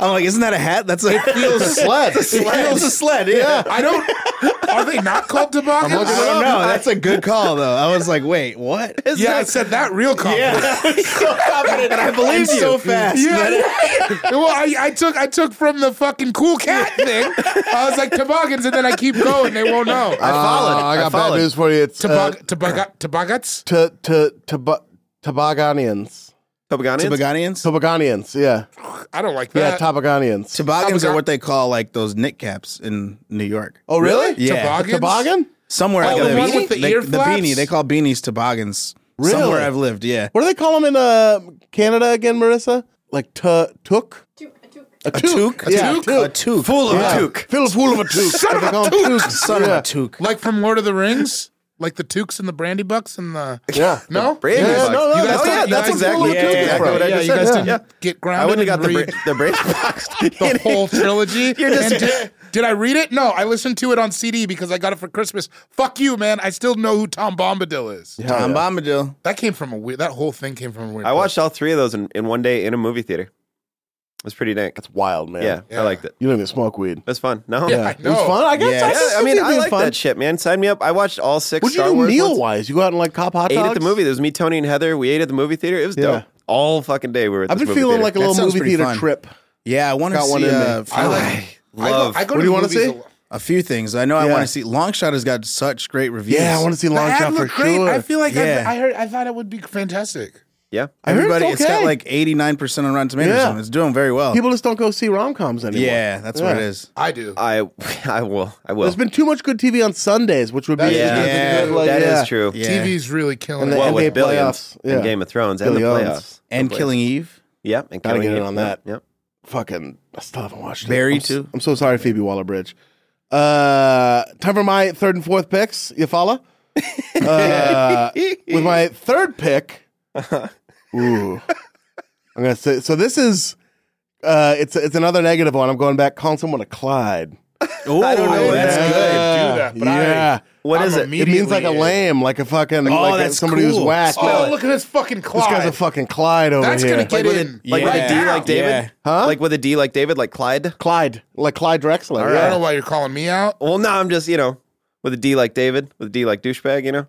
Speaker 5: I'm like, isn't that a hat? That's like
Speaker 2: It's a sled.
Speaker 5: It feels a sled. Yeah.
Speaker 4: I don't. Are they not called toboggans?
Speaker 5: I don't know. Uh, That's a good call though. I was like, wait, what?
Speaker 4: Yeah, I said that real confident.
Speaker 5: so confident. I believe
Speaker 4: you.
Speaker 5: so fast.
Speaker 4: Yeah, yeah. well, I, I took I took from the fucking cool cat thing. I was like toboggans, and then I keep going. They won't know. Uh,
Speaker 2: I followed. I got bad news for you. It's
Speaker 4: Tobog-
Speaker 1: uh,
Speaker 4: tobog- toboggats.
Speaker 2: uh, to to to Tobaganians.
Speaker 1: Toboggans?
Speaker 5: Toboggans.
Speaker 2: Tobaganians. Yeah.
Speaker 4: I don't like
Speaker 2: Yeah.
Speaker 4: that.
Speaker 2: Tobaganians.
Speaker 5: Toboggans
Speaker 4: Toboggan-
Speaker 5: are what they call like those knit caps in New York.
Speaker 2: oh really?
Speaker 5: Yeah.
Speaker 4: Toboggans?
Speaker 2: Toboggan.
Speaker 5: Somewhere
Speaker 4: Oh,
Speaker 5: I've
Speaker 4: the
Speaker 5: lived.
Speaker 4: one with the ear
Speaker 5: the
Speaker 4: flaps?
Speaker 5: beanie. They call beanies toboggans.
Speaker 2: Really?
Speaker 5: Somewhere I've lived. Yeah.
Speaker 2: What do they call them in uh, Canada again, Marissa? Like t- took? A toque. Yeah,
Speaker 5: toque? A toque.
Speaker 2: Fool of
Speaker 5: Yeah.
Speaker 2: a toque. Fill a fool of a toque.
Speaker 4: Son of a
Speaker 2: toque.
Speaker 5: Son
Speaker 2: yeah.
Speaker 5: of a toque.
Speaker 4: Like from Lord of the Rings, like the Tukes and the Brandy Bucks and the
Speaker 2: Yeah.
Speaker 4: no.
Speaker 1: Brandy
Speaker 2: Yeah,
Speaker 1: box.
Speaker 2: no, no,
Speaker 1: You guys
Speaker 2: oh,
Speaker 1: don't-
Speaker 2: yeah,
Speaker 1: you
Speaker 2: that's
Speaker 1: guys-
Speaker 2: exactly-
Speaker 1: yeah,
Speaker 2: yeah,
Speaker 1: yeah,
Speaker 2: yeah,
Speaker 1: exactly what I
Speaker 4: yeah,
Speaker 1: just
Speaker 4: you
Speaker 1: said.
Speaker 4: guys didn't
Speaker 1: Yeah.
Speaker 4: get grounded.
Speaker 1: I wouldn't have
Speaker 4: and
Speaker 1: got the,
Speaker 4: read
Speaker 1: bra- the brain box.
Speaker 4: the whole trilogy.
Speaker 1: just-
Speaker 4: And did, did I read it? No, I listened to it on CD because I got it for Christmas. Fuck you, man. I still know who Tom Bombadil is.
Speaker 5: Tom Bombadil.
Speaker 4: That came from a weird. That whole thing came from a weird.
Speaker 1: I
Speaker 4: place.
Speaker 1: watched all three of those in, in one day in a movie theater. It was pretty dank.
Speaker 2: That's wild, man.
Speaker 1: Yeah,
Speaker 4: Yeah.
Speaker 1: I liked it.
Speaker 2: You don't even smoke weed.
Speaker 1: It was fun. No,
Speaker 4: Yeah, I
Speaker 2: It was
Speaker 4: know.
Speaker 2: fun. I guess.
Speaker 5: Yeah.
Speaker 2: I,
Speaker 1: Yeah,
Speaker 2: guess
Speaker 1: I mean,
Speaker 2: it'd be
Speaker 1: I like
Speaker 2: fun.
Speaker 1: that shit, man. Sign me up. I watched all six
Speaker 2: What'd you
Speaker 1: Star
Speaker 2: do
Speaker 1: Wars.
Speaker 2: meal
Speaker 1: ones.
Speaker 2: wise? You go out and like cop hot
Speaker 1: Ate
Speaker 2: dogs?
Speaker 1: at the movie. It was me, Tony, and Heather. We ate at the movie theater. It was
Speaker 2: Yeah.
Speaker 1: dope. All fucking day we were. At
Speaker 2: I've
Speaker 1: this
Speaker 2: been
Speaker 1: movie
Speaker 2: feeling
Speaker 1: theater.
Speaker 2: like a
Speaker 5: That
Speaker 2: little
Speaker 5: sounds
Speaker 2: movie
Speaker 5: pretty
Speaker 2: theater
Speaker 5: fun.
Speaker 2: trip.
Speaker 5: Yeah, I want to
Speaker 2: Got
Speaker 5: see
Speaker 2: one in
Speaker 5: uh,
Speaker 4: I like. I go-
Speaker 1: love-
Speaker 4: I
Speaker 2: What
Speaker 4: go to
Speaker 2: do you
Speaker 4: the
Speaker 2: wanna
Speaker 4: movies
Speaker 2: see?
Speaker 4: a lot.
Speaker 5: a few things. I know I
Speaker 2: Yeah.
Speaker 5: want to see. Long Shot has got such great reviews.
Speaker 2: Yeah, I want to see
Speaker 4: The
Speaker 2: Long
Speaker 4: ad
Speaker 2: Shot for
Speaker 4: looked great.
Speaker 2: sure.
Speaker 4: I feel like
Speaker 5: Yeah.
Speaker 4: I, I heard. I thought it would be fantastic.
Speaker 1: yeah.
Speaker 2: I heard it's
Speaker 5: Everybody, it's got
Speaker 2: okay.
Speaker 5: like 89% on Rotten Tomatoes.
Speaker 2: Yeah.
Speaker 5: and It's doing very well.
Speaker 2: People just don't go see rom coms anymore.
Speaker 5: yeah, that's what it
Speaker 2: Yeah.
Speaker 5: is.
Speaker 4: I do.
Speaker 1: I I will. I will.
Speaker 2: There's been too much good TV on Sundays, which would be
Speaker 4: That is
Speaker 1: yeah,
Speaker 5: Yeah,
Speaker 2: Like,
Speaker 1: that is
Speaker 2: yeah.
Speaker 1: true.
Speaker 5: Yeah.
Speaker 4: TV's really killing
Speaker 2: And
Speaker 4: it.
Speaker 2: the-
Speaker 1: Well,
Speaker 2: NBA
Speaker 1: with billions
Speaker 2: playoffs, yeah.
Speaker 1: and Game of Thrones and the
Speaker 2: Billions.
Speaker 1: playoffs
Speaker 5: And
Speaker 1: The playoffs.
Speaker 5: Killing Eve.
Speaker 1: Yep, and
Speaker 2: Gotta
Speaker 1: Killing
Speaker 2: get
Speaker 1: Eve.
Speaker 2: in on that.
Speaker 1: Yep.
Speaker 2: fucking I still haven't watched it.
Speaker 5: Barry,
Speaker 2: I'm s-
Speaker 5: too.
Speaker 2: I'm so sorry, Phoebe Waller Bridge. Uh, time for my third and fourth picks. You follow? Uh, with my third pick, ooh, I'm gonna say. So this is, uh, it's it's another negative one. I'm going back calling someone a Clyde.
Speaker 5: Oh,
Speaker 1: I don't know. That's
Speaker 4: Yeah.
Speaker 1: good.
Speaker 4: do that, but I-
Speaker 2: yeah.
Speaker 1: What
Speaker 4: I'm
Speaker 1: is it?
Speaker 2: it means like a
Speaker 4: immediately-
Speaker 2: lame, like a fucking, like a-
Speaker 5: Oh, that's
Speaker 2: somebody who's
Speaker 5: cool.
Speaker 2: whacked.
Speaker 4: Oh, look at this fucking
Speaker 2: this
Speaker 4: Clyde.
Speaker 2: guy's a fucking Clyde over
Speaker 4: That's
Speaker 2: here.
Speaker 4: gonna get in.
Speaker 1: Like with a D,
Speaker 4: now.
Speaker 1: like David,
Speaker 5: Yeah.
Speaker 2: Huh?
Speaker 1: Like with a D, like David, like Clyde.
Speaker 2: Clyde, like Clyde Drexler.
Speaker 4: I
Speaker 2: yeah.
Speaker 4: don't know why you're calling me out.
Speaker 1: Well, no, I'm just you know with a D, like David, with a D, like douchebag. You know,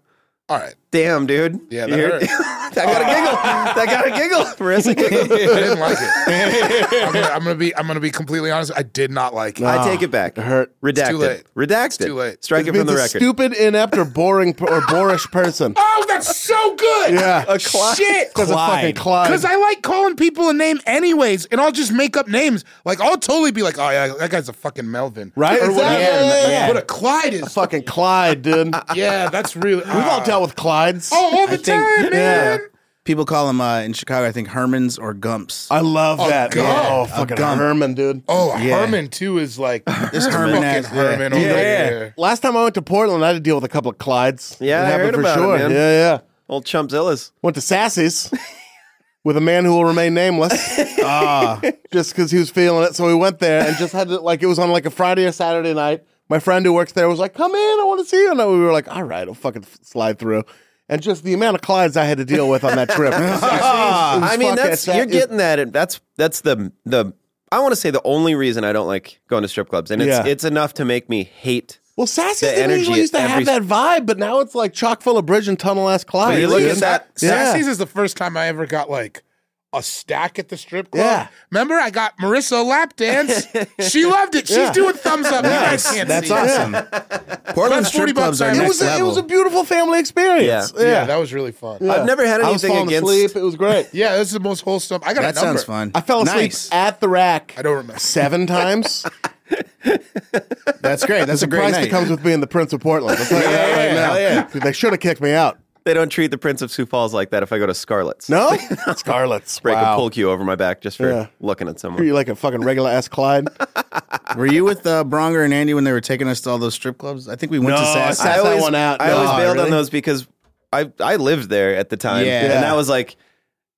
Speaker 4: All right.
Speaker 1: Damn, dude.
Speaker 4: Yeah,
Speaker 1: You
Speaker 4: that
Speaker 1: heard-
Speaker 4: hurt.
Speaker 1: that got a giggle. That got a giggle. Marissa giggled.
Speaker 4: I didn't like it. I'm, gonna, I'm gonna be I'm gonna be completely honest. I did not like it.
Speaker 1: I take it back.
Speaker 2: hurt.
Speaker 1: Redacted.
Speaker 4: too late.
Speaker 1: Redacted.
Speaker 4: too late.
Speaker 1: Strike it
Speaker 2: means
Speaker 1: from the
Speaker 2: a
Speaker 1: record.
Speaker 2: Stupid, inept, or boring, or boorish person.
Speaker 4: Oh, that's so good.
Speaker 2: Yeah.
Speaker 1: A clock.
Speaker 4: Shit.
Speaker 2: Because a fucking Clyde.
Speaker 4: Because I like calling people a name anyways, and I'll just make up names. Like I'll totally be like, oh yeah, that guy's a fucking Melvin,
Speaker 2: Right?
Speaker 4: Or whatever.
Speaker 2: Exactly. Yeah, yeah, yeah.
Speaker 4: But a Clyde is.
Speaker 2: fucking Clyde, dude.
Speaker 4: yeah, that's really. ah.
Speaker 2: We've all dealt with Clydes.
Speaker 4: Uh, Oh, all the
Speaker 5: think-
Speaker 4: time, man.
Speaker 5: People call them uh, in Chicago. I think Hermans or Gumps.
Speaker 2: I love that.
Speaker 4: God.
Speaker 2: man. Oh,
Speaker 4: A
Speaker 2: fucking
Speaker 5: gun.
Speaker 2: Herman, dude.
Speaker 4: Oh,
Speaker 5: Yeah.
Speaker 4: Herman too is like
Speaker 5: This
Speaker 4: fucking
Speaker 5: Herman ass- yeah.
Speaker 4: Herman over
Speaker 1: Yeah.
Speaker 4: here.
Speaker 2: Last time I went to Portland, I had to deal with a couple of Clydes.
Speaker 1: Yeah, I heard about it, man.
Speaker 2: Yeah, yeah.
Speaker 1: Old Chumpzillas.
Speaker 2: Went to Sassy's with a man who will remain nameless. ah, just because he was feeling it, so we went there and just had to like it was on like a Friday or Saturday night. My friend who works there was like, "Come in, I want to see you." And we were like, "All right, I'll fucking f- slide through." And just the amount of Clydes I had to deal with on that trip.
Speaker 1: Ah, I mean, that's you're
Speaker 2: getting.
Speaker 1: getting that. and That's that's the the. I want to say the only reason I don't like going to strip clubs, and it's
Speaker 2: Yeah.
Speaker 1: it's enough to make me hate.
Speaker 2: Well, Sassy's
Speaker 1: the
Speaker 2: didn't
Speaker 1: energy
Speaker 2: usually
Speaker 1: at
Speaker 2: used to
Speaker 1: every-
Speaker 2: have that vibe, but now it's like chock full of bridge and tunnel ass Clyde.
Speaker 1: But you look
Speaker 2: dude.
Speaker 1: at that.
Speaker 2: Yeah.
Speaker 4: Sassy's is the first time I ever got like a stack at the strip club.
Speaker 2: Yeah.
Speaker 4: Remember, I got Marissa a lap dance. she loved it. She's
Speaker 2: Yeah.
Speaker 4: doing thumbs up. You guys can't
Speaker 5: That's
Speaker 4: see it.
Speaker 5: awesome. Portland
Speaker 4: That's 40
Speaker 5: strip clubs
Speaker 4: bucks
Speaker 5: are
Speaker 4: on
Speaker 2: It
Speaker 5: next
Speaker 2: was a, it
Speaker 5: level.
Speaker 2: was a beautiful family experience. Yeah,
Speaker 4: Yeah. that was really fun. Yeah,
Speaker 1: I've never had
Speaker 2: I was
Speaker 1: anything
Speaker 2: falling
Speaker 1: against.
Speaker 2: asleep. It was great.
Speaker 4: this is the most wholesome. I got
Speaker 5: that
Speaker 4: a number.
Speaker 5: sounds fun.
Speaker 2: I fell asleep
Speaker 5: Nice.
Speaker 2: at the rack.
Speaker 4: I don't remember.
Speaker 2: Seven times.
Speaker 5: That's great. That's a great
Speaker 2: Price
Speaker 5: night.
Speaker 2: that comes with being the Prince of Portland. I'll tell you that right now. They should have kicked me out.
Speaker 1: They don't treat the Prince of Sioux Falls like that. If I go to Scarlet's,
Speaker 2: No, Scarlet's.
Speaker 1: break a
Speaker 2: wow.
Speaker 1: pull cue over my back just for
Speaker 2: Yeah.
Speaker 1: looking at someone.
Speaker 2: You're like a fucking regular ass Clyde.
Speaker 5: Were you with uh, Bronger and Andy when they were taking us to all those strip clubs? I think we went to
Speaker 2: No,
Speaker 5: Sass.
Speaker 2: Sass-
Speaker 1: I
Speaker 2: that
Speaker 1: always,
Speaker 2: one out.
Speaker 1: I always
Speaker 2: No,
Speaker 1: bailed on
Speaker 2: really?
Speaker 1: those because I I lived there at the time,
Speaker 5: Yeah.
Speaker 1: and I was like,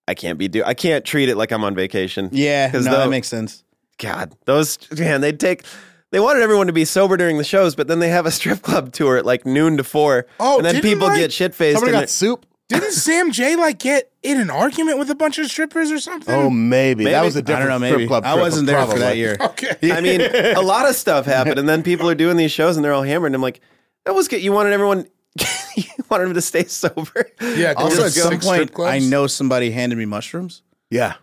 Speaker 1: I can't be do I can't treat it like I'm on vacation.
Speaker 5: yeah, no,
Speaker 1: because
Speaker 5: that makes sense.
Speaker 1: God, those man, they take. They wanted everyone to be sober during the shows, but then they have a strip club tour at like noon to four.
Speaker 4: Oh,
Speaker 1: and then
Speaker 4: didn't,
Speaker 1: people
Speaker 4: like,
Speaker 1: get shit faced.
Speaker 2: Somebody got soup.
Speaker 4: Didn't Sam J like get in an argument with a bunch of strippers or something?
Speaker 2: Oh, maybe. that was a
Speaker 5: I
Speaker 2: different
Speaker 5: don't know.
Speaker 2: strip
Speaker 5: Maybe
Speaker 2: club.
Speaker 5: I
Speaker 2: trip,
Speaker 5: wasn't there for
Speaker 2: probably.
Speaker 5: that year.
Speaker 4: okay.
Speaker 1: I mean, a lot of stuff happened, and then people are doing these shows and they're all hammered. And I'm like, that was good. You wanted everyone, you wanted them to stay sober.
Speaker 4: Yeah, go
Speaker 5: Also,
Speaker 4: to
Speaker 5: at
Speaker 4: six
Speaker 5: some
Speaker 4: strip
Speaker 5: point, I
Speaker 4: clubs.
Speaker 5: know somebody handed me mushrooms.
Speaker 2: Yeah.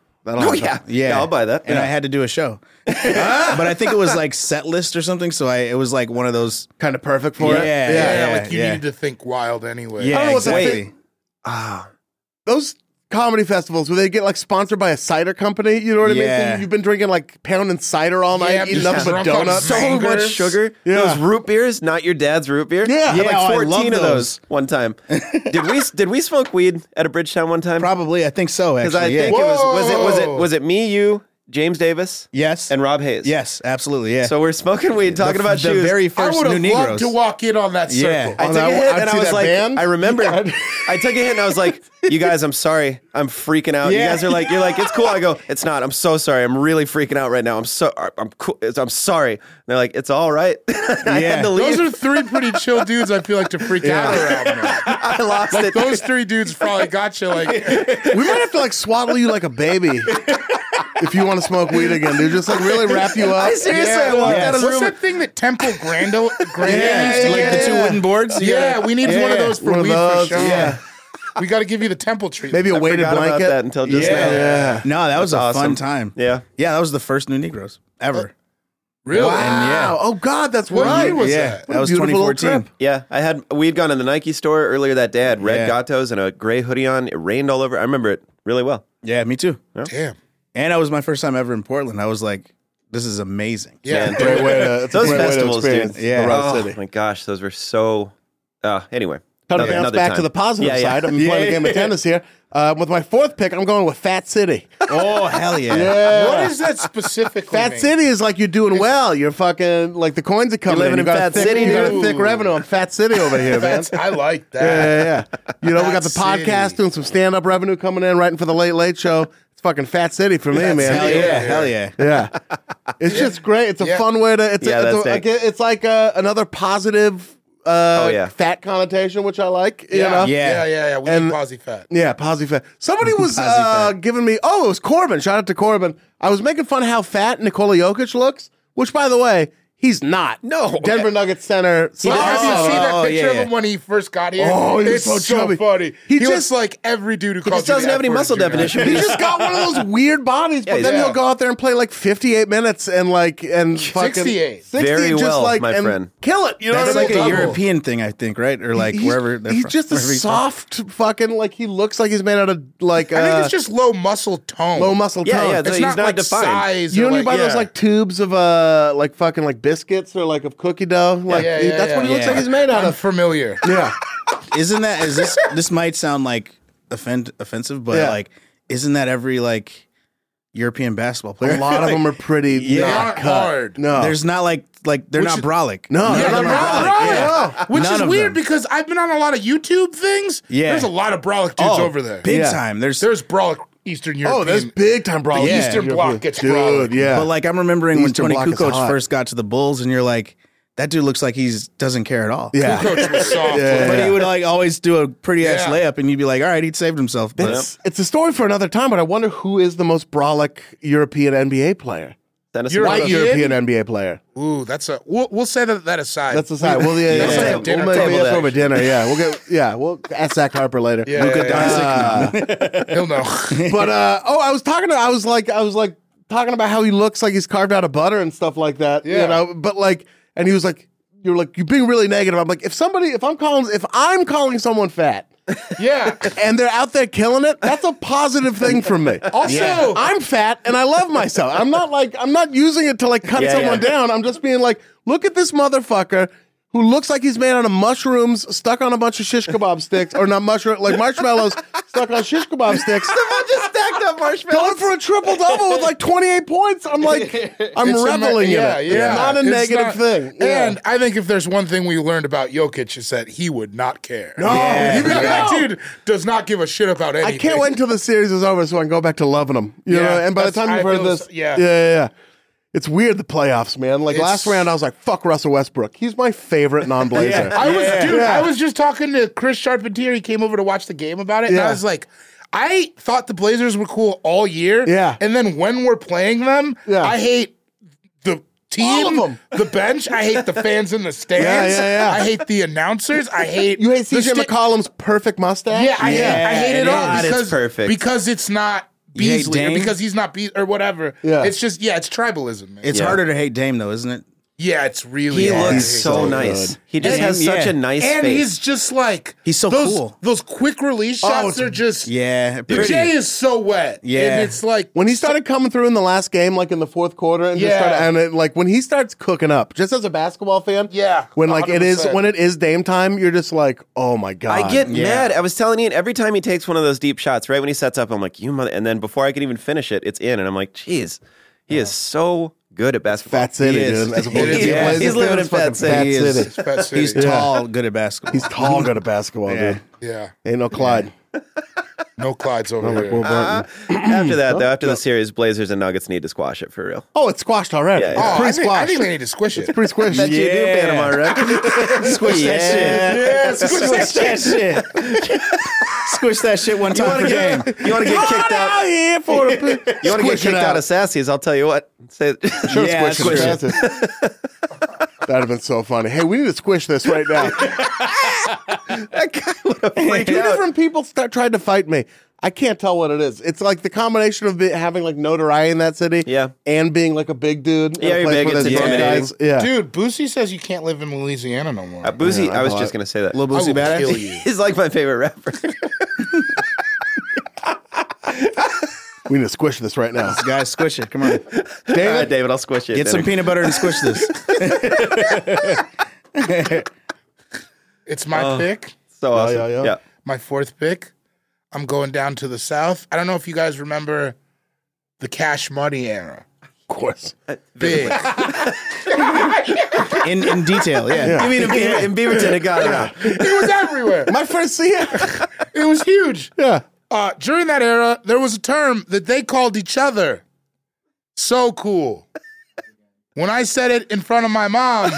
Speaker 2: That'll
Speaker 1: Oh
Speaker 2: happen.
Speaker 1: yeah,
Speaker 5: Yeah,
Speaker 1: I'll buy that.
Speaker 5: And I had to do a show, but I think it was like set list or something. So I it was like one of those
Speaker 2: Kind of perfect for
Speaker 5: yeah,
Speaker 2: it.
Speaker 5: yeah,
Speaker 4: Yeah, like you
Speaker 5: yeah.
Speaker 4: needed to think wild anyway.
Speaker 2: I
Speaker 5: Yeah,
Speaker 2: don't know what that
Speaker 5: exactly.
Speaker 2: those comedy festivals where they get like sponsored by a cider company. You know what I mean?
Speaker 5: Yeah.
Speaker 2: So you've been drinking like pound and cider all night,
Speaker 4: Yeah,
Speaker 2: eating
Speaker 4: just
Speaker 2: nothing but
Speaker 4: drunk on
Speaker 2: donuts.
Speaker 4: cider.
Speaker 1: so much
Speaker 4: Fingers.
Speaker 1: sugar.
Speaker 2: Yeah.
Speaker 1: Those root beers, not your dad's root beer.
Speaker 2: Yeah.
Speaker 1: I had
Speaker 5: Yeah, oh, I
Speaker 1: like
Speaker 5: love
Speaker 1: fourteen of
Speaker 5: those.
Speaker 1: those one time. did we did we smoke weed at a Bridgetown one time?
Speaker 5: Probably, I think so.
Speaker 1: Because I
Speaker 5: Actually, yeah.
Speaker 1: think it was was it was it
Speaker 4: Whoa.
Speaker 1: was it me, you, James Davis,
Speaker 5: yes,
Speaker 1: and Rob Hayes.
Speaker 5: yes, absolutely, yeah.
Speaker 1: So we're smoking weed, talking
Speaker 5: the,
Speaker 1: about
Speaker 5: the
Speaker 1: shoes.
Speaker 5: very oh,
Speaker 4: I
Speaker 5: first
Speaker 4: would
Speaker 5: new
Speaker 4: have loved
Speaker 5: Negroes.
Speaker 4: to walk in on that circle.
Speaker 5: Yeah.
Speaker 1: I took
Speaker 2: that-
Speaker 1: a hit
Speaker 2: I'd
Speaker 1: and I
Speaker 2: see
Speaker 1: was
Speaker 2: that
Speaker 1: like,
Speaker 2: band.
Speaker 1: I remember. I took a hit and I was like, you guys, I'm sorry, I'm freaking out. You
Speaker 5: Yeah.
Speaker 1: guys are like, you're like, it's cool. I go, it's not. I'm so sorry. I'm really freaking out right now. I'm so, I'm cool. It's, I'm sorry. And they're like, it's all right. I
Speaker 5: Yeah.
Speaker 1: had to leave.
Speaker 4: Those are three pretty chill dudes. I feel like to freak out around. Now.
Speaker 1: I lost it.
Speaker 4: Those three dudes probably got you. Like,
Speaker 2: We might have to like swaddle you like a baby if you want to smoke weed again, dude. Just like really wrap you up.
Speaker 1: I seriously, I walked
Speaker 4: yeah.
Speaker 1: out of the
Speaker 4: what's
Speaker 1: room.
Speaker 4: that thing that Temple Grandel Grandin
Speaker 5: yeah,
Speaker 4: used to
Speaker 5: like
Speaker 4: get?
Speaker 5: the two wooden boards.
Speaker 4: Yeah, we need one of those for
Speaker 2: One of
Speaker 4: weed
Speaker 2: those,
Speaker 4: for sure.
Speaker 2: yeah.
Speaker 4: We got to give you the temple treatment.
Speaker 2: Maybe
Speaker 1: I
Speaker 2: a weighted
Speaker 1: forgot about
Speaker 2: blanket.
Speaker 1: that until just
Speaker 5: Yeah.
Speaker 1: now.
Speaker 2: yeah.
Speaker 5: No, that was a
Speaker 1: awesome.
Speaker 5: fun time.
Speaker 1: Yeah.
Speaker 5: yeah, that was the first New Negroes ever.
Speaker 4: really?
Speaker 5: And
Speaker 2: Wow.
Speaker 5: yeah,
Speaker 2: Oh God, that's
Speaker 4: What
Speaker 2: right.
Speaker 4: year was
Speaker 5: yeah,
Speaker 4: that?
Speaker 5: that,
Speaker 2: What a
Speaker 5: was
Speaker 2: beautiful little
Speaker 5: 2014.
Speaker 2: trip.
Speaker 1: Yeah, I had we had gone to the Nike store earlier that day. I had red
Speaker 5: Yeah.
Speaker 1: gatos and a gray hoodie on. It rained all over. I remember it really well.
Speaker 5: Yeah, me too.
Speaker 4: Damn.
Speaker 5: And that was my first time ever in Portland. I was like, this is amazing.
Speaker 4: Yeah.
Speaker 1: Man,
Speaker 2: Great way to, it's a
Speaker 1: Those
Speaker 2: great
Speaker 1: festivals, dude.
Speaker 2: way to experience
Speaker 5: Yeah.
Speaker 2: the Rock
Speaker 1: Oh
Speaker 2: City.
Speaker 1: my gosh, those were so. Uh, anyway,
Speaker 2: Kind
Speaker 1: another-
Speaker 2: of bounce
Speaker 1: another
Speaker 2: back
Speaker 1: time.
Speaker 2: to the positive
Speaker 1: Yeah, yeah.
Speaker 2: side. I'm playing a game of tennis here. Uh, with my fourth pick, I'm going with Fat City.
Speaker 5: Oh, hell yeah.
Speaker 4: What is that specifically?
Speaker 2: Fat
Speaker 4: mean?
Speaker 2: City is like you're doing well. You're fucking like the coins are coming.
Speaker 1: living
Speaker 2: in.
Speaker 1: in
Speaker 2: You got a
Speaker 1: Fat
Speaker 2: thick-
Speaker 1: City,
Speaker 2: You got a
Speaker 4: dude.
Speaker 2: thick revenue on Fat City over here, man.
Speaker 4: That's, I like that.
Speaker 2: Yeah, yeah, yeah. You know, we got the
Speaker 4: Fat
Speaker 2: podcast
Speaker 4: City.
Speaker 2: doing some stand up revenue coming in, writing for the Late Late Show. It's fucking Fat City for me, man.
Speaker 5: Hell yeah,
Speaker 4: Yeah.
Speaker 5: hell yeah.
Speaker 2: Yeah. It's just great. It's a
Speaker 4: Yeah.
Speaker 2: fun way to. It's,
Speaker 1: Yeah,
Speaker 2: a, it's,
Speaker 1: that's
Speaker 2: a,
Speaker 1: dank.
Speaker 2: like, it's like uh, another positive uh,
Speaker 1: Oh, yeah.
Speaker 2: fat connotation, which I like. You
Speaker 4: Yeah.
Speaker 2: know?
Speaker 4: yeah, yeah, yeah, We
Speaker 2: And-
Speaker 4: need posy fat.
Speaker 2: Yeah, posy fat. Somebody was uh, giving me. Oh, it was Corbin. Shout out to Corbin. I was making fun of how fat Nikola Jokic looks, which, by the way, He's not.
Speaker 1: No.
Speaker 2: Denver Nuggets center.
Speaker 4: Oh, have you seen that
Speaker 5: oh,
Speaker 4: picture
Speaker 5: yeah,
Speaker 4: of
Speaker 5: yeah.
Speaker 4: him when he first got here?
Speaker 2: Oh, he was
Speaker 4: it's
Speaker 2: so chubby.
Speaker 4: funny.
Speaker 2: He
Speaker 4: He,
Speaker 2: just-
Speaker 4: looks like every dude who
Speaker 1: He
Speaker 4: calls
Speaker 1: just doesn't
Speaker 4: you the
Speaker 1: have any
Speaker 4: F-word in
Speaker 1: muscle
Speaker 4: junior high.
Speaker 1: definition.
Speaker 2: He just got one of those weird bodies, but
Speaker 1: Yeah,
Speaker 2: then
Speaker 1: he's-
Speaker 2: he'll go out there and play like 58 minutes and like and fucking
Speaker 4: 68.
Speaker 2: 60,
Speaker 1: Very
Speaker 2: just
Speaker 1: well,
Speaker 2: like,
Speaker 1: my
Speaker 2: and
Speaker 1: friend.
Speaker 2: Kill it, you know
Speaker 5: That's
Speaker 2: what I
Speaker 5: like
Speaker 2: mean?
Speaker 5: a
Speaker 4: double.
Speaker 5: European thing, I think, right? Or like
Speaker 2: he's,
Speaker 5: wherever they're
Speaker 2: he's
Speaker 5: from.
Speaker 2: just a
Speaker 5: Wherever he's from.
Speaker 2: soft fucking like he looks like he's made out of like
Speaker 4: I
Speaker 2: uh,
Speaker 4: think it's just low muscle tone.
Speaker 2: low muscle
Speaker 1: Yeah,
Speaker 2: tone.
Speaker 1: yeah,
Speaker 4: It's
Speaker 1: So he's
Speaker 4: not,
Speaker 1: not
Speaker 4: like
Speaker 1: defined.
Speaker 4: size.
Speaker 2: You
Speaker 4: or
Speaker 2: know, you
Speaker 4: like-
Speaker 2: buy those
Speaker 4: yeah.
Speaker 2: like tubes of uh like fucking like biscuits or like of cookie dough. Like
Speaker 4: yeah,
Speaker 2: he-
Speaker 4: yeah,
Speaker 2: that's what he
Speaker 4: yeah.
Speaker 2: looks like he's made out
Speaker 4: I'm
Speaker 2: of.
Speaker 4: familiar.
Speaker 2: Yeah.
Speaker 5: Isn't that is this this might sound like offend offensive, but
Speaker 2: Yeah.
Speaker 5: like isn't that every like European basketball player?
Speaker 2: A lot of them are pretty
Speaker 4: They
Speaker 2: not
Speaker 4: aren't
Speaker 2: cut.
Speaker 4: hard.
Speaker 2: No.
Speaker 5: There's not like like they're not brolic.
Speaker 2: no,
Speaker 5: None
Speaker 2: they're not
Speaker 4: Yeah,
Speaker 5: of them
Speaker 4: they're
Speaker 5: are
Speaker 4: not
Speaker 5: brolic.
Speaker 4: brolic.
Speaker 2: Yeah.
Speaker 4: Which
Speaker 5: None
Speaker 4: is
Speaker 5: of
Speaker 4: weird
Speaker 5: them.
Speaker 4: because I've been on a lot of YouTube things.
Speaker 5: Yeah.
Speaker 4: There's a lot of brolic dudes
Speaker 5: Oh,
Speaker 4: over there.
Speaker 5: Big
Speaker 2: Yeah.
Speaker 5: time. There's
Speaker 4: There's brolic Eastern European.
Speaker 2: Oh, there's big time brawling.
Speaker 5: The
Speaker 4: Eastern Bloc gets
Speaker 2: Dude,
Speaker 4: brawling.
Speaker 2: yeah.
Speaker 5: But like I'm remembering
Speaker 2: The
Speaker 5: when
Speaker 2: Eastern
Speaker 5: Tony
Speaker 2: Bloc is hot.
Speaker 5: Kukoc first got to the Bulls, and you're like, that dude looks like he's doesn't care at all.
Speaker 2: yeah.
Speaker 4: Coach was soft.
Speaker 2: Yeah.
Speaker 5: But he would like always do a pretty ass
Speaker 4: Yeah.
Speaker 5: layup, and you'd be like, all right, he'd saved himself. But
Speaker 2: It's, it's a story for another time, but I wonder who is the most brolic European NBA player.
Speaker 1: Send us
Speaker 4: You're
Speaker 1: a
Speaker 4: right.
Speaker 2: White
Speaker 1: photo.
Speaker 2: European NBA player.
Speaker 4: Ooh, that's a. We'll, we'll set that, that aside.
Speaker 2: That's the side. Well, yeah, yeah,
Speaker 4: That's
Speaker 2: yeah.
Speaker 4: like a
Speaker 2: We'll
Speaker 4: dinner
Speaker 2: maybe
Speaker 1: table
Speaker 2: that's
Speaker 1: dish.
Speaker 2: over dinner. Yeah, we'll get. Yeah, we'll ask Zach Harper later.
Speaker 4: Yeah, yeah,
Speaker 2: Uh,
Speaker 4: He'll know.
Speaker 2: but uh, oh, I was talking to, I was like, I was like talking about how he looks like he's carved out of butter and stuff like that. You
Speaker 4: Yeah.
Speaker 2: know, but like, and he was like, you're like, you're being really negative. I'm like, if somebody, if I'm calling, if I'm calling someone fat
Speaker 4: yeah.
Speaker 2: and they're out there killing it, that's a positive thing for me.
Speaker 4: Also,
Speaker 2: I'm fat and I love myself. I'm not like I'm not using it to like cut
Speaker 1: Yeah,
Speaker 2: someone
Speaker 1: yeah.
Speaker 2: down. I'm just being like, look at this motherfucker who looks like he's made out of mushrooms stuck on a bunch of shish kebab sticks, or not mushroom like marshmallows stuck on shish kebab sticks.
Speaker 1: just stacked up marshmallows.
Speaker 2: Going for a triple double with like 28 points. I'm like, I'm
Speaker 4: It's a ma-
Speaker 2: reveling
Speaker 4: yeah,
Speaker 2: in it.
Speaker 4: Yeah.
Speaker 2: It's not a
Speaker 4: It's
Speaker 2: negative
Speaker 4: not-
Speaker 2: thing. Yeah.
Speaker 4: And I think if there's one thing we learned about Jokic is that he would not care. No,
Speaker 2: Yeah.
Speaker 4: He- that
Speaker 2: No.
Speaker 4: dude does not give a shit about anything.
Speaker 2: I can't wait until the series is over so I can go back to loving them. You
Speaker 4: Yeah,
Speaker 2: know, and by the
Speaker 4: that's-
Speaker 2: time you've
Speaker 4: I
Speaker 2: heard
Speaker 4: feel
Speaker 2: this,
Speaker 4: so- yeah.
Speaker 2: yeah, yeah, yeah. It's weird the playoffs, man. Like
Speaker 4: It's-
Speaker 2: last round, I was like, "Fuck Russell Westbrook. He's my favorite non-Blazer."
Speaker 4: I was, dude.
Speaker 2: Yeah.
Speaker 4: I was just talking to Chris Charpentier. He came over to watch the game about it, and
Speaker 2: Yeah.
Speaker 4: I was like, I thought the Blazers were cool all year.
Speaker 2: Yeah.
Speaker 4: and then when we're playing them,
Speaker 2: Yeah.
Speaker 4: I hate the team,
Speaker 2: All of 'em.
Speaker 4: the bench. I hate the fans in the stands.
Speaker 2: yeah, yeah.
Speaker 4: I hate the announcers. I hate
Speaker 2: You hate
Speaker 4: the
Speaker 2: CJ
Speaker 4: sti-
Speaker 2: McCollum's perfect mustache.
Speaker 4: Yeah, I hate, I hate it
Speaker 1: God,
Speaker 4: all
Speaker 1: it's
Speaker 4: because
Speaker 1: perfect.
Speaker 4: because it's not
Speaker 5: hate
Speaker 4: Beasley or
Speaker 5: Dame?
Speaker 4: because he's not Beasley or whatever.
Speaker 2: Yeah.
Speaker 4: it's just yeah, it's tribalism. Man.
Speaker 5: it's
Speaker 1: Yeah.
Speaker 5: harder to hate Dame though, isn't it?
Speaker 4: yeah, it's really
Speaker 1: He
Speaker 4: hard.
Speaker 1: looks
Speaker 4: It's
Speaker 1: so,
Speaker 2: so
Speaker 1: nice.
Speaker 2: good.
Speaker 1: He just
Speaker 5: And-
Speaker 1: has such
Speaker 5: yeah.
Speaker 1: a nice
Speaker 4: and
Speaker 1: face.
Speaker 4: he's just like
Speaker 5: He's so
Speaker 4: those,
Speaker 5: cool.
Speaker 4: Those quick release shots are just
Speaker 5: Yeah,
Speaker 4: The
Speaker 5: pretty.
Speaker 4: Jay is so wet.
Speaker 5: Yeah.
Speaker 4: and it's like
Speaker 2: When he started coming through in the last game, like in the fourth quarter, and just
Speaker 4: Yeah.
Speaker 2: started, and it, like when he starts cooking up, just as a basketball fan,
Speaker 4: Yeah,
Speaker 2: When like it is
Speaker 4: 100%.
Speaker 2: when it is Dame time, you're just like, "Oh my god!"
Speaker 1: I get
Speaker 5: Yeah.
Speaker 1: mad. I was telling Ian every time he takes one of those deep shots, right when he sets up, I'm like, you mother. And then before I can even finish it, it's in, and I'm like, jeez, he is so good at basketball.
Speaker 2: Fat City,
Speaker 1: He is.
Speaker 2: dude. As a
Speaker 1: He
Speaker 2: Blazers
Speaker 1: is.
Speaker 2: fan,
Speaker 1: He's living in
Speaker 2: fucking
Speaker 1: Fat City. He is.
Speaker 2: City.
Speaker 4: Fat City.
Speaker 5: He's tall, good at basketball.
Speaker 2: He's tall, good at basketball,
Speaker 5: Yeah.
Speaker 2: dude.
Speaker 4: yeah, Uh-huh.
Speaker 2: Ain't no Clyde.
Speaker 4: no Clyde's over
Speaker 2: I'm like,
Speaker 4: here. Oh,
Speaker 2: Will Barton.
Speaker 1: after that, though, after the series, Blazers and Nuggets need to squash it for real.
Speaker 2: Oh, it's squashed already.
Speaker 1: Yeah, yeah.
Speaker 2: It's
Speaker 4: oh, I,
Speaker 2: pretty
Speaker 4: think, I
Speaker 2: squashed.
Speaker 4: think they need to squish it.
Speaker 2: pretty squished.
Speaker 1: That you do, Panama, right? Squish that shit.
Speaker 4: Yeah, squish that
Speaker 5: Squish that shit. Squish that shit one
Speaker 1: You
Speaker 5: time
Speaker 1: want
Speaker 5: per
Speaker 1: to
Speaker 5: game.
Speaker 1: get, you wanna get kicked out?
Speaker 2: here for the
Speaker 1: You want to get kicked out. of Sassy's? I'll tell you what. Say,
Speaker 2: Sure,
Speaker 5: Yeah,
Speaker 2: squish, it.
Speaker 5: squish
Speaker 2: That'd have been so funny. Hey, we need to squish this right now.
Speaker 1: that guy would have freaked
Speaker 2: Two
Speaker 1: out.
Speaker 2: different people start, tried to fight me. I can't tell what it is. It's like the combination of be, having like notoriety in that city,
Speaker 1: Yeah.
Speaker 2: and being like a big dude. in
Speaker 1: Yeah,
Speaker 2: a
Speaker 1: you're
Speaker 2: place
Speaker 1: big,
Speaker 2: where
Speaker 1: it's
Speaker 2: there's drunk
Speaker 1: intimidating.
Speaker 2: guys. Yeah,
Speaker 4: Dude, Boosie says you can't live in Louisiana no more.
Speaker 1: Uh, Boozy,
Speaker 2: Yeah, I
Speaker 1: I was
Speaker 2: thought-
Speaker 1: just going to say that.
Speaker 4: I will kill you.
Speaker 1: He's like my favorite rapper.
Speaker 2: we need to squish this right now.
Speaker 5: Guys, squish it. Come on. Uh,
Speaker 1: David, David I'll squish it.
Speaker 5: Get some
Speaker 1: Then-
Speaker 5: peanut butter and squish this.
Speaker 4: It's my pick,
Speaker 1: So awesome.
Speaker 2: yeah, yeah.
Speaker 1: yeah.
Speaker 4: my fourth pick. I'm going down to the south. I don't know if you guys remember the Cash Money era.
Speaker 2: Of course,
Speaker 4: Uh, Big.
Speaker 5: In in detail, yeah.
Speaker 1: You mean in, Beaver, in Beaverton, it got
Speaker 4: it was everywhere.
Speaker 2: my first see it.
Speaker 4: It was huge.
Speaker 2: yeah,
Speaker 4: Uh, during that era, there was a term that they called each other. So cool. When I said it in front of my mom,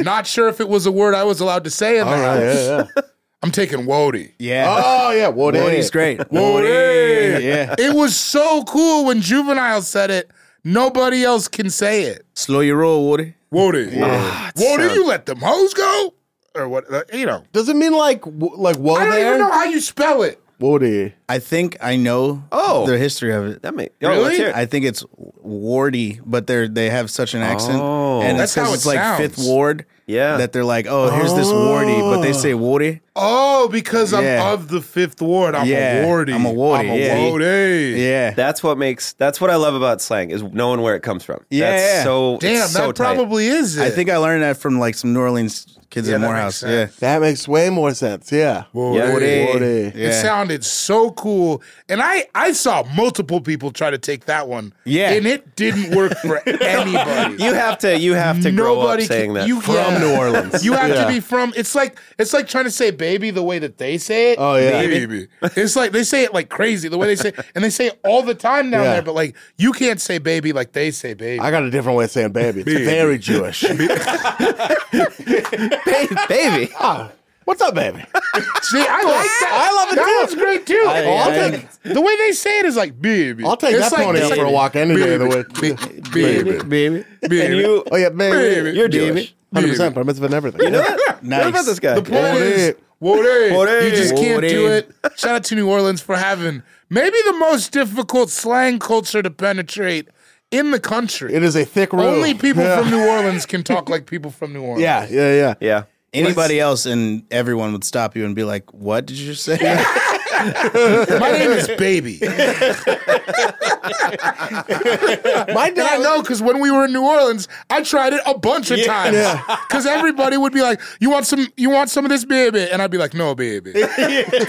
Speaker 4: not sure if it was a word I was allowed to say in the house.
Speaker 2: yeah, yeah.
Speaker 4: I'm taking Wody.
Speaker 5: Yeah.
Speaker 2: Oh yeah, what
Speaker 5: Woody's
Speaker 2: is?
Speaker 5: great.
Speaker 4: Wody.
Speaker 5: Yeah.
Speaker 4: It was so cool when juveniles said it. Nobody else can say it.
Speaker 5: Slow your roll, Woody.
Speaker 4: Woody.
Speaker 5: Ah,
Speaker 4: Woody, you let them hoes go? Or what? uh, You know.
Speaker 2: Does it mean like w- like whoa
Speaker 4: I don't
Speaker 2: there?
Speaker 4: even know how you spell it.
Speaker 2: Woody.
Speaker 5: I think I know
Speaker 1: Oh.
Speaker 5: the history of it.
Speaker 1: That may, oh, let's hear it.
Speaker 5: I think it's wardy, but they are they have such an accent,
Speaker 1: Oh.
Speaker 5: and
Speaker 4: That's
Speaker 5: it's 'cause
Speaker 4: how it
Speaker 5: it's like
Speaker 4: sounds.
Speaker 5: Fifth Ward.
Speaker 1: Yeah.
Speaker 5: that they're like, oh, here's this wardy, but they say wardy.
Speaker 4: Oh, because
Speaker 5: Yeah.
Speaker 4: I'm of the fifth ward. I'm
Speaker 5: Yeah,
Speaker 4: a wardy.
Speaker 5: I'm a wardy,
Speaker 4: I'm a
Speaker 5: yeah.
Speaker 1: Oh.
Speaker 4: wardy.
Speaker 5: Yeah,
Speaker 1: That's what makes. That's what I love about slang is knowing where it comes from.
Speaker 5: Yeah,
Speaker 1: That's
Speaker 5: yeah.
Speaker 1: so it's
Speaker 4: Damn,
Speaker 1: so
Speaker 4: that
Speaker 1: tight.
Speaker 4: probably is it.
Speaker 5: I think I learned that from like some New Orleans kids
Speaker 4: Yeah,
Speaker 5: in
Speaker 4: that makes
Speaker 5: Morehouse. Yeah,
Speaker 4: sense.
Speaker 2: That makes way more sense. Yeah.
Speaker 1: Yeah.
Speaker 2: Woody.
Speaker 4: It sounded so cool. And I, I saw multiple people try to take that one.
Speaker 5: Yeah.
Speaker 4: And it didn't work for anybody.
Speaker 1: You have to. You have to grow
Speaker 4: Nobody
Speaker 1: up saying
Speaker 4: can,
Speaker 1: that.
Speaker 4: You,
Speaker 5: From New Orleans.
Speaker 4: You have
Speaker 2: Yeah.
Speaker 4: to be from it's like it's like trying to say baby the way that they say it.
Speaker 2: Oh, yeah.
Speaker 4: Baby. It's like they say it like crazy, the way they say it. And they say it all the time down
Speaker 2: Yeah.
Speaker 4: there, but like you can't say baby like they say baby.
Speaker 2: I got a different way of saying baby. It's very Jewish.
Speaker 1: Ba- baby.
Speaker 2: What's up, baby?
Speaker 4: See, I like that.
Speaker 2: I love it
Speaker 4: That
Speaker 2: too.
Speaker 4: one's great too.
Speaker 2: I-
Speaker 4: Oh, I'll
Speaker 2: I-
Speaker 4: take- the way they say it is like baby.
Speaker 2: I'll take
Speaker 4: It's
Speaker 2: that pony
Speaker 4: it's
Speaker 2: out for a walk any day of the
Speaker 4: baby,
Speaker 2: week.
Speaker 4: Baby. Baby.
Speaker 5: baby.
Speaker 1: And you.
Speaker 2: Oh yeah, baby.
Speaker 4: Baby.
Speaker 1: You're Jewish.
Speaker 2: Hundred percent, but I'm missing everything. You know
Speaker 1: Nice. What about this guy?
Speaker 4: The point
Speaker 2: Woody.
Speaker 4: is, Woody,
Speaker 1: Woody.
Speaker 4: you just can't
Speaker 5: Woody.
Speaker 4: do it. Shout out to New Orleans for having maybe the most difficult slang culture to penetrate in the country.
Speaker 2: It is a thick room.
Speaker 4: Only people
Speaker 2: yeah.
Speaker 4: from New Orleans can talk like people from New Orleans.
Speaker 2: Yeah, yeah, yeah.
Speaker 1: yeah.
Speaker 5: Anybody else and everyone would stop you and be like, "What did you just say?"
Speaker 4: My name is Baby. and
Speaker 2: My
Speaker 4: I
Speaker 2: dad.
Speaker 4: know because when we were in New Orleans, I tried it a bunch of times. Because everybody would be like, You want some you want some of this baby? And I'd be like, No, baby. And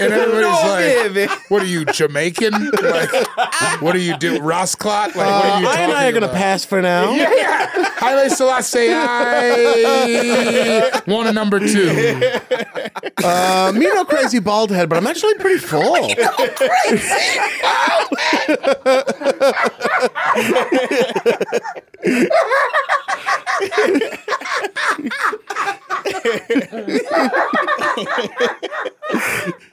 Speaker 4: everybody's like, What are you, Jamaican? Like, what do you do? Ross Clot? Like, what
Speaker 2: Uh,
Speaker 4: are you
Speaker 2: I and I are
Speaker 4: talking
Speaker 2: gonna
Speaker 4: about?
Speaker 2: pass for now.
Speaker 4: Yeah, yeah. Haile Selassie, I want a number two.
Speaker 2: Uh, me no crazy bald head, but I'm actually pretty full.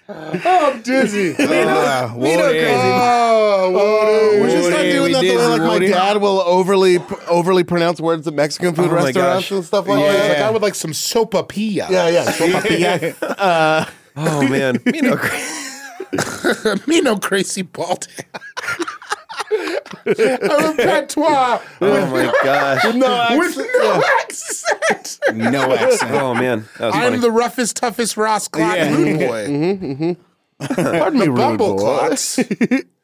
Speaker 4: I'm dizzy.
Speaker 5: Wow, Woody.
Speaker 4: Oh, Woody.
Speaker 2: We should start
Speaker 5: Woody,
Speaker 2: doing
Speaker 5: we
Speaker 2: that the
Speaker 5: did,
Speaker 2: way like my
Speaker 5: Woody.
Speaker 2: dad will overly overly pronounce words at Mexican food
Speaker 1: Oh my
Speaker 2: restaurants
Speaker 1: gosh.
Speaker 2: and stuff like
Speaker 4: Oh, yeah.
Speaker 2: that.
Speaker 4: Like I would like some sopapilla.
Speaker 2: Yeah, yeah. So my PF.
Speaker 1: Oh man. You know.
Speaker 4: Me no crazy bald. A repertoire
Speaker 1: Oh my gosh.
Speaker 2: no,
Speaker 4: with
Speaker 2: accent.
Speaker 4: no accent.
Speaker 5: No accent.
Speaker 1: Oh man. That was funny.
Speaker 4: I'm the roughest, toughest Ross Clot rude boy.
Speaker 2: pardon me, rude
Speaker 4: Bumble
Speaker 2: boy.
Speaker 4: clots.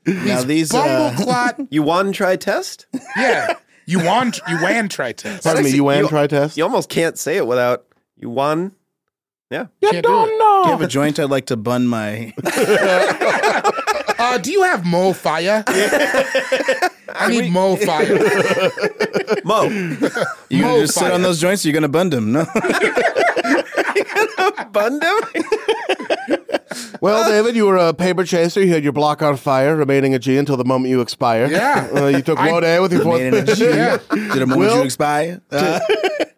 Speaker 5: Now these uh,
Speaker 4: Bumble clot.
Speaker 1: you won try test.
Speaker 4: Yeah. You want you wan try test.
Speaker 2: Pardon me, you and try test.
Speaker 1: You almost can't say it without you won. Yeah.
Speaker 2: You don't know.
Speaker 5: do you have a joint I'd like to bun my.
Speaker 4: Uh, do you have mo fire? I need mo fire.
Speaker 1: Mo.
Speaker 5: You gonna
Speaker 4: Mo
Speaker 5: just sit
Speaker 4: fire.
Speaker 5: on those joints? Or you gonna bun them? No.
Speaker 1: Bundo.
Speaker 2: Well, David, you were a paper chaser. You had your block on fire, remaining a G until the moment you expired.
Speaker 4: Yeah.
Speaker 2: Uh, you took
Speaker 4: I-
Speaker 2: one day with your fourth.
Speaker 5: Made in a G.
Speaker 4: Yeah.
Speaker 5: Did a moment
Speaker 2: Will-
Speaker 5: you expire? Uh,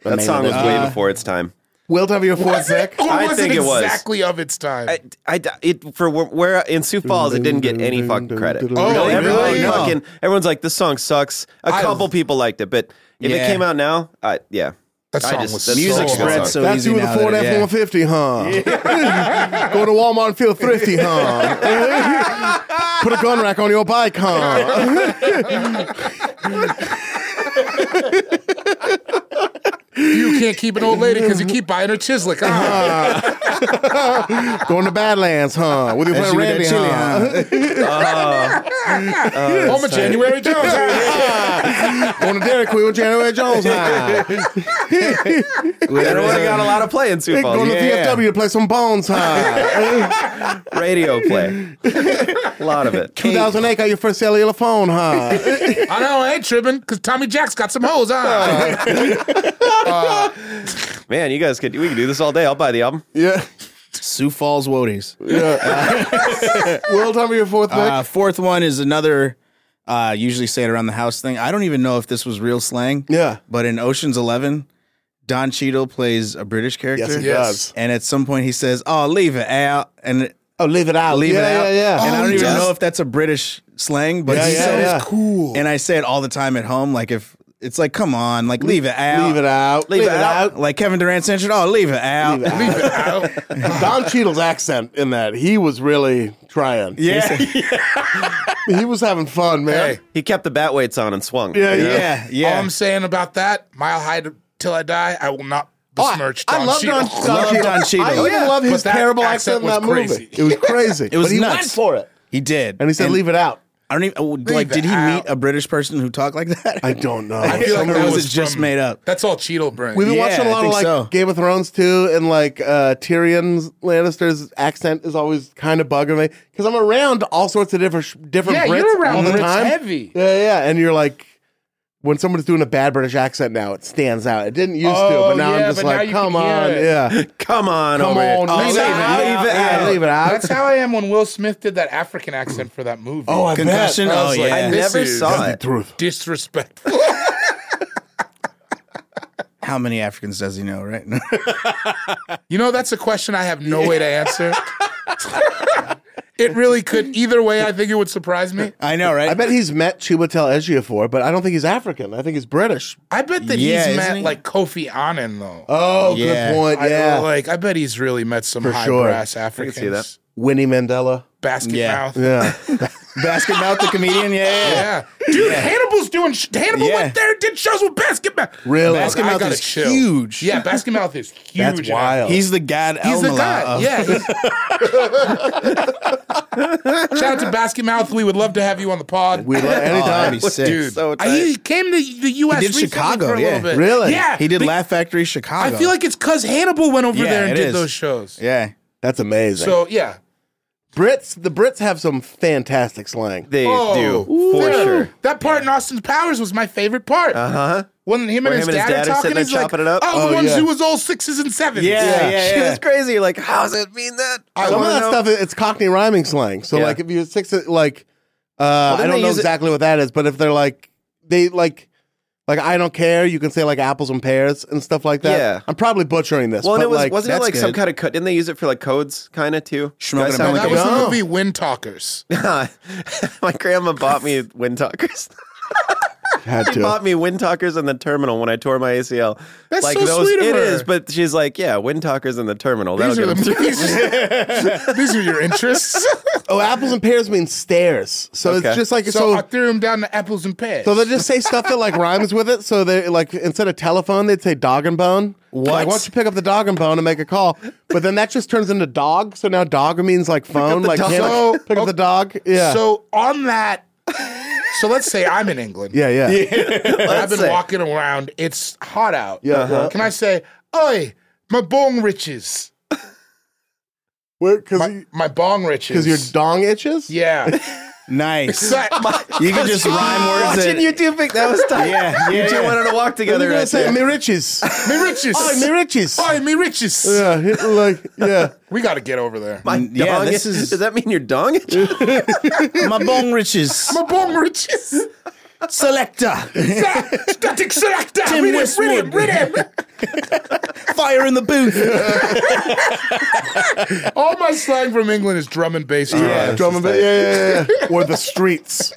Speaker 1: That song was way before its time.
Speaker 2: Will to have your fourth pick.
Speaker 4: Or
Speaker 1: I
Speaker 4: was
Speaker 1: think
Speaker 4: it
Speaker 1: it was.
Speaker 4: exactly of its time?
Speaker 1: I, I, it for where, where in Sioux Falls it didn't get any fucking credit.
Speaker 2: Oh,
Speaker 1: No, everybody
Speaker 4: really?
Speaker 1: fucking everyone's like this song sucks. A
Speaker 4: I-
Speaker 1: couple people liked it, but if it
Speaker 5: Yeah.
Speaker 1: came out now, I yeah.
Speaker 4: that
Speaker 1: I
Speaker 4: song
Speaker 1: just-
Speaker 4: was
Speaker 1: that
Speaker 4: so
Speaker 5: music
Speaker 1: song.
Speaker 4: hard.
Speaker 5: spreads so
Speaker 2: That's
Speaker 5: easy
Speaker 2: you with a
Speaker 5: now.
Speaker 2: Ford
Speaker 5: that-
Speaker 2: F
Speaker 5: yeah.
Speaker 2: one fifty, huh? Go to Walmart and feel thrifty, huh? Put a gun rack on your bike, huh?
Speaker 4: You can't keep an old lady because you keep buying her Chislik. Ah.
Speaker 2: Going to Badlands, huh? With your
Speaker 5: That's
Speaker 2: friend
Speaker 5: you with that
Speaker 2: Randy,
Speaker 5: chili,
Speaker 2: huh?
Speaker 5: huh?
Speaker 4: Home of January Jones. Ah.
Speaker 2: Going to Dairy Queen with January Jones, huh?
Speaker 1: Everyone got a lot of play in Sioux Falls.
Speaker 2: Going to
Speaker 1: Yeah.
Speaker 2: DFW to play some bones, huh?
Speaker 1: Radio play, a lot of it.
Speaker 2: 2008 got your first cellular phone, huh?
Speaker 4: I know, I ain't tripping because Tommy Jack's got some hoes. Ah.
Speaker 1: Man, you guys could we could do this all day. I'll buy the album.
Speaker 2: Yeah.
Speaker 5: Sioux Falls Woties.
Speaker 2: Will, tell me your fourth pick.
Speaker 5: Uh, fourth one is another. Uh, usually say it around the house thing. I don't even know if this was real slang.
Speaker 2: Yeah.
Speaker 5: But in Ocean's Eleven, Don Cheadle plays a British character.
Speaker 2: Yes, he
Speaker 4: Yes.
Speaker 2: does.
Speaker 5: And at some point he says, "Oh, leave it out," and
Speaker 2: Oh, leave it out.
Speaker 5: leave
Speaker 2: yeah,
Speaker 5: it out.
Speaker 2: Yeah, yeah.
Speaker 5: And I
Speaker 4: Oh,
Speaker 5: don't
Speaker 4: he
Speaker 5: even
Speaker 4: does?
Speaker 5: know if that's a British slang, but
Speaker 2: Yeah,
Speaker 5: he
Speaker 2: yeah,
Speaker 5: said
Speaker 2: yeah.
Speaker 4: cool.
Speaker 5: And I say it all the time at home. Like if it's like, come on, like leave it out.
Speaker 2: Leave it out.
Speaker 5: Leave, it, out. Like Kevin Durant censored. Oh, leave it out.
Speaker 2: Leave it out. Don Cheadle's accent in that he was really trying.
Speaker 5: Yeah,
Speaker 2: He was having fun, man.
Speaker 1: He kept the bat weights on and swung.
Speaker 2: Yeah,
Speaker 1: you know?
Speaker 5: yeah,
Speaker 4: All
Speaker 5: yeah.
Speaker 4: I'm saying about that, mile high to, till I die, I will not besmirch
Speaker 2: Ah, I,
Speaker 4: Don
Speaker 2: I love
Speaker 4: Cheadle.
Speaker 2: Don, Don
Speaker 5: Love
Speaker 2: Cheadle.
Speaker 5: Don Cheadle.
Speaker 2: I
Speaker 5: Oh,
Speaker 2: even
Speaker 5: yeah.
Speaker 2: love his
Speaker 4: But that
Speaker 2: terrible accent,
Speaker 4: accent
Speaker 2: in
Speaker 4: was
Speaker 2: that
Speaker 4: crazy.
Speaker 2: movie. It was crazy.
Speaker 5: It was
Speaker 2: but he went
Speaker 5: nuts.
Speaker 2: for it,
Speaker 5: he did.
Speaker 2: and he said, "Leave it out."
Speaker 5: I don't even oh, like.
Speaker 4: it
Speaker 5: Did he
Speaker 4: out.
Speaker 5: meet a British person who talked like that?
Speaker 2: I don't know.
Speaker 4: I feel like
Speaker 5: Or
Speaker 4: that
Speaker 5: was
Speaker 4: was
Speaker 5: it just
Speaker 4: from-
Speaker 5: made up?
Speaker 4: That's all Cheadle brings.
Speaker 2: We've been
Speaker 5: Yeah,
Speaker 2: watching a
Speaker 5: I
Speaker 2: lot of
Speaker 5: think
Speaker 2: like
Speaker 5: so.
Speaker 2: Game of Thrones too, and like uh, Tyrion Lannister's accent is always kind of bugging me because I'm around all sorts of different different
Speaker 4: Yeah,
Speaker 2: Brits
Speaker 4: you're around
Speaker 2: all the
Speaker 4: Brits
Speaker 2: time.
Speaker 4: heavy.
Speaker 2: Yeah, yeah, and you're like. When someone's doing a bad British accent now, it stands out. It didn't used
Speaker 4: Oh,
Speaker 2: to, but now
Speaker 4: yeah,
Speaker 2: I'm just
Speaker 4: but now
Speaker 2: like,
Speaker 4: you
Speaker 2: come
Speaker 4: can hear
Speaker 2: on,
Speaker 4: it.
Speaker 2: yeah,
Speaker 1: Come on
Speaker 2: come
Speaker 1: over here.
Speaker 2: on,
Speaker 4: leave it out.
Speaker 2: leave it
Speaker 4: Yeah.
Speaker 2: out, leave it out.
Speaker 4: That's how I am when Will Smith did that African accent for that movie.
Speaker 2: Oh, I
Speaker 5: Concussion.
Speaker 2: bet.
Speaker 5: Oh
Speaker 2: was like,
Speaker 5: yeah.
Speaker 1: I
Speaker 4: This
Speaker 1: never
Speaker 4: is-
Speaker 1: saw
Speaker 2: the
Speaker 1: it.
Speaker 2: truth.
Speaker 4: disrespectful.
Speaker 5: How many Africans does he know? Right?
Speaker 4: You know, that's a question I have no way to answer. it really could. Either way, I think it would surprise me.
Speaker 5: I know, right?
Speaker 2: I bet he's met Chiwetel Ejiofor, but I don't think he's African. I think he's British.
Speaker 4: I bet that
Speaker 5: Yeah,
Speaker 4: he's
Speaker 5: isn't
Speaker 4: met
Speaker 5: he?
Speaker 4: like Kofi Annan though.
Speaker 2: Oh,
Speaker 5: Yeah.
Speaker 2: good point.
Speaker 4: I,
Speaker 2: Yeah,
Speaker 4: like I bet he's really met some
Speaker 2: For
Speaker 4: high
Speaker 2: sure.
Speaker 4: brass Africans.
Speaker 1: see that.
Speaker 2: Winnie Mandela.
Speaker 4: Basket
Speaker 5: Yeah.
Speaker 4: mouth.
Speaker 2: Yeah,
Speaker 5: Basket Mouth, the comedian. Yeah, yeah, yeah.
Speaker 4: Yeah, dude, Hannibal's doing. Sh- Hannibal
Speaker 5: Yeah.
Speaker 4: went there, and did shows with Basket Mouth.
Speaker 2: really.
Speaker 5: Basket
Speaker 4: I
Speaker 5: Mouth
Speaker 4: gotta
Speaker 5: is
Speaker 4: chill.
Speaker 5: huge.
Speaker 4: Yeah, Basket Mouth is huge.
Speaker 2: That's
Speaker 4: in
Speaker 2: wild.
Speaker 5: He's the god.
Speaker 4: He's the guy.
Speaker 5: Of,
Speaker 4: yeah. he's- Shout out to Basket Mouth. We would love to have you on the pod.
Speaker 2: We love
Speaker 5: Oh, that'd
Speaker 2: anytime.
Speaker 5: be sick.
Speaker 4: Dude,
Speaker 1: so
Speaker 4: I- he came to the U.S.
Speaker 5: did
Speaker 4: recently
Speaker 5: Chicago,
Speaker 4: for a
Speaker 5: yeah.
Speaker 4: little bit.
Speaker 2: Really?
Speaker 4: Yeah.
Speaker 5: He did
Speaker 4: but
Speaker 5: Laugh Factory
Speaker 4: I
Speaker 5: Chicago.
Speaker 4: feel like it's because Hannibal went over
Speaker 5: Yeah,
Speaker 4: there and
Speaker 5: it
Speaker 4: did
Speaker 5: is.
Speaker 4: those shows.
Speaker 5: Yeah.
Speaker 2: That's amazing.
Speaker 4: So yeah,
Speaker 2: Brits, the Brits have some fantastic slang.
Speaker 1: They do
Speaker 4: Ooh.
Speaker 1: for
Speaker 4: Yeah.
Speaker 1: sure. Uh-huh.
Speaker 4: That part in Austin Powers was my favorite part. Uh huh. When him and,
Speaker 1: Where
Speaker 4: his,
Speaker 1: him and his
Speaker 4: dad
Speaker 1: dad
Speaker 4: are
Speaker 1: are
Speaker 4: talking,
Speaker 1: sitting there
Speaker 4: he's like,
Speaker 1: chopping it up?
Speaker 4: "Oh, the
Speaker 2: Oh,
Speaker 4: ones
Speaker 2: yeah.
Speaker 4: who was all sixes and sevens.
Speaker 5: Yeah, yeah,
Speaker 1: Shit,
Speaker 5: yeah.
Speaker 1: it's crazy. You're like, how does it mean that? I
Speaker 2: Some of
Speaker 1: wanna
Speaker 2: that
Speaker 1: know.
Speaker 2: stuff, it's Cockney rhyming slang. So
Speaker 1: Yeah.
Speaker 2: like, if you six, like,
Speaker 1: then
Speaker 2: uh, I
Speaker 1: they
Speaker 2: don't know
Speaker 1: use it-
Speaker 2: exactly what that is, but if they're like, they like. Like I don't care. You can say like apples and pears and stuff like that.
Speaker 1: Yeah.
Speaker 2: I'm probably butchering this.
Speaker 1: Well, and
Speaker 2: but
Speaker 1: it was
Speaker 2: like,
Speaker 1: wasn't it
Speaker 5: that's
Speaker 1: like some
Speaker 5: good.
Speaker 1: kind of code? Didn't they use it for like codes, kind of too? Do I
Speaker 5: Schmucking
Speaker 1: sound
Speaker 5: about
Speaker 4: That
Speaker 5: Okay.
Speaker 4: was the
Speaker 2: No.
Speaker 4: movie Wind Talkers.
Speaker 1: My grandma bought me wind talkers.
Speaker 2: had
Speaker 1: she
Speaker 2: to.
Speaker 1: bought me wind talkers in the terminal when I tore my ACL.
Speaker 4: That's so sweet of
Speaker 1: It
Speaker 4: her.
Speaker 1: is, but she's like, yeah, wind talkers in the terminal. That'll
Speaker 4: These are,
Speaker 1: get
Speaker 4: the,
Speaker 1: them through.
Speaker 4: these, these are your interests.
Speaker 2: Oh, apples and pears mean stairs. So it's
Speaker 1: Okay.
Speaker 2: just like
Speaker 4: so,
Speaker 2: so.
Speaker 4: I threw him down to apples and pears.
Speaker 2: so they just say stuff that like rhymes with it. So they like instead of telephone, they'd say dog and bone. What? Like, why don't you pick up the dog and bone and make a call? But then that just turns into dog. So now dog means like phone, like
Speaker 1: dog.
Speaker 2: hand-
Speaker 4: So- oh,
Speaker 2: pick up the dog. Yeah.
Speaker 4: So on that, so let's say I'm in England.
Speaker 2: yeah, yeah,
Speaker 4: And I've been walking around. It's hot out.
Speaker 2: Yeah, Uh-huh.
Speaker 4: Can I say, oi, my bong riches?
Speaker 2: Because
Speaker 4: My, my bong riches.
Speaker 2: because your dong itches.
Speaker 4: Yeah.
Speaker 5: Nice.
Speaker 4: So I-
Speaker 5: You can just rhyme words.
Speaker 1: Watching
Speaker 5: that-
Speaker 1: you two pick that was tight.
Speaker 5: Yeah,
Speaker 1: you
Speaker 5: yeah,
Speaker 1: two
Speaker 5: yeah.
Speaker 1: went on a walk
Speaker 2: They're
Speaker 1: together.
Speaker 2: gonna
Speaker 1: Right
Speaker 2: say
Speaker 1: there.
Speaker 2: me riches.
Speaker 4: me riches.
Speaker 2: Oi, me riches.
Speaker 4: Oi, me riches.
Speaker 2: Yeah, he- like yeah.
Speaker 4: We got to get over there. My,
Speaker 1: My
Speaker 5: Yeah,
Speaker 1: dong-
Speaker 5: this is-
Speaker 1: Does that mean your dong?
Speaker 5: My bone riches.
Speaker 4: bong riches.
Speaker 5: Selector.
Speaker 4: Static selector.
Speaker 5: Tim
Speaker 4: Read him,
Speaker 5: Westwood.
Speaker 4: read him, read him.
Speaker 5: Fire in the booth.
Speaker 4: All my slang from England is drum and bass.
Speaker 2: Yeah,
Speaker 4: Yeah.
Speaker 2: drum and ba- yeah, yeah, yeah, yeah. or the streets,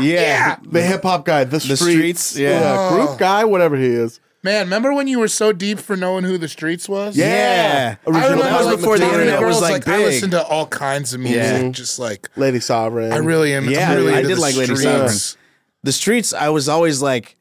Speaker 5: Yeah.
Speaker 2: the hip hop guy, the streets,
Speaker 5: streets, yeah.
Speaker 4: Oh.
Speaker 2: group guy, whatever he is.
Speaker 4: Man, remember when you were so deep for knowing who the streets was?
Speaker 5: Yeah.
Speaker 2: Yeah.
Speaker 4: I
Speaker 2: Original
Speaker 4: remember
Speaker 5: That was
Speaker 4: like,
Speaker 5: before the
Speaker 4: talking to
Speaker 5: internet was,
Speaker 4: girls,
Speaker 5: like,
Speaker 4: I
Speaker 5: big.
Speaker 4: listened to all kinds of music,
Speaker 5: Yeah.
Speaker 4: just like
Speaker 2: Lady Sovereign.
Speaker 4: I really am.
Speaker 5: Yeah,
Speaker 4: I'm really
Speaker 5: I
Speaker 4: into
Speaker 5: did
Speaker 4: the
Speaker 5: like Lady
Speaker 4: streets.
Speaker 5: The streets, I was always like,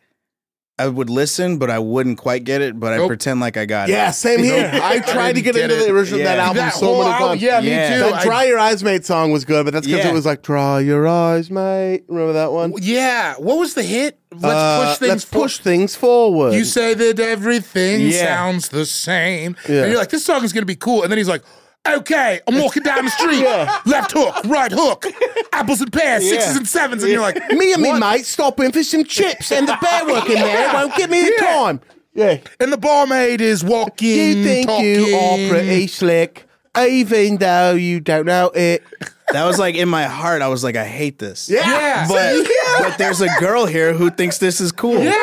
Speaker 5: I would listen, but I wouldn't quite get it, but I
Speaker 4: Nope.
Speaker 5: pretend like I got
Speaker 2: yeah,
Speaker 5: it.
Speaker 2: same here. I tried to
Speaker 4: didn't
Speaker 2: get,
Speaker 4: get
Speaker 2: into
Speaker 4: it.
Speaker 2: the original that
Speaker 5: Yeah.
Speaker 2: album
Speaker 4: That
Speaker 2: so
Speaker 4: whole
Speaker 2: many
Speaker 4: album-
Speaker 2: times.
Speaker 4: yeah, me
Speaker 5: Yeah.
Speaker 4: too.
Speaker 2: That Dry Your Eyes Mate song was good, but that's because
Speaker 5: Yeah.
Speaker 2: it was like Dry Your Eyes Mate. Remember that one?
Speaker 4: I- yeah, what was the hit? Let's
Speaker 2: Uh,
Speaker 4: push things.
Speaker 2: let's
Speaker 4: for-
Speaker 2: push things forward.
Speaker 4: You say that everything
Speaker 5: Yeah.
Speaker 4: sounds the same,
Speaker 2: Yeah.
Speaker 4: and you're like, "This song is gonna be cool," and then he's like. Okay, I'm walking down the street. Left hook, right hook, apples and pears, sixes and sevens, and you're like,
Speaker 2: me and me mate stopping for some chips, and the bear working there won't give me the
Speaker 4: Yeah.
Speaker 2: time. Yeah,
Speaker 4: and the barmaid is walking.
Speaker 2: you think you are
Speaker 4: talking.
Speaker 2: pretty slick, even though you don't know it.
Speaker 5: That was like in my heart. I was like, I hate this.
Speaker 4: Yeah.
Speaker 5: But, but there's a girl here who thinks this is cool.
Speaker 4: Yeah,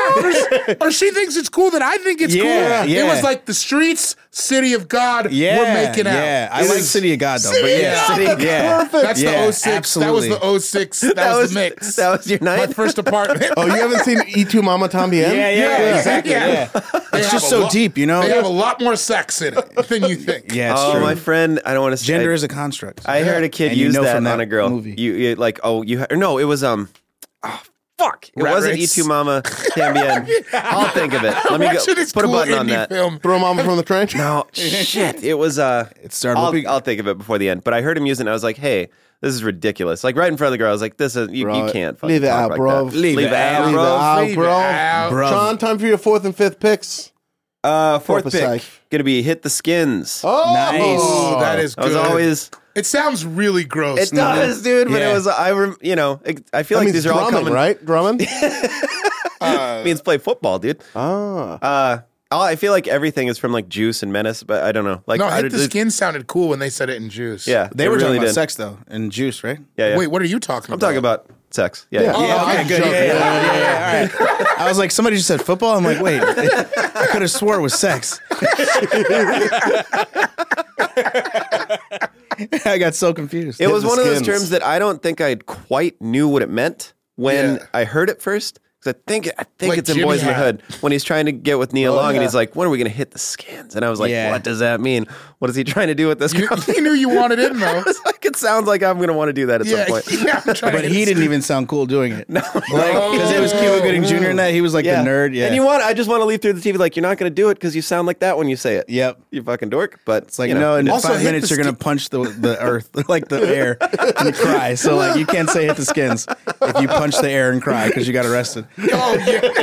Speaker 4: or, or she thinks it's cool that I think it's
Speaker 5: Yeah,
Speaker 4: cool. It
Speaker 5: yeah.
Speaker 4: was like the streets, city of God,
Speaker 5: Yeah,
Speaker 4: we're making out.
Speaker 5: Yeah, I
Speaker 4: This
Speaker 5: like
Speaker 4: is-
Speaker 5: City of God though. but
Speaker 4: City of
Speaker 5: yeah,
Speaker 4: God,
Speaker 5: City,
Speaker 4: that's
Speaker 5: yeah.
Speaker 2: perfect.
Speaker 4: That's
Speaker 5: Yeah,
Speaker 4: the 06.
Speaker 5: absolutely.
Speaker 4: That was the 06. That, was, the mix.
Speaker 1: That was your
Speaker 4: my
Speaker 1: night.
Speaker 4: first apartment.
Speaker 2: Oh, you haven't seen E2 Mama Tom Hien?
Speaker 5: Yeah, yeah,
Speaker 4: Yeah,
Speaker 5: exactly.
Speaker 4: yeah.
Speaker 5: Yeah.
Speaker 4: They
Speaker 5: It's
Speaker 4: have
Speaker 5: just
Speaker 4: a
Speaker 5: so
Speaker 4: lot-
Speaker 5: deep, you know.
Speaker 4: They have a lot more sex in it than you think.
Speaker 5: Yeah, it's
Speaker 1: oh,
Speaker 5: true.
Speaker 1: my friend, I don't want to.
Speaker 5: Gender is a construct.
Speaker 1: I heard a kid
Speaker 5: And you
Speaker 1: use
Speaker 5: know
Speaker 1: that,
Speaker 5: from
Speaker 1: on
Speaker 5: that
Speaker 1: a girl.
Speaker 5: movie.
Speaker 1: You, you like, oh, you ha- or no, it was um, oh, fuck, it
Speaker 4: Rat
Speaker 1: wasn't
Speaker 4: race.
Speaker 1: E2 Mama Tambien. I'll think of it. Let me go,
Speaker 4: Watching this
Speaker 1: put a
Speaker 4: cool
Speaker 1: button on
Speaker 4: indie
Speaker 1: that.
Speaker 4: Film.
Speaker 2: Throw Mama from the Trench?
Speaker 1: No, shit, it was uh,
Speaker 5: it started.
Speaker 1: I'll,
Speaker 5: with-
Speaker 1: I'll think of it before the end. But I heard him use it, and I was like, hey. This is ridiculous. Like right in front of the girl, I was like, "This is you,
Speaker 2: Bro,
Speaker 1: you can't fucking
Speaker 2: leave it
Speaker 1: talk
Speaker 2: out,
Speaker 1: like
Speaker 2: bro.
Speaker 1: that.
Speaker 5: Leave
Speaker 1: Leave
Speaker 5: it
Speaker 1: it out,
Speaker 2: Leave it
Speaker 1: bro.
Speaker 2: out,
Speaker 4: leave
Speaker 2: Ah, bro.
Speaker 4: it out.
Speaker 5: Bro.
Speaker 2: Sean, time for your fourth and fifth picks.
Speaker 1: Uh, fourth
Speaker 2: Fourth
Speaker 1: pick
Speaker 2: aside.
Speaker 1: gonna be hit the skins.
Speaker 2: Oh,
Speaker 4: Oh, that is
Speaker 1: I was
Speaker 4: good.
Speaker 1: always
Speaker 4: it sounds really
Speaker 1: it
Speaker 4: gross.
Speaker 1: does, dude. But
Speaker 5: Yeah.
Speaker 1: it was I rem, you know I- I feel like
Speaker 2: means
Speaker 1: these are all
Speaker 2: drumming,
Speaker 1: coming
Speaker 2: right? Drummond?
Speaker 1: It means play football, dude.
Speaker 2: ah.
Speaker 1: Uh, all- I feel like everything is from like Juice and Menace, but I don't know. Like
Speaker 4: no,
Speaker 1: I
Speaker 4: hit the
Speaker 1: did-
Speaker 4: skin sounded cool when they said it in juice.
Speaker 1: Yeah,
Speaker 5: they
Speaker 1: it
Speaker 5: were
Speaker 1: really
Speaker 5: talking about
Speaker 1: did.
Speaker 5: sex though and juice, right?
Speaker 1: Yeah, yeah.
Speaker 4: Wait, what are you talking
Speaker 1: I'm
Speaker 4: about?
Speaker 1: talking about sex. Yeah,
Speaker 2: Yeah.
Speaker 1: yeah.
Speaker 2: Oh,
Speaker 5: okay,
Speaker 2: I'm
Speaker 5: good. Yeah,
Speaker 2: joking.
Speaker 5: yeah, yeah, yeah, yeah, all right. I was like, somebody just said football. I'm like, wait, I could have swore it was sex. I got so confused.
Speaker 1: It was
Speaker 2: the
Speaker 1: one of those
Speaker 2: skins.
Speaker 1: terms that I don't think I quite knew what it meant when
Speaker 4: Yeah.
Speaker 1: I heard it first. Because I think I think
Speaker 4: Like
Speaker 1: it's in
Speaker 4: Jimmy
Speaker 1: Boys in the
Speaker 4: had.
Speaker 1: Hood when he's trying to get with
Speaker 2: Oh,
Speaker 1: Nia Long and he's like, "When are we gonna hit the skins?" And I was like,
Speaker 5: Yeah.
Speaker 1: "What does that mean? What is he trying to do with this?"
Speaker 4: You,
Speaker 1: girl?"
Speaker 4: you knew you wanted in though.
Speaker 1: It's like it sounds like I'm gonna want to do that at
Speaker 4: yeah,
Speaker 1: some point.
Speaker 4: yeah. I'm trying to
Speaker 5: but
Speaker 4: get
Speaker 5: he
Speaker 4: a-
Speaker 5: didn't even sound cool doing it. No, because it was
Speaker 4: Oh.
Speaker 5: Cuba Gooding Jr. and that he was like the nerd. Yeah,
Speaker 1: And you want I just want to leave through the TV like you're not gonna do it because you sound like that when you say it.
Speaker 5: Yep.
Speaker 1: You fucking dork. But
Speaker 5: It's like
Speaker 1: you
Speaker 5: no, in
Speaker 4: Also
Speaker 5: five
Speaker 4: hit
Speaker 5: minutes
Speaker 4: the
Speaker 5: you're gonna punch the the earth like the air and cry. So like you can't say hit the skins if you punch the air and cry because you got arrested.
Speaker 4: Oh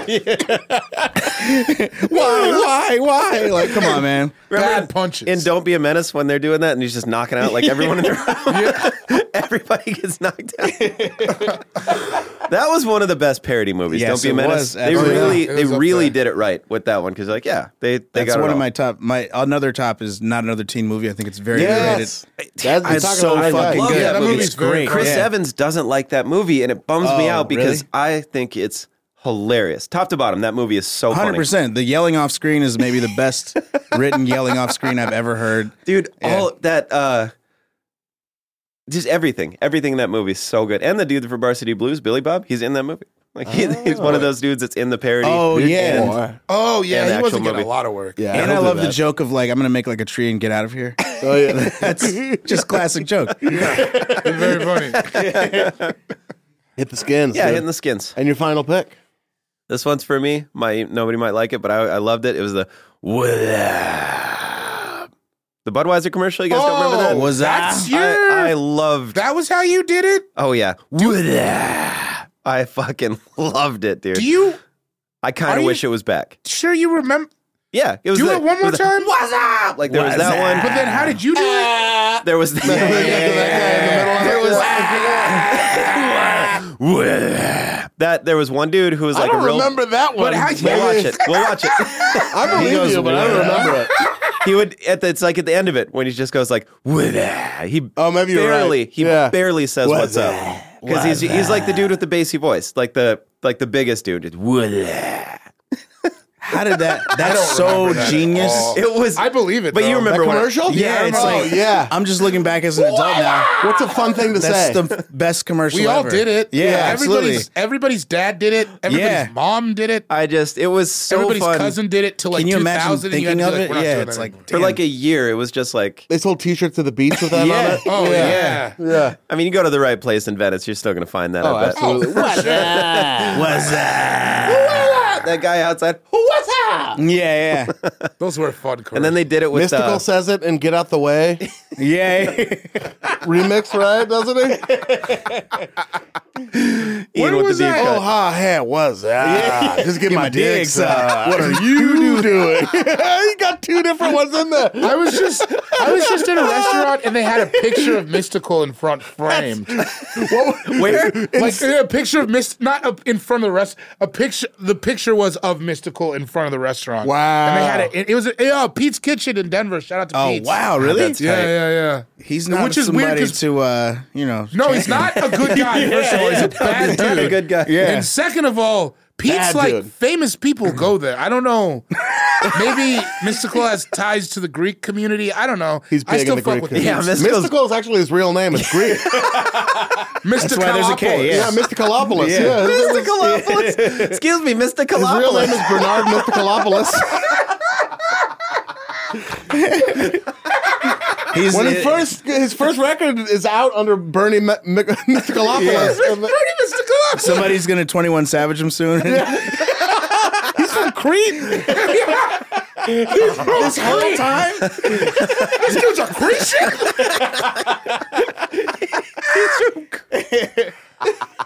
Speaker 4: yeah,
Speaker 5: why, why, why? Like come on, man.
Speaker 4: bad punches.
Speaker 1: And don't be a menace when they're doing that and he's just knocking out like everyone in the room. Everybody gets knocked out. that was one of the best parody movies.
Speaker 5: Yes,
Speaker 1: don't be a
Speaker 5: it
Speaker 1: menace.
Speaker 5: was. Oh,
Speaker 1: they
Speaker 5: Absolutely.
Speaker 1: really
Speaker 4: It was
Speaker 1: they
Speaker 4: up
Speaker 1: really
Speaker 4: there.
Speaker 1: did it right with that one because like yeah, they they
Speaker 5: That's
Speaker 1: got it
Speaker 5: one of
Speaker 1: all.
Speaker 5: my top. My another top is not another teen movie. I think it's very
Speaker 2: Yes. That's
Speaker 5: underrated. It's so fucking
Speaker 1: love
Speaker 5: good.
Speaker 1: that movie.
Speaker 5: It's
Speaker 4: It's very
Speaker 5: great.
Speaker 4: funny.
Speaker 1: Chris
Speaker 5: yeah.
Speaker 1: Evans doesn't like that movie and it bums me
Speaker 5: Oh,
Speaker 1: out because
Speaker 5: really?
Speaker 1: I think it's hilarious. Top to bottom, that movie is so
Speaker 5: Hundred
Speaker 1: funny.
Speaker 5: percent. The yelling off screen is maybe the best written yelling off screen I've ever heard.
Speaker 1: dude
Speaker 5: Yeah.
Speaker 1: all that uh just everything everything in that movie is so good and the dude for varsity blues billy bob he's in that movie like he, he's one of those dudes that's in the parody
Speaker 5: Oh yeah, and,
Speaker 2: Or-
Speaker 4: Oh yeah,
Speaker 1: Yeah, the
Speaker 4: he wasn't
Speaker 1: actual
Speaker 4: getting
Speaker 1: movie.
Speaker 4: a lot of work.
Speaker 2: yeah,
Speaker 5: and I
Speaker 2: don't do
Speaker 5: love the
Speaker 2: that.
Speaker 5: joke of like I'm gonna make like a tree and get out of here.
Speaker 2: Oh, yeah.
Speaker 5: That's just classic joke.
Speaker 4: very funny.
Speaker 2: Hit the skins.
Speaker 1: yeah
Speaker 2: dude.
Speaker 1: hitting the skins
Speaker 2: and your final pick.
Speaker 1: this one's for me my nobody might like it but i, I loved it it was the the budweiser commercial you guys don't remember that
Speaker 5: was
Speaker 4: that's
Speaker 5: I-
Speaker 4: Oh, your,
Speaker 1: I, I loved
Speaker 4: that was how you did it.
Speaker 1: oh yeah i fucking loved it dude
Speaker 4: Do you
Speaker 1: i kind
Speaker 4: are
Speaker 1: of
Speaker 4: you-
Speaker 1: wish it was back
Speaker 4: sure you remember?
Speaker 1: yeah it was
Speaker 4: Do
Speaker 1: the-
Speaker 4: it one more
Speaker 1: was the-
Speaker 4: time. What's up?
Speaker 1: like there was that Ah, one
Speaker 4: But then how did you do it?
Speaker 1: There was the, that there was one dude who was like
Speaker 2: I
Speaker 1: a
Speaker 2: don't
Speaker 1: real
Speaker 2: remember that one.
Speaker 4: But how you
Speaker 1: We'll watch it. We'll watch it.
Speaker 2: I believe you, but I don't remember it.
Speaker 1: he would at the, it's like at the end of it when he just goes like "Wah-ah." he
Speaker 2: Oh, maybe you're
Speaker 1: barely
Speaker 2: right.
Speaker 1: he
Speaker 2: Yeah.
Speaker 1: barely says
Speaker 2: Wah-ah.
Speaker 1: what's up because he's he's like the dude with the bassy voice like the like the biggest dude. It's, "Wah-ah."
Speaker 5: How did that? That's so genius.
Speaker 2: Oh.
Speaker 1: It was
Speaker 4: I believe it.
Speaker 1: But you
Speaker 4: though.
Speaker 1: remember when I-
Speaker 2: commercial?
Speaker 5: Yeah, it's
Speaker 2: oh,
Speaker 5: like
Speaker 2: yeah.
Speaker 5: I'm just looking back as an adult now.
Speaker 2: What's a fun thing to say?
Speaker 5: That's the best commercial.
Speaker 4: we all
Speaker 5: ever.
Speaker 4: did it.
Speaker 5: Yeah, absolutely.
Speaker 4: everybody's everybody's dad did it. Everybody's
Speaker 5: Yeah.
Speaker 4: mom did it.
Speaker 1: I just it was so
Speaker 4: everybody's
Speaker 1: fun
Speaker 4: cousin did it till like
Speaker 5: Can you
Speaker 4: 2000
Speaker 5: imagine
Speaker 4: and you had to
Speaker 5: thinking of
Speaker 4: be like,
Speaker 5: it?
Speaker 4: we're not
Speaker 5: Yeah,
Speaker 4: doing
Speaker 5: it's
Speaker 4: that
Speaker 5: like
Speaker 4: anymore.
Speaker 1: for like a year. It was just like
Speaker 2: they sold T-shirts to the beach with that on
Speaker 5: Yeah.
Speaker 2: it.
Speaker 4: oh yeah. yeah.
Speaker 2: Yeah.
Speaker 1: I mean you go to the right place in Venice, you're still gonna find that. I bet.
Speaker 4: Oh, for sure.
Speaker 5: Was that?
Speaker 1: That guy outside.
Speaker 5: Yeah, yeah,
Speaker 4: Those were fun.
Speaker 1: And then they did it with
Speaker 2: Mystical
Speaker 1: uh,
Speaker 2: says it and get out the way.
Speaker 5: yeah.
Speaker 2: Remix, right? Doesn't he?
Speaker 1: Ian with
Speaker 4: was
Speaker 1: the deep
Speaker 4: that?
Speaker 1: cut.
Speaker 2: Oh, how hot was that? Just get, my,
Speaker 5: my
Speaker 2: dick
Speaker 5: dick
Speaker 2: sucked. What are you doing? you got two different ones in there.
Speaker 4: I was just I was just in a restaurant and they had a picture of Mystical in front framed.
Speaker 1: Where?
Speaker 4: like a picture of Mist not up in front of the rest a picture the picture was of Mystical in front of the restaurant.
Speaker 2: Wow.
Speaker 4: And they had it it, was a, oh, Pete's Kitchen in Denver. Shout out to
Speaker 5: Oh
Speaker 4: Pete's.
Speaker 5: wow, really?
Speaker 1: That's
Speaker 4: Yeah,
Speaker 1: tight.
Speaker 4: yeah, yeah.
Speaker 5: He's not
Speaker 4: Which is weird
Speaker 5: somebody
Speaker 4: 'cause-
Speaker 5: to uh, you know.
Speaker 4: No, he's not a good guy. First of all, he's a bad
Speaker 1: Not a
Speaker 4: dude.
Speaker 1: good guy.
Speaker 5: Yeah.
Speaker 4: And second of all, Pete's
Speaker 2: Bad
Speaker 4: like
Speaker 2: dude.
Speaker 4: famous people go there. I don't know. Maybe Mystical has ties to the Greek community. I don't know.
Speaker 2: He's
Speaker 4: I
Speaker 2: big
Speaker 4: still
Speaker 2: in the
Speaker 4: fuck
Speaker 2: Greek
Speaker 4: with
Speaker 2: community.
Speaker 4: Pete.
Speaker 1: Yeah, Mystical's
Speaker 2: Mystical is actually his real name. It's Greek.
Speaker 4: Mr.
Speaker 5: why there's a K,
Speaker 4: Kalopoulos.
Speaker 2: yeah,
Speaker 5: yeah.
Speaker 2: Mysticalopolis. Yeah. His,
Speaker 1: Mr. Kalopoulos. Excuse me, Mr.
Speaker 2: his real name
Speaker 1: Kalopoulos.
Speaker 2: is Bernard Mysticalopolis.
Speaker 5: He's
Speaker 2: when he first his first record is out under Bernie M- M- Mysticalopolis. And the-
Speaker 5: somebody's gonna twenty one savage him soon.
Speaker 2: Creep.
Speaker 5: this whole time,
Speaker 4: This dude's a Christian.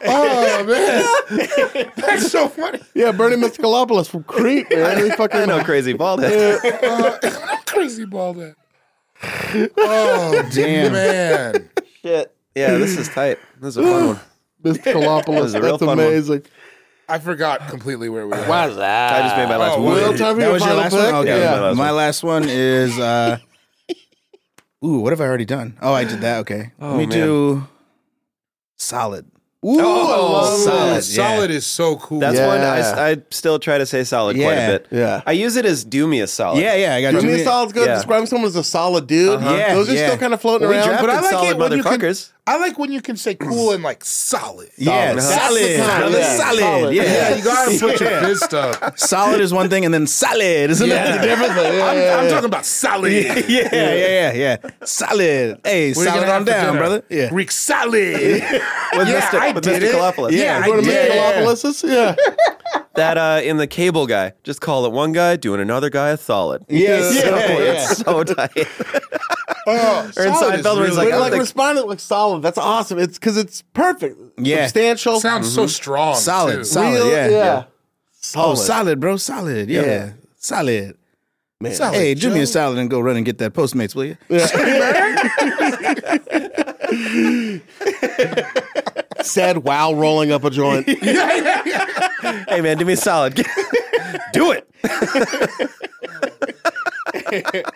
Speaker 4: oh man, that's so funny.
Speaker 2: Yeah, Bernie Mysticalopolis from Creep. Man. He fucking
Speaker 1: I know, crazy bald head.
Speaker 4: Crazy bald head. Oh
Speaker 5: damn.
Speaker 4: man,
Speaker 1: Shit. Yeah, this is tight. This is a fun one.
Speaker 2: Mysticalopolis.
Speaker 1: a real
Speaker 2: That's
Speaker 1: fun one.
Speaker 2: amazing.
Speaker 4: I forgot completely where we were.
Speaker 1: I just made my last
Speaker 4: Oh,
Speaker 1: one.
Speaker 2: Will, time for
Speaker 5: that
Speaker 2: your
Speaker 5: was your
Speaker 2: final
Speaker 5: last
Speaker 2: pick?
Speaker 5: one. Okay,
Speaker 1: Yeah, my
Speaker 5: yeah, my,
Speaker 1: last
Speaker 5: last
Speaker 1: one.
Speaker 5: one is. uh Ooh, what have I already done? Oh, I did that. Okay, let me
Speaker 1: man.
Speaker 5: do solid.
Speaker 2: Ooh, I love
Speaker 5: solid.
Speaker 2: it.
Speaker 4: Uh, Solid is so cool.
Speaker 1: That's
Speaker 2: Yeah.
Speaker 1: one I, I still try to say solid quite
Speaker 5: Yeah.
Speaker 1: a bit.
Speaker 2: Yeah.
Speaker 1: I use it as do me a solid.
Speaker 5: Yeah, yeah, I got
Speaker 2: Do
Speaker 5: two
Speaker 2: me a
Speaker 5: minutes.
Speaker 2: solid's good.
Speaker 1: Yeah.
Speaker 2: Describing someone as a solid dude.
Speaker 5: Yeah,
Speaker 2: Those are
Speaker 5: yeah.
Speaker 2: still kind of floating
Speaker 1: Well, we
Speaker 2: around.
Speaker 1: drafted
Speaker 4: but I like
Speaker 1: solid
Speaker 4: it when you can.
Speaker 1: motherfuckers.
Speaker 4: I like when you can say cool and like solid.
Speaker 5: Yeah,
Speaker 2: That's the
Speaker 5: solid,
Speaker 2: kind,
Speaker 5: brother,
Speaker 2: yeah.
Speaker 5: solid,
Speaker 2: Solid.
Speaker 5: yeah.
Speaker 4: Yeah, you gotta put your fist up.
Speaker 5: Solid is one thing, and then solid is another.
Speaker 2: Yeah. Different thing. Yeah,
Speaker 4: I'm,
Speaker 2: yeah,
Speaker 4: I'm
Speaker 2: yeah.
Speaker 4: talking about solid.
Speaker 5: yeah, yeah, yeah, yeah. Solid. Hey,
Speaker 4: What are you
Speaker 5: solid
Speaker 4: gonna
Speaker 5: on
Speaker 4: have for
Speaker 5: down,
Speaker 4: dinner?
Speaker 5: brother. Yeah.
Speaker 4: Greek solid.
Speaker 1: With
Speaker 4: Yeah,
Speaker 1: Mr.
Speaker 4: I
Speaker 1: with
Speaker 4: did
Speaker 1: Mr.
Speaker 4: it.
Speaker 1: Kalopoulos.
Speaker 4: Yeah,
Speaker 2: Go to
Speaker 4: I did.
Speaker 2: Mysticalopolis. Yeah.
Speaker 1: That uh, in the cable guy, just call it one guy doing another guy a solid.
Speaker 5: Yes.
Speaker 1: So,
Speaker 5: Yeah, yeah.
Speaker 1: It's so tight.
Speaker 4: Oh,
Speaker 1: Or in
Speaker 4: solid is
Speaker 1: Seinfeld where he's
Speaker 4: really-
Speaker 1: I
Speaker 2: But
Speaker 1: don't
Speaker 2: like
Speaker 1: think-
Speaker 2: responded like solid. That's awesome. It's because it's perfect.
Speaker 5: Yeah.
Speaker 2: Substantial.
Speaker 4: sounds so strong.
Speaker 5: Solid,
Speaker 4: too.
Speaker 5: solid,
Speaker 2: real.
Speaker 5: yeah.
Speaker 2: Yeah.
Speaker 5: Oh,
Speaker 2: Solid.
Speaker 5: solid, bro. Solid. Yeah.
Speaker 2: Yeah.
Speaker 5: Solid.
Speaker 4: Solid
Speaker 5: Hey, do me a
Speaker 4: Joe.
Speaker 5: solid and go run and get that Postmates, will you?
Speaker 2: Said while rolling up a joint.
Speaker 1: hey man, do me a solid. do it.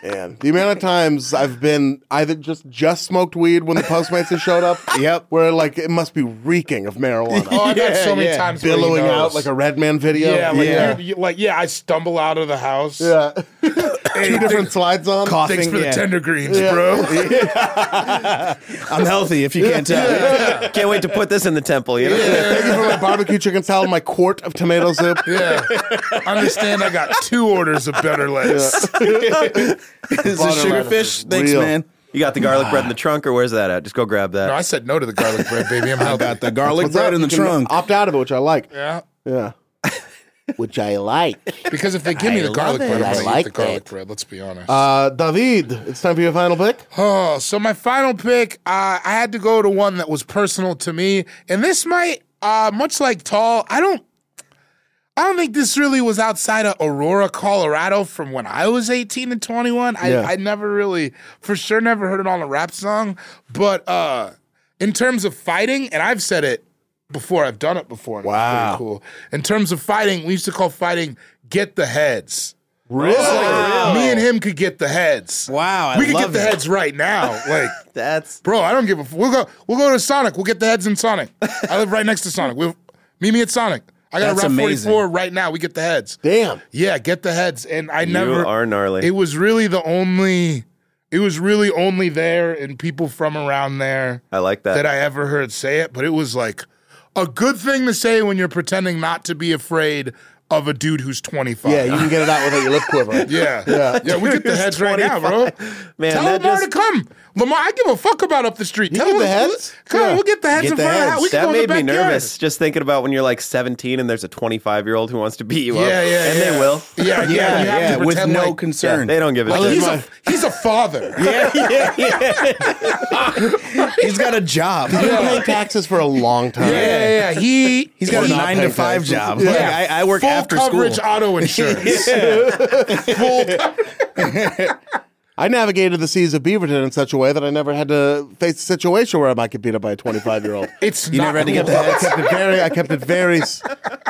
Speaker 2: Man, the amount of times I've been either just just smoked weed when the Postmates has showed up.
Speaker 5: Yep.
Speaker 2: Where like it must be reeking of marijuana.
Speaker 4: Oh, I've had so many
Speaker 5: yeah.
Speaker 4: times where he
Speaker 2: billowing out
Speaker 4: knows.
Speaker 2: like a red man video.
Speaker 4: yeah, like,
Speaker 5: Yeah.
Speaker 4: You, you- like yeah, I stumble out of the house.
Speaker 2: Yeah. Two different slides on.
Speaker 5: Coughing.
Speaker 4: Thanks for the
Speaker 5: yeah.
Speaker 4: tender greens, bro.
Speaker 5: I'm healthy if you can't tell.
Speaker 1: Can't wait to put this in the temple, you know?
Speaker 2: Thank you for my barbecue chicken salad, my quart of tomato soup.
Speaker 4: Yeah, understand. I got two orders of better lettuce.
Speaker 5: Is this
Speaker 2: Butter
Speaker 5: sugarfish? Thanks,
Speaker 2: real.
Speaker 5: man.
Speaker 1: You got the garlic
Speaker 4: Ah.
Speaker 1: bread in the trunk, or where's that at? Just go grab that.
Speaker 4: No, I said no to the garlic bread, baby. I'm
Speaker 5: I
Speaker 4: healthy.
Speaker 5: got the garlic
Speaker 2: What's up?
Speaker 5: bread in the
Speaker 2: You can
Speaker 5: trunk.
Speaker 2: Opt out of it, which I like.
Speaker 4: Yeah,
Speaker 2: Yeah. which I like.
Speaker 4: because if they give me the garlic bread,
Speaker 2: I
Speaker 4: I'm gonna
Speaker 2: like
Speaker 4: eat the garlic
Speaker 2: it.
Speaker 4: bread. Let's be honest.
Speaker 2: Uh, David, it's time for your final pick.
Speaker 4: Oh, so my final pick, uh, I had to go to one that was personal to me, and this might, uh, much like Tall, I don't, I don't think this really was outside of Aurora, Colorado, from when I was eighteen and twenty-one. I,
Speaker 2: Yeah.
Speaker 4: I never really, for sure, never heard it on a rap song. But uh, in terms of fighting, and I've said it before, I've done it before. and it's pretty
Speaker 2: Wow.
Speaker 4: cool. In terms of fighting, we used to call fighting "get the heads."
Speaker 2: Really?
Speaker 4: Me and him could get the heads.
Speaker 5: Wow, I
Speaker 4: we could
Speaker 5: love
Speaker 4: get the
Speaker 5: it.
Speaker 4: heads right now. Like,
Speaker 1: That's
Speaker 4: bro, I don't give a. F- we'll go. We'll go to Sonic. We'll get the heads in Sonic. I live right next to Sonic. We'll meet me at Sonic. I got a
Speaker 5: That's
Speaker 4: Route Forty
Speaker 5: amazing.
Speaker 4: Four right now. We get the heads.
Speaker 2: Damn.
Speaker 4: Yeah, get the heads. And I never.
Speaker 1: you are gnarly.
Speaker 4: It was really the only. It was really only there and people from around there
Speaker 1: I like that.
Speaker 4: that I ever heard say it, but it was like a good thing to say when you're pretending not to be afraid of a dude who's 25.
Speaker 2: Yeah, you can get it out without your lip quiver.
Speaker 4: Yeah. yeah. we get the heads right now, bro.
Speaker 1: Man,
Speaker 4: Tell
Speaker 1: that
Speaker 4: Lamar
Speaker 1: just-
Speaker 4: to come. Lamar, I give a fuck about up the street. Tell
Speaker 2: get
Speaker 4: him
Speaker 2: the
Speaker 4: to-
Speaker 2: heads?
Speaker 4: Come,
Speaker 2: Yeah.
Speaker 4: we'll get the heads
Speaker 5: Get
Speaker 4: in
Speaker 5: the
Speaker 4: front of the
Speaker 5: heads.
Speaker 4: house. We can
Speaker 1: that
Speaker 4: go in the
Speaker 1: made me
Speaker 4: backyard.
Speaker 1: nervous just thinking about when you're like 17 and there's a 25 year old who wants to beat you up.
Speaker 4: Yeah, yeah,
Speaker 1: And
Speaker 4: yeah.
Speaker 1: they will.
Speaker 4: Yeah, yeah,
Speaker 5: Yeah,
Speaker 4: you have
Speaker 5: yeah,
Speaker 4: to
Speaker 5: with
Speaker 4: pretend
Speaker 5: no
Speaker 4: like,
Speaker 5: concern.
Speaker 1: They don't give a
Speaker 4: like
Speaker 1: shit.
Speaker 4: he's a he's a father.
Speaker 1: yeah, yeah, yeah.
Speaker 5: He's got a job.
Speaker 2: I've been paying taxes for a long time.
Speaker 4: Yeah, yeah, yeah. He
Speaker 5: He's got
Speaker 2: Or
Speaker 5: a
Speaker 2: not
Speaker 5: nine
Speaker 2: pay
Speaker 5: to five
Speaker 2: taxes.
Speaker 5: job.
Speaker 2: Yeah.
Speaker 5: Like, I, I work
Speaker 4: full
Speaker 5: after
Speaker 4: coverage
Speaker 5: school.
Speaker 4: auto insurance. Full co-
Speaker 2: I navigated the seas of Beaverton in such a way that I never had to face a situation where I might get beat up by a 25 year old.
Speaker 4: It's
Speaker 5: You
Speaker 4: not
Speaker 5: never had to get
Speaker 4: cool.
Speaker 5: the
Speaker 2: I
Speaker 5: heads.
Speaker 2: kept it very, I kept it very, s-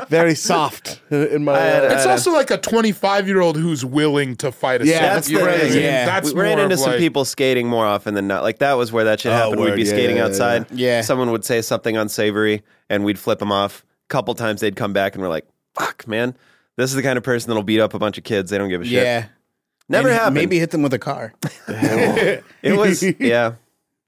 Speaker 2: very soft in my.
Speaker 1: had
Speaker 2: uh,
Speaker 1: a-
Speaker 4: It's also like a 25 year old who's willing to fight a
Speaker 2: Yeah,
Speaker 4: civil
Speaker 2: that's
Speaker 4: war.
Speaker 2: the
Speaker 4: You know what I
Speaker 2: thing.
Speaker 4: mean?
Speaker 5: Yeah.
Speaker 4: That's
Speaker 1: we ran
Speaker 4: more
Speaker 1: into
Speaker 4: of
Speaker 1: some
Speaker 4: like- Oh,
Speaker 1: people skating more often than not. Like that was where that shit happened.
Speaker 5: word,
Speaker 1: we'd be
Speaker 5: yeah,
Speaker 1: skating
Speaker 5: yeah, yeah,
Speaker 1: outside.
Speaker 5: yeah. Yeah.
Speaker 1: Someone would say something unsavory and we'd flip them off. couple times they'd come back and we're like, fuck, man. This is the kind of person that'll beat up a bunch of kids. They don't give a shit.
Speaker 5: Yeah.
Speaker 1: Never
Speaker 5: And
Speaker 1: happened.
Speaker 5: Maybe hit them with a car.
Speaker 1: it was yeah.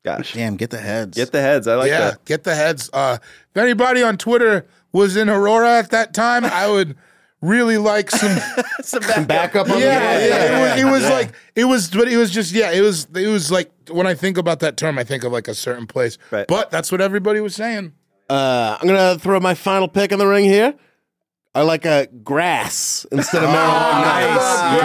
Speaker 1: Gosh.
Speaker 5: Damn, get the heads.
Speaker 1: Get the heads. I like
Speaker 4: yeah,
Speaker 1: that.
Speaker 4: get the heads. Uh, if anybody on Twitter was in Aurora at that time, I would really like some.
Speaker 2: some backup on
Speaker 4: yeah,
Speaker 2: the
Speaker 4: yeah, It was, it was like it was, but it was just yeah. It was it was like when I think about that term, I think of like a certain place.
Speaker 1: Right.
Speaker 4: But that's what everybody was saying.
Speaker 2: Uh, I'm gonna throw my final pick in the ring here. I like a grass instead of marijuana.
Speaker 1: Oh, Nice.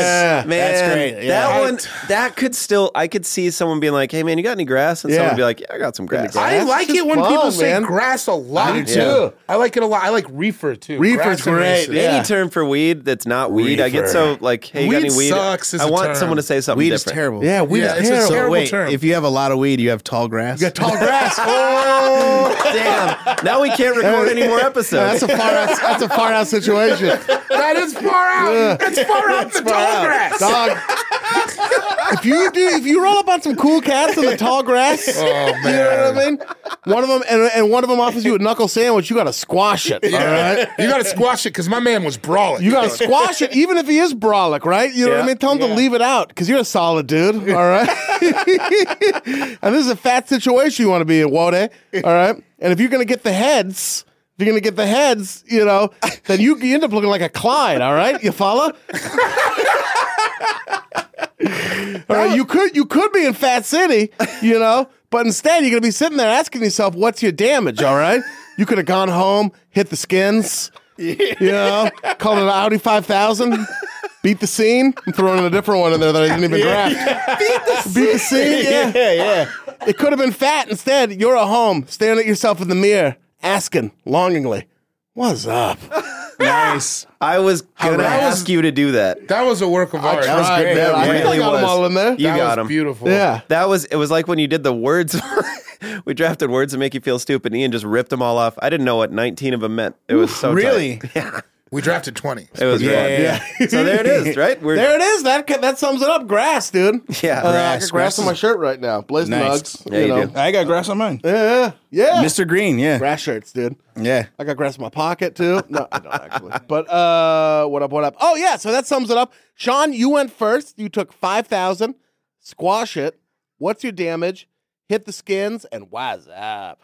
Speaker 2: Yeah.
Speaker 1: Man,
Speaker 2: That's great. Yeah.
Speaker 1: That one that could still I could see someone being like, Hey man, you got any grass? And someone
Speaker 2: Yeah.
Speaker 1: would be like, Yeah, I got some grass.
Speaker 2: grass.
Speaker 4: I like
Speaker 2: just
Speaker 4: it when people
Speaker 2: bomb,
Speaker 4: say
Speaker 2: man.
Speaker 4: grass a lot.
Speaker 2: I do too.
Speaker 4: I like it a lot. I like reefer too.
Speaker 2: Reefer's
Speaker 4: Grass and
Speaker 2: great,
Speaker 4: reefer.
Speaker 2: yeah.
Speaker 1: Any term for weed that's not weed, I get so like, hey, you got
Speaker 4: Weed
Speaker 1: any weed?
Speaker 4: sucks is
Speaker 1: I
Speaker 4: a
Speaker 1: want
Speaker 4: term.
Speaker 1: someone to say something
Speaker 5: weed
Speaker 1: different.
Speaker 5: is terrible.
Speaker 2: Yeah, we
Speaker 4: Yeah,
Speaker 2: yeah,
Speaker 4: it's a
Speaker 2: terrible.
Speaker 4: terrible
Speaker 5: Wait,
Speaker 4: term.
Speaker 5: if you have a lot of weed, you have tall grass.
Speaker 2: tall grass.
Speaker 1: Oh, Damn. Now we can't record any more episodes.
Speaker 2: that's a far out. That's a far out situation.
Speaker 4: that is far out. That's far out the tall grass.
Speaker 2: Dog. if you do, if you roll up on some cool cats in the tall grass, you
Speaker 5: Oh,
Speaker 2: know what I mean. One of them, and, and one of them offers you a knuckle sandwich. You got to squash it. All right.
Speaker 4: You gotta squash it because my man was brawling.
Speaker 2: You gotta squash it, even if he is brolic, right? You know what
Speaker 1: Yeah.
Speaker 2: I mean? Tell him to leave it out because you're a solid dude, all right? and this is a fat situation you want to be in, Wode, all right? And if you're gonna get the heads, if you're gonna get the heads, you know, then you, you end up looking like a Clyde, all right? You follow? all right, you could you could be in Fat City, you know, but instead you're gonna be sitting there asking yourself, what's your damage, all right? You could have gone home, hit the skins. You know, called it an Audi 5000, beat the scene, and throwing in a different one in there that I didn't even draft. Beat, the scene, yeah.
Speaker 5: yeah, yeah.
Speaker 2: It could have been fat. Instead, you're at home, staring at yourself in the mirror, asking longingly, What's up?
Speaker 5: nice.
Speaker 1: I was gonna ask you to do that.
Speaker 4: That was a work of art.
Speaker 2: That was great, man. I
Speaker 1: It
Speaker 2: think I
Speaker 1: really
Speaker 2: got them
Speaker 1: was.
Speaker 2: all in there.
Speaker 1: You
Speaker 4: That
Speaker 1: got
Speaker 4: was
Speaker 1: him.
Speaker 4: Beautiful.
Speaker 2: Yeah.
Speaker 1: That was it was like when you did the words we drafted words that make you feel stupid and Ian just ripped them all off. I didn't know what 19 of them meant. It was so tight.
Speaker 5: Really?
Speaker 4: We drafted twenty.
Speaker 1: It was
Speaker 5: Yeah,
Speaker 1: great.
Speaker 5: yeah,
Speaker 1: So there it is, right? We're
Speaker 2: There it is. That ca- that sums it up. Grass, dude.
Speaker 1: Yeah.
Speaker 2: Uh, I got
Speaker 5: Grass, grass
Speaker 2: grass on my
Speaker 5: is-
Speaker 2: shirt right now. Blazing
Speaker 5: Nice.
Speaker 2: nugs.
Speaker 1: Yeah, you do.
Speaker 5: I got grass on mine.
Speaker 2: Yeah. Yeah.
Speaker 5: Mr. Green, yeah.
Speaker 2: Grass shirts, dude.
Speaker 5: Yeah.
Speaker 2: I got grass in my pocket too. No, I don't actually. But uh, what up? What up? Oh yeah, so that sums it up. Sean, you went first. You took five thousand. Squash it. What's your damage? Hit the skins and wise up.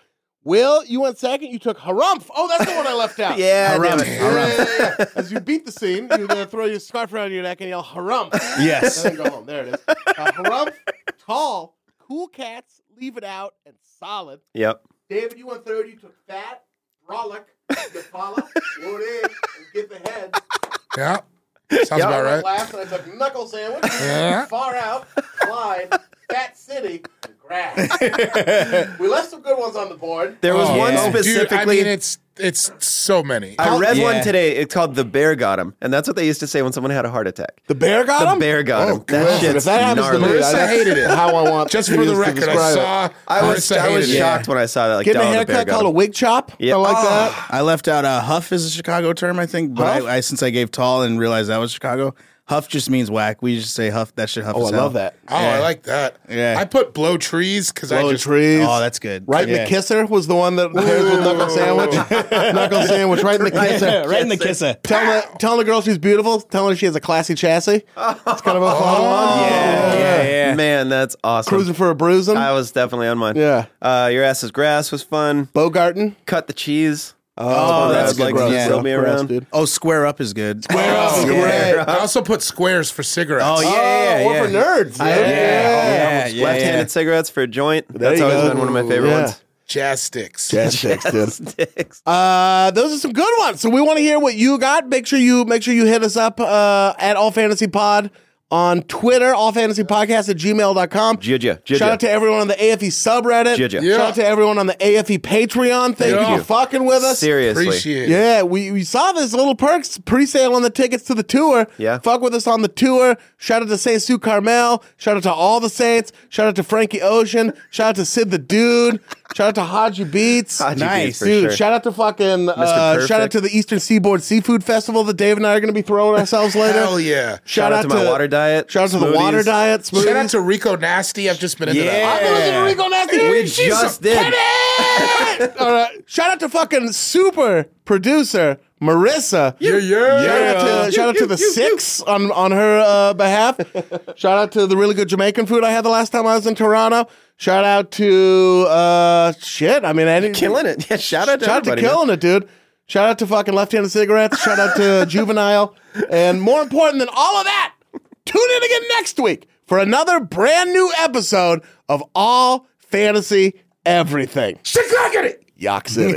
Speaker 2: Will, you went second. You took harumph. Oh, that's the one I left out.
Speaker 1: Yeah, damn
Speaker 5: Harumph.
Speaker 1: it.
Speaker 2: Yeah, yeah, yeah. As you beat the scene, you're gonna throw your scarf around your neck and yell harumph.
Speaker 5: Yes.
Speaker 2: And then go home. There it is. Uh, harumph, tall, cool cats. Leave it out and solid.
Speaker 1: Yep.
Speaker 2: David, you went third. You took fat, brolic, Nafala, load in, and get the head.
Speaker 4: Yeah. Sounds about
Speaker 2: I went
Speaker 4: right.
Speaker 2: last, and I took knuckle sandwich.
Speaker 4: Uh, Yeah.
Speaker 2: Far out, Clyde, Fat City, and grass. we left some good ones on the board.
Speaker 1: There was
Speaker 4: Oh,
Speaker 1: one
Speaker 4: yeah. Dude, I
Speaker 1: specifically
Speaker 4: mean, it's it's so many.
Speaker 1: I read
Speaker 5: Yeah.
Speaker 1: one today. It's called "The Bear Got Him," and that's what they used to say when someone had a heart attack.
Speaker 2: The bear got
Speaker 1: The
Speaker 2: him.
Speaker 1: bear got him. That
Speaker 2: Listen,
Speaker 1: shit's
Speaker 2: if that happens
Speaker 1: gnarly.
Speaker 2: to me,
Speaker 4: Marissa
Speaker 2: that's
Speaker 4: hated it.
Speaker 2: How I want.
Speaker 4: Just for
Speaker 2: you
Speaker 4: the
Speaker 2: to
Speaker 4: record, I
Speaker 2: describe it.
Speaker 4: saw.
Speaker 1: I was
Speaker 4: Marissa
Speaker 1: I was
Speaker 4: hated it.
Speaker 1: shocked when I saw that. Like,
Speaker 2: Getting a
Speaker 1: "Dog, the bear
Speaker 2: haircut
Speaker 1: got
Speaker 2: called a
Speaker 1: him."
Speaker 2: wig chop.
Speaker 1: Yeah.
Speaker 2: I like
Speaker 1: Oh.
Speaker 2: that.
Speaker 5: I left out uh, huff is a Chicago term, I think, but I, I since I gave tall and realized that was Chicago, huff just means whack. We just say huff. That shit huff.
Speaker 2: Oh,
Speaker 5: as
Speaker 2: I love
Speaker 5: hell.
Speaker 2: that.
Speaker 4: Oh, I like that.
Speaker 5: Yeah.
Speaker 4: I put blow trees because I
Speaker 2: Blow
Speaker 4: just
Speaker 2: trees.
Speaker 5: Oh, that's good.
Speaker 2: Right in
Speaker 5: Yeah.
Speaker 2: the kisser was the one that pairs with knuckle sandwich. knuckle sandwich, right in the kisser.
Speaker 5: Yeah, right in the kisser.
Speaker 2: Telling the, telling the girl she's beautiful, telling her she has a classy chassis. It's kind of a fun one.
Speaker 5: Yeah, yeah.
Speaker 1: Oh, Man, that's awesome.
Speaker 2: Cruising for a bruising.
Speaker 1: I was definitely on mine.
Speaker 2: Yeah.
Speaker 1: Uh, your ass is grass was fun.
Speaker 2: Bogarten.
Speaker 1: Cut the cheese.
Speaker 2: Oh,
Speaker 1: that's like
Speaker 2: gross,
Speaker 1: just
Speaker 2: bro.
Speaker 1: throw me
Speaker 2: Gross,
Speaker 1: around.
Speaker 2: dude.
Speaker 5: Oh, square up is good.
Speaker 2: Square up is great.
Speaker 4: I also put squares for cigarettes.
Speaker 5: Oh, yeah,
Speaker 2: Oh,
Speaker 5: yeah,
Speaker 2: we're
Speaker 5: yeah.
Speaker 2: for nerds.
Speaker 1: I-
Speaker 2: yeah.
Speaker 5: yeah, yeah,
Speaker 1: Left-handed cigarettes for a joint. that's
Speaker 2: you
Speaker 1: always
Speaker 2: go.
Speaker 1: been one of my favorite
Speaker 2: Yeah.
Speaker 1: ones.
Speaker 4: Jazz sticks.
Speaker 2: That's sick, dude.
Speaker 1: Sticks.
Speaker 2: Uh, those are some good ones. So we want to hear what you got. Make sure you make sure you hit us up uh, at All Fantasy Pod on Twitter, allfantasypodcast at gmail.com.
Speaker 1: Gia-gia, gia-gia.
Speaker 2: Shout out to everyone on the AFE subreddit.
Speaker 1: Gia-gia.
Speaker 2: Shout out to everyone on the AFE Patreon. Thank
Speaker 4: Yeah.
Speaker 2: you for fucking with us.
Speaker 1: Seriously.
Speaker 4: Appreciate it.
Speaker 2: Yeah, we, we saw this little perks pre-sale on the tickets to the tour.
Speaker 1: Yeah.
Speaker 2: Fuck with us on the tour. Shout out to Saint Sue Carmel. Shout out to all the Saints. Shout out to Frankie Ocean. Shout out to Sid the Dude. Shout out to Haji Beats.
Speaker 1: Haji Nice. Beats for
Speaker 2: Dude,
Speaker 1: sure.
Speaker 2: shout out to fucking uh,
Speaker 1: Perfect.
Speaker 2: shout out to the Eastern Seaboard Seafood Festival that Dave and I are gonna be throwing ourselves later.
Speaker 4: Hell yeah.
Speaker 1: Shout out to my water diet,
Speaker 2: Shout out to the water
Speaker 1: smoothies.
Speaker 2: diet. Smoothies.
Speaker 4: Shout out to Rico Nasty. I've just been into
Speaker 1: Yeah.
Speaker 4: that.
Speaker 2: I'm gonna do Rico Nasty.
Speaker 1: We
Speaker 2: She's
Speaker 1: just
Speaker 2: a
Speaker 1: did.
Speaker 2: petty! All right. Shout out to fucking super producer Marissa.
Speaker 4: Yeah, yeah.
Speaker 2: Shout out to, shout out to the six on on her uh, behalf. shout out to the really good Jamaican food I had the last time I was in Toronto. Shout out to uh, shit. I mean, any,
Speaker 1: Killing it. Yeah, shout out to
Speaker 2: shout out to
Speaker 1: everybody.
Speaker 2: killing it, dude. Shout out to fucking left-handed cigarettes. Shout out to juvenile, and more important than all of that, tune in again next week for another brand new episode of All Fantasy Everything.
Speaker 4: Shit, look at it.
Speaker 2: Yak City.